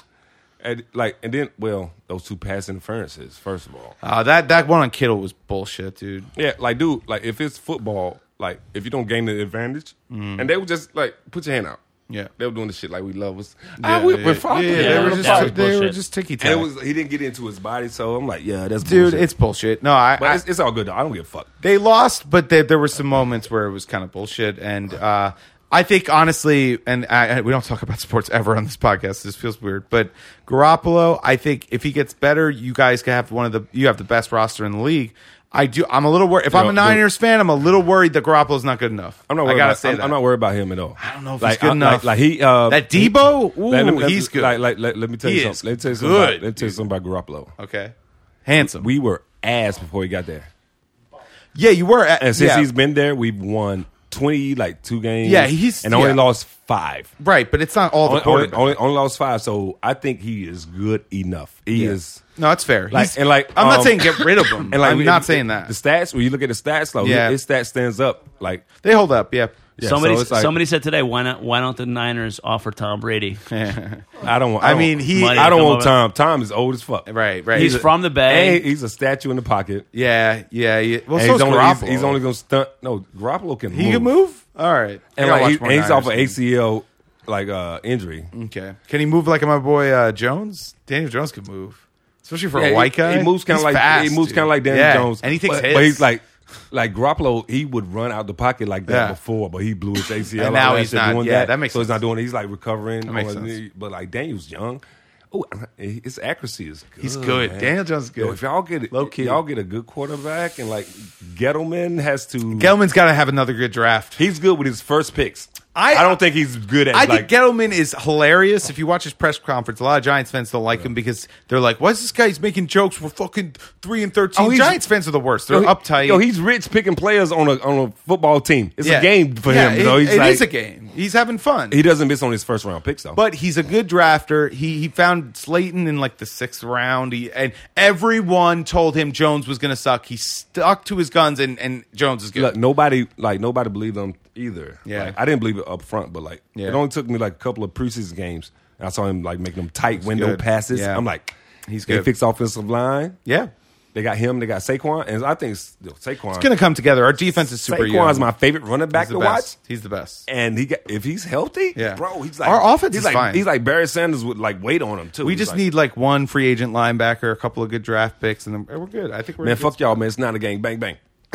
and like and then well those two pass interferences first of all.
Uh, that that one on Kittle was bullshit, dude.
Yeah, like dude, like if it's football, like if you don't gain the advantage, and they would just like put your hand out.
Yeah.
they were doing the shit like we love us.
Yeah,
ah, we,
yeah,
we're fucking.
yeah,
Yeah,
they
that
were
was
just they were
bullshit.
just ticky
And it
tack.
was he didn't get into his body, so I'm like, yeah, that's
Dude,
bullshit.
it's bullshit. No, I,
but
I-
it's, it's all good. though. I don't give a fuck.
they lost, but there there were some moments where it was kind of bullshit. And uh, I think honestly, and I, I- we don't talk about sports ever on this podcast. This feels weird, but Garoppolo, I think if he gets better, you guys can have one of the you have the best roster in the league. I do. I'm a little worried. If I'm
No,
a
dude.
Niners fan, I'm a little worried that Garoppolo's not good enough.
I'm not.
I
Worried
gotta
about,
say
I'm,
that.
I'm not worried about him at all.
I don't know if he's good enough.
Like, like he, uh,
That
he-
Debo? Ooh,
let me- let-
he's good.
Like, like, let, let me tell
He
you
is
something. Let me tell you something. About,
good,
let me tell you something about Garoppolo.
okay. Handsome.
We were ass before he got there.
yeah, you were. At,
And since
yeah.
he's been there, we've won twenty like two games.
Yeah, he's-
and only
yeah.
lost five.
right, but it's not all the
Only, only,
quarterback.
only, only lost five. So I think he is good enough. He
Yeah.
is.
no, that's fair.
Like-
He's-
and like,
I'm not
um,
saying get rid of him.
And like
I'm
we-
not saying that.
The stats when you look at the stats, like
Yeah.
yeah. his stats stands up. Like
They hold up, yeah.
yeah,
somebody,
so it's like,
somebody said today, why not? Why don't the Niners offer Tom Brady?
I don't. want- I,
I
don't-
mean, he
Money.
I don't
Come
want
over.
Tom. Tom is old as fuck.
right, right.
He's from the Bay.
Hey, he's a statue in the pocket.
yeah, yeah, yeah. Well,
And
so
he's,
is
only, he's,
Garoppolo.
he's only gonna stunt. No, Garoppolo can.
he
move.
can move. All right,
And
I gotta
like, he-
watch more
and he's off
Niners.
an ACL like uh, injury.
Okay, can he move like my boy uh, Jones? Daniel Jones could move, especially for
Yeah,
a
he-
white guy.
He moves kind
He's
of like
fast,
he moves
dude.
kind of like Danny
Yeah,
Jones,
and he takes
but,
hits.
But he's like like Garoppolo, he would run out the pocket like that
Yeah.
before, but he blew his ACL.
And
all
now
that
he's
shit
not-
Doing
yeah,
that.
that makes
so he's
sense.
not doing. it. He's like recovering.
That makes
on his
sense.
knee, But like Daniel's young. Oh, his accuracy is good.
He's good.
man.
Daniel Jones is good.
Yo, if y'all get
Low key.
y'all get a good quarterback, and like Gettleman has to.
Gettleman's got to have another good draft.
he's good with his first picks.
I-
I, don't think he's good at.
I
like,
think Gettleman is hilarious. If you watch his press conference, a lot of Giants fans don't like him because they're like, "Why is this guy? He's making jokes. We're fucking three and 13.
Oh, he's-
Giants fans are the worst. They're
Yo, he-
uptight.
Yo, he's rich picking players on a on a football team. It's
Yeah.
a game for
Yeah,
him.
It,
though. He's
it
like-
is a game. He's having fun.
He doesn't miss on his first round picks though.
but he's a good drafter. He he found Slayton in like the sixth round. He, and everyone told him Jones was going to suck. He stuck to his guns, and, and Jones is good.
look, nobody like nobody believed him either.
Yeah.
Like, I didn't believe it up front, but like
Yeah.
it only took me like a couple of preseason games. And I saw him like making them tight window
good.
passes.
Yeah.
I'm like,
He's
they
good.
fixed offensive line.
yeah,
They got him. They got Saquon, and I think it's, yo, Saquon.
it's going to come together. Our defense is super.
Saquon's
young.
my favorite running back
He's the
to
best.
watch.
He's the best.
And he got, if he's healthy,
Yeah.
bro, he's like
Our offense
he's
is
like,
fine.
He's like Barry Sanders with like weight on him too.
We
He's
just
like-
need like one free agent linebacker, a couple of good draft picks, and then we're good. I think we're
man.
good.
Fuck y'all, man. It's not a gang. Bang bang.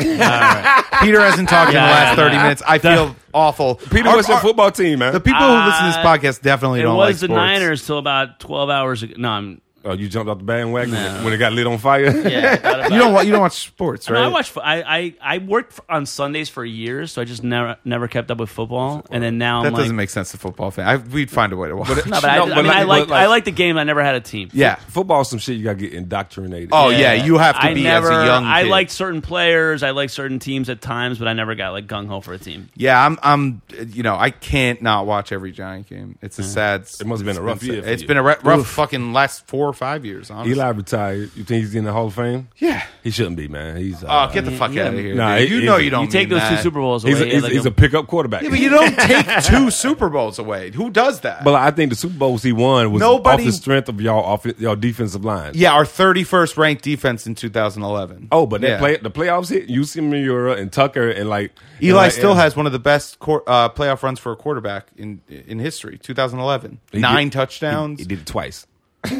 Peter hasn't talked in
Yeah,
the last
yeah,
thirty
yeah.
minutes. I feel awful.
Peter,
Our-
what's your
our-
football team, man?
The people who listen to this
Uh,
podcast definitely
it
don't
was
like
the
sports.
Niners till about twelve hours ago. No, I'm,
oh, you jumped off the bandwagon when it got lit on fire.
yeah, about-
You don't wa- you don't watch sports,
No,
right?
I watch. I, I I worked f- on Sundays for years, so I just never never kept up with football. And then now
that
I'm like,
doesn't make sense to football fan. I, we'd find a way to watch. it.
no, but I,
No,
I
but
mean,
like-
I
but
like I
like-
like the game. I never had a team.
yeah.
Football, some shit you gotta get indoctrinated.
Oh yeah, you have to
I
be
never.
as a young. Kid.
I liked certain players. I liked certain teams at times, but I never got like gung ho for a team.
Yeah, I'm. I'm. You know, I can't not watch every Giant game. It's a sad.
It must have been a rough year for
It's
you.
been a rough, rough fucking last four or five years. Honestly.
Eli retired. You think he's in the Hall of Fame?
Yeah.
He shouldn't be, man. He's uh,
Oh, get the fuck
Mm, yeah.
out of here.
Nah,
dude.
it-
you
it-
know you don't.
You take
mean
those two
that.
Super Bowls away.
he's a,
yeah,
he's,
like
he's
a-
a pickup quarterback.
Yeah, but you don't take two Super Bowls away. Who does that?
But I think the Super Bowls he won was
Nobody-
off the strength of y'all off y'all defensive line.
yeah, our 31st ranked defense in 2011.
Oh, but that
Yeah.
play the playoffs hit UC Miura and Tucker and like and,
Eli
like,
still
and-
has one of the best quar uh, playoff runs for a quarterback in in history. 2011,
He
nine
did-
touchdowns.
He, he did it twice.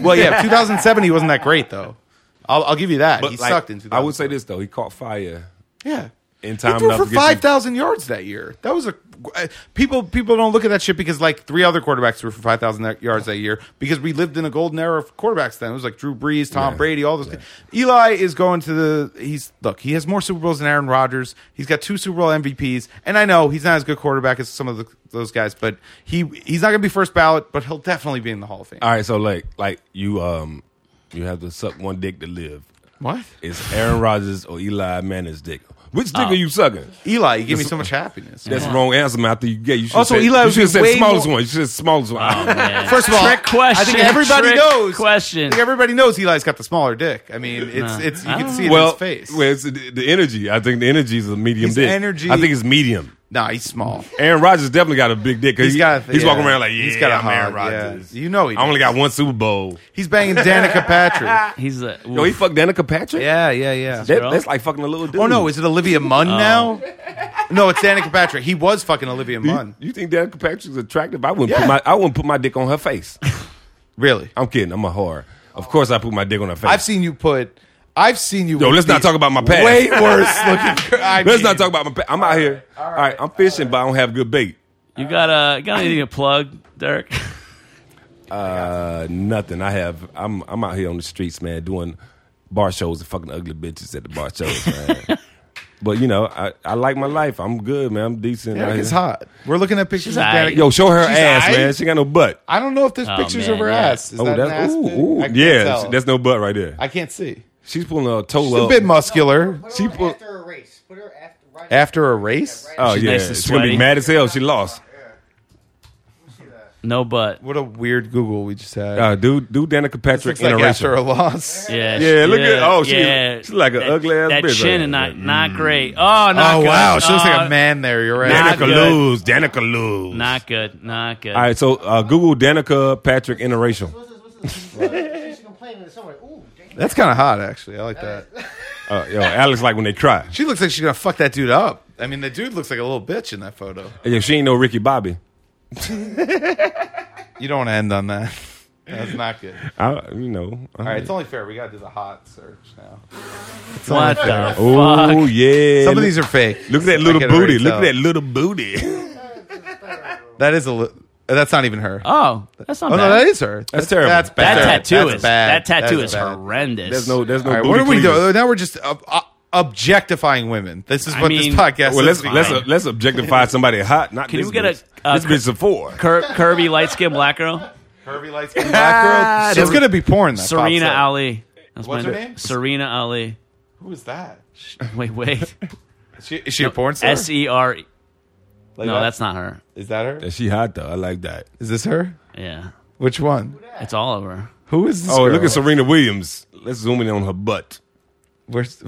Well, yeah, 2007 he wasn't that great though. I'll, I'll give you that.
But
he
like,
sucked in.
I would say
2007.
this though, he caught fire.
Yeah.
In time
he threw
enough
for
to get you-
five thousand yards that year. That was a uh, people. People don't look at that shit because like three other quarterbacks threw for five thousand that- yards that year because we lived in a golden era of quarterbacks. Then it was like Drew Brees, Tom Brady, all those. guys. Eli is going to the. He's look. He has more Super Bowls than Aaron Rodgers. He's got two Super Bowl MVPs, and I know he's not as good quarterback as some of the, those guys, but he he's not going to be first ballot, but he'll definitely be in the Hall of Fame.
All right, so like like you um you have to suck one dick to live.
What?
It's Aaron Rodgers or Eli Manning's dick. Which
Oh.
dick are you sucking?
Eli, you give me so much happiness.
That's the wrong answer, man. I think you get. You should
Also,
say,
Eli
you
would
should have
be
said
way
smallest
more-
one. You should have said smallest one.
Oh, First of all,
Trick question.
I think everybody
Trick
knows.
question.
I think everybody knows Eli's got the smaller dick. I mean, it's it's you can see it
well,
in his face.
well, it's the, the energy. I think the energy is a medium
His
dick.
energy-
I think it's medium.
nah, he's small.
Aaron Rodgers definitely got a big dick. 'cause
He's
he-
got a-
he's
yeah.
walking around like, yeah,
He's got a
I'm Aaron
hog, yeah.
Rodgers.
You know he
I only
does.
got one Super Bowl.
He's banging Danica Patrick.
He's a
Yo, he fucked Danica Patrick.
Yeah, yeah, yeah.
That-
girl?
that's like fucking a little dude. Oh.
Oh no, is it Olivia Munn now? No, it's Danica Patrick. He was fucking Olivia
Do
Munn.
you, you think Danica Patrick's attractive? I wouldn't
Yeah.
put my I wouldn't put my dick on her face.
Really?
I'm kidding. I'm a whore. Of course, I put my dick on her face.
I've seen you put. I've seen you.
Yo,
with
let's not
the
talk about my past.
Way worse looking. girl. I
Let's
mean,
not talk about my. Pa- I'm out here. All right, I'm fishing, but I don't have good bait.
You got a got anything to plug, Derek?
Uh, nothing. I have. I'm I'm out here on the streets, man, doing bar shows and fucking ugly bitches at the bar shows, man. but you know, I, I like my life. I'm good, man. I'm decent. out
Danica
here.
is hot. We're looking at pictures of
She's aight.
Danica.
Yo, show her
She's
ass,
aight.
man. She got no butt.
I don't know if there's
Oh,
pictures
man,
of her
yeah.
ass. Is that an ass
ooh,
thing?
ooh.
I can't
yeah.
tell.
That's no butt right there.
I can't see.
She's pulling a toe
She's
up.
a bit muscular.
She put-
after a race. Put her after. Right
After a race, Uh,
Oh
She's
yeah,
nice and
she's gonna
sweaty.
be mad as hell. She lost.
No butt.
what a weird Google we just had.
Uh, do do Danica
This
Patrick
looks like after
interracial.
a loss.
Yeah.
Yeah,
she-
look at- oh, she-
yeah.
she like a
That-
ugly-ass
That
bitch right
chin and
there.
not not great. Oh, not
Mm. Oh
good.
wow, she looks like
Oh,
a man there. You're right.
Not
Danica
good.
lose. Danica lose.
Not good. Not good.
All right, so uh, Google Danica Patrick interracial.
What's this? What's this? What's this? She's complaining to somebody. Ooh, damn.
That's kind of hot, actually. I like that.
Uh, yo, Alex like when they try.
She looks like she's gonna fuck that dude up. I mean, the dude looks like a little bitch in that photo.
Yo, she ain't no Ricky Bobby.
You don't want to end on that. That's not good.
I, you know. All
All right, it's only fair. We gotta do the hot search now.
what the
Oh yeah.
Some of
Look-
these are fake.
Look at that
I
little
can already
booty. Look at
tell.
that little booty.
That is a. Li- that's not even her. Oh,
Oh, that's not
no,
bad.
that is her.
That's terrible.
That's
that
bad.
tattoo
That's
is
bad.
that tattoo
That's
is
bad.
horrendous.
There's no. There's no.
All right,
booty
what are we
cleavage.
doing? Now we're just ob- ob- objectifying women. This is
I
what
mean-
this podcast
Well, let's
is.
let's uh, let's objectify somebody hot. Not
Can
this
we get a,
bitch.
uh,
this bit's a four.
Cur- curvy, light skinned black girl,
uh,
Curvy lights, black girl. It's gonna be porn. That
Ah, Serena
pops up.
Ali. That's
What's
my
her name?
Serena Ali.
Who is that?
Wait, wait.
Is she, is she a porn star?
S E R.
Like
No,
that?
that's not her.
Is that her?
Yeah, she hot though. I like that.
Is this her?
Yeah,
Which one?
it's all over.
Who is this?
Oh,
girl?
look at Serena Williams. Let's zoom in on her butt.
Where's,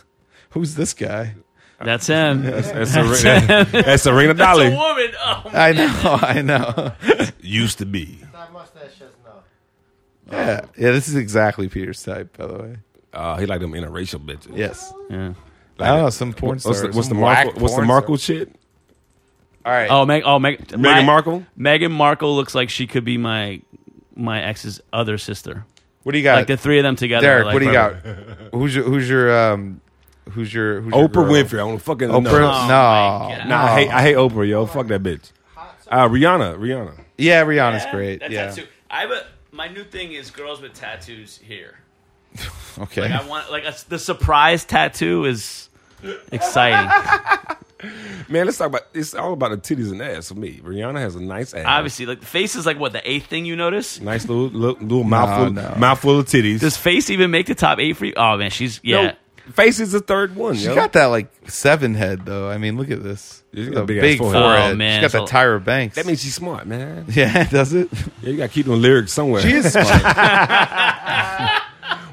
who's this guy?
That's him.
That's, that's, Serena, that's Serena
That's
Dolly.
a woman. Oh,
I know, I know.
Used to be.
That mustache just no.
Yeah, yeah. This is exactly Peter's type, by the way.
Uh, he like them interracial bitches.
Yes.
yeah.
Like,
I don't know Oh, some porn
What's
star.
the, what's the
some
Markle?
whack
What's the
porn
Markle
star.
shit?
All right.
Oh, Meg. Oh, Meg. Meghan
Markle?
Meghan Markle looks like she could be my my ex's other sister.
what do you got?
like the three of them together.
Uh, Derek,
like,
what do you
forever.
got? Who's your who's your um who's your who's your
Oprah
girl?
Winfrey. I don't fucking
Oprah?
know.
Oh, No.
my God.
Oh, Nah,
Oh.
I hate I hate Oprah, yo. Fuck that bitch. Uh, Rihanna, Rihanna.
Yeah, Rihanna's great. yeah.
I have a, my new thing is girls with tattoos here.
Okay.
Like I want like a, the surprise tattoo is exciting.
Man, let's talk about. It's all about the titties and ass for me. Rihanna has a nice ass.
Obviously, like the face is like what the eighth thing you notice.
nice little little, little mouthful
no.
mouthful of titties.
Does face even make the top eight for you? Oh man, she's
Yo,
yeah.
face is the third one.
she
yo.
got that like seven head though. I mean, look at this.
She's got
The
a big ass
big
forehead.
forehead.
Oh, man,
She got
so-
that Tyra Banks.
That means she's smart, man.
yeah, does it?
Yeah, you got to keep them lyrics somewhere.
She is smart.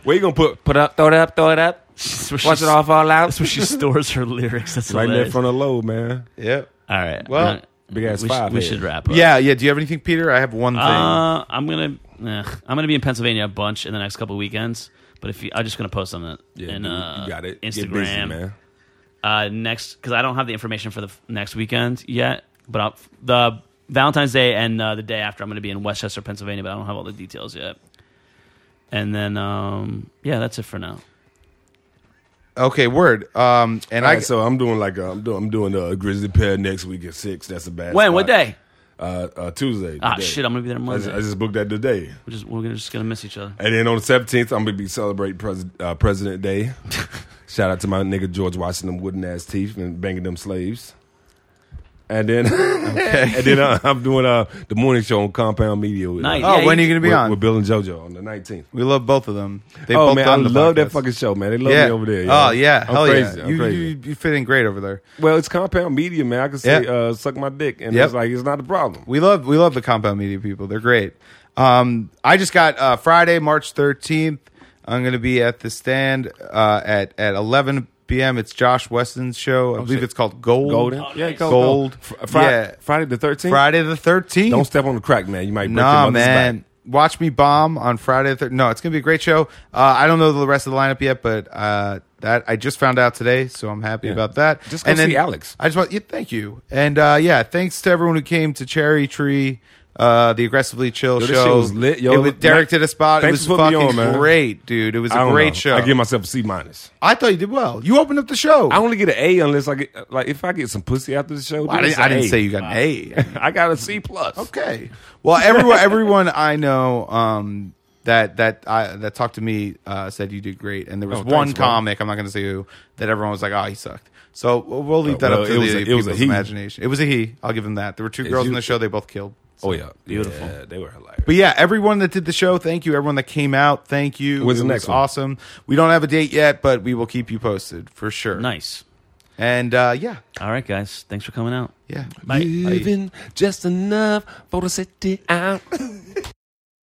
Where you gonna put put
Throw it up, throw it up.
That's where
Watch
she-
it off all out.
That's where she stores her lyrics. That's
right there
hilarious.
in front of low, man?
yep.
All right.
Well,
I'm not-
big ass
we, sh-
five
we
head.
should wrap up.
Yeah, yeah. Do you have anything, Peter? I have one thing.
Uh, I'm gonna ugh, I'm gonna be in Pennsylvania a bunch in the next couple weekends. But if you, I'm just gonna post on that
Yeah,
in
you,
uh,
you got it. Get
Instagram,
busy, man.
Uh, next because I don't have the information for the f- next weekend yet. But I'll, the Valentine's Day and uh, the day after, I'm gonna be in Westchester, Pennsylvania. But I don't have all the details yet. And then um, yeah, that's it for now.
okay, word. Um, and
All
I
right, so I'm doing like i I'm doing I'm doing a Grizzly Pair next week at six. That's a bad.
When?
spot.
What day?
Uh, uh, Tuesday.
Ah,
today.
shit, I'm gonna be there
I just,
Monday.
I just booked that today.
we're just we're gonna- just gonna miss each other.
And then on the 17th, I'm going to be celebrating pres- uh, President Day. Shout out to my nigga George Washington, wooden ass teeth and banging them slaves. And then, and then uh, I'm doing uh, the morning show on Compound Media. With, uh,
Nice. Oh, Yeah, when you- are you gonna be
with-
on?
With Bill and JoJo on the 19th.
We love both of them. They
oh
both
man, I
on the
love
podcast.
that fucking show, man. They love
yeah.
me over there.
Oh yeah,
I'm
hell
crazy.
yeah.
I'm
you,
crazy.
You, you fit in great over there.
well, it's Compound Media, man. I can say
Yeah.
uh, suck my dick, and
Yep.
it's like it's not a problem.
We love we love the compound media people. They're great. Um, I just got uh, Friday, March thirteenth. I'm going to be at the stand uh, at at 11 p.m. It's Josh Weston's show. I believe
shit.
it's called
Oh,
Gold.
Golden,
yeah,
go-
Gold.
go. Fr- Fri-
Yeah.
Friday the 13th.
Friday the thirteenth.
Don't step on the crack, man. You might break your
Nah,
mother's
man.
back.
Watch me bomb on Friday. The thir- no, it's gonna be a great show. Uh, I don't know the rest of the lineup yet, but uh, that I just found out today, so I'm happy
Yeah.
about that.
Just go
and
see Alex.
I just want yeah, thank you, and uh, yeah, thanks to everyone who came to Cherry Tree, uh, the aggressively chill
Yo, this
show.
shit was lit, yo.
It was, Derek
Thank-
did a spot. It
thanks
was
for putting me
fucking
on, man.
great, dude. It was
I
a
don't
great
know.
show.
I give myself a C minus.
I thought you did well. You opened up the show.
I only get an A unless I get like if I get some pussy after the show.
I
dude, it's
didn't, I
an
didn't
A.
say you got an A.
I got a C plus.
Okay. Well, everyone, everyone I know um, that that I, that talked to me uh, said you did great, and there was
Oh,
one
thanks, bro.
comic I'm not going to say who that everyone was like, "Oh, he sucked." So we'll we'll leave
Oh,
that
well,
up to
it was
the
a- it was
people's
a he.
imagination. It was a he. I'll give him that. There were two girls
you-
in the show; they both killed.
Oh yeah,
Beautiful.
Yeah, they were hilarious.
But yeah, everyone that did the show, thank you. Everyone that came out, thank you.
When's
it
the
was
next one?
awesome. We don't have a date yet, but we will keep you posted for sure.
Nice.
And uh, yeah,
All right, guys. Thanks for coming out.
yeah.
Living just enough for the city out.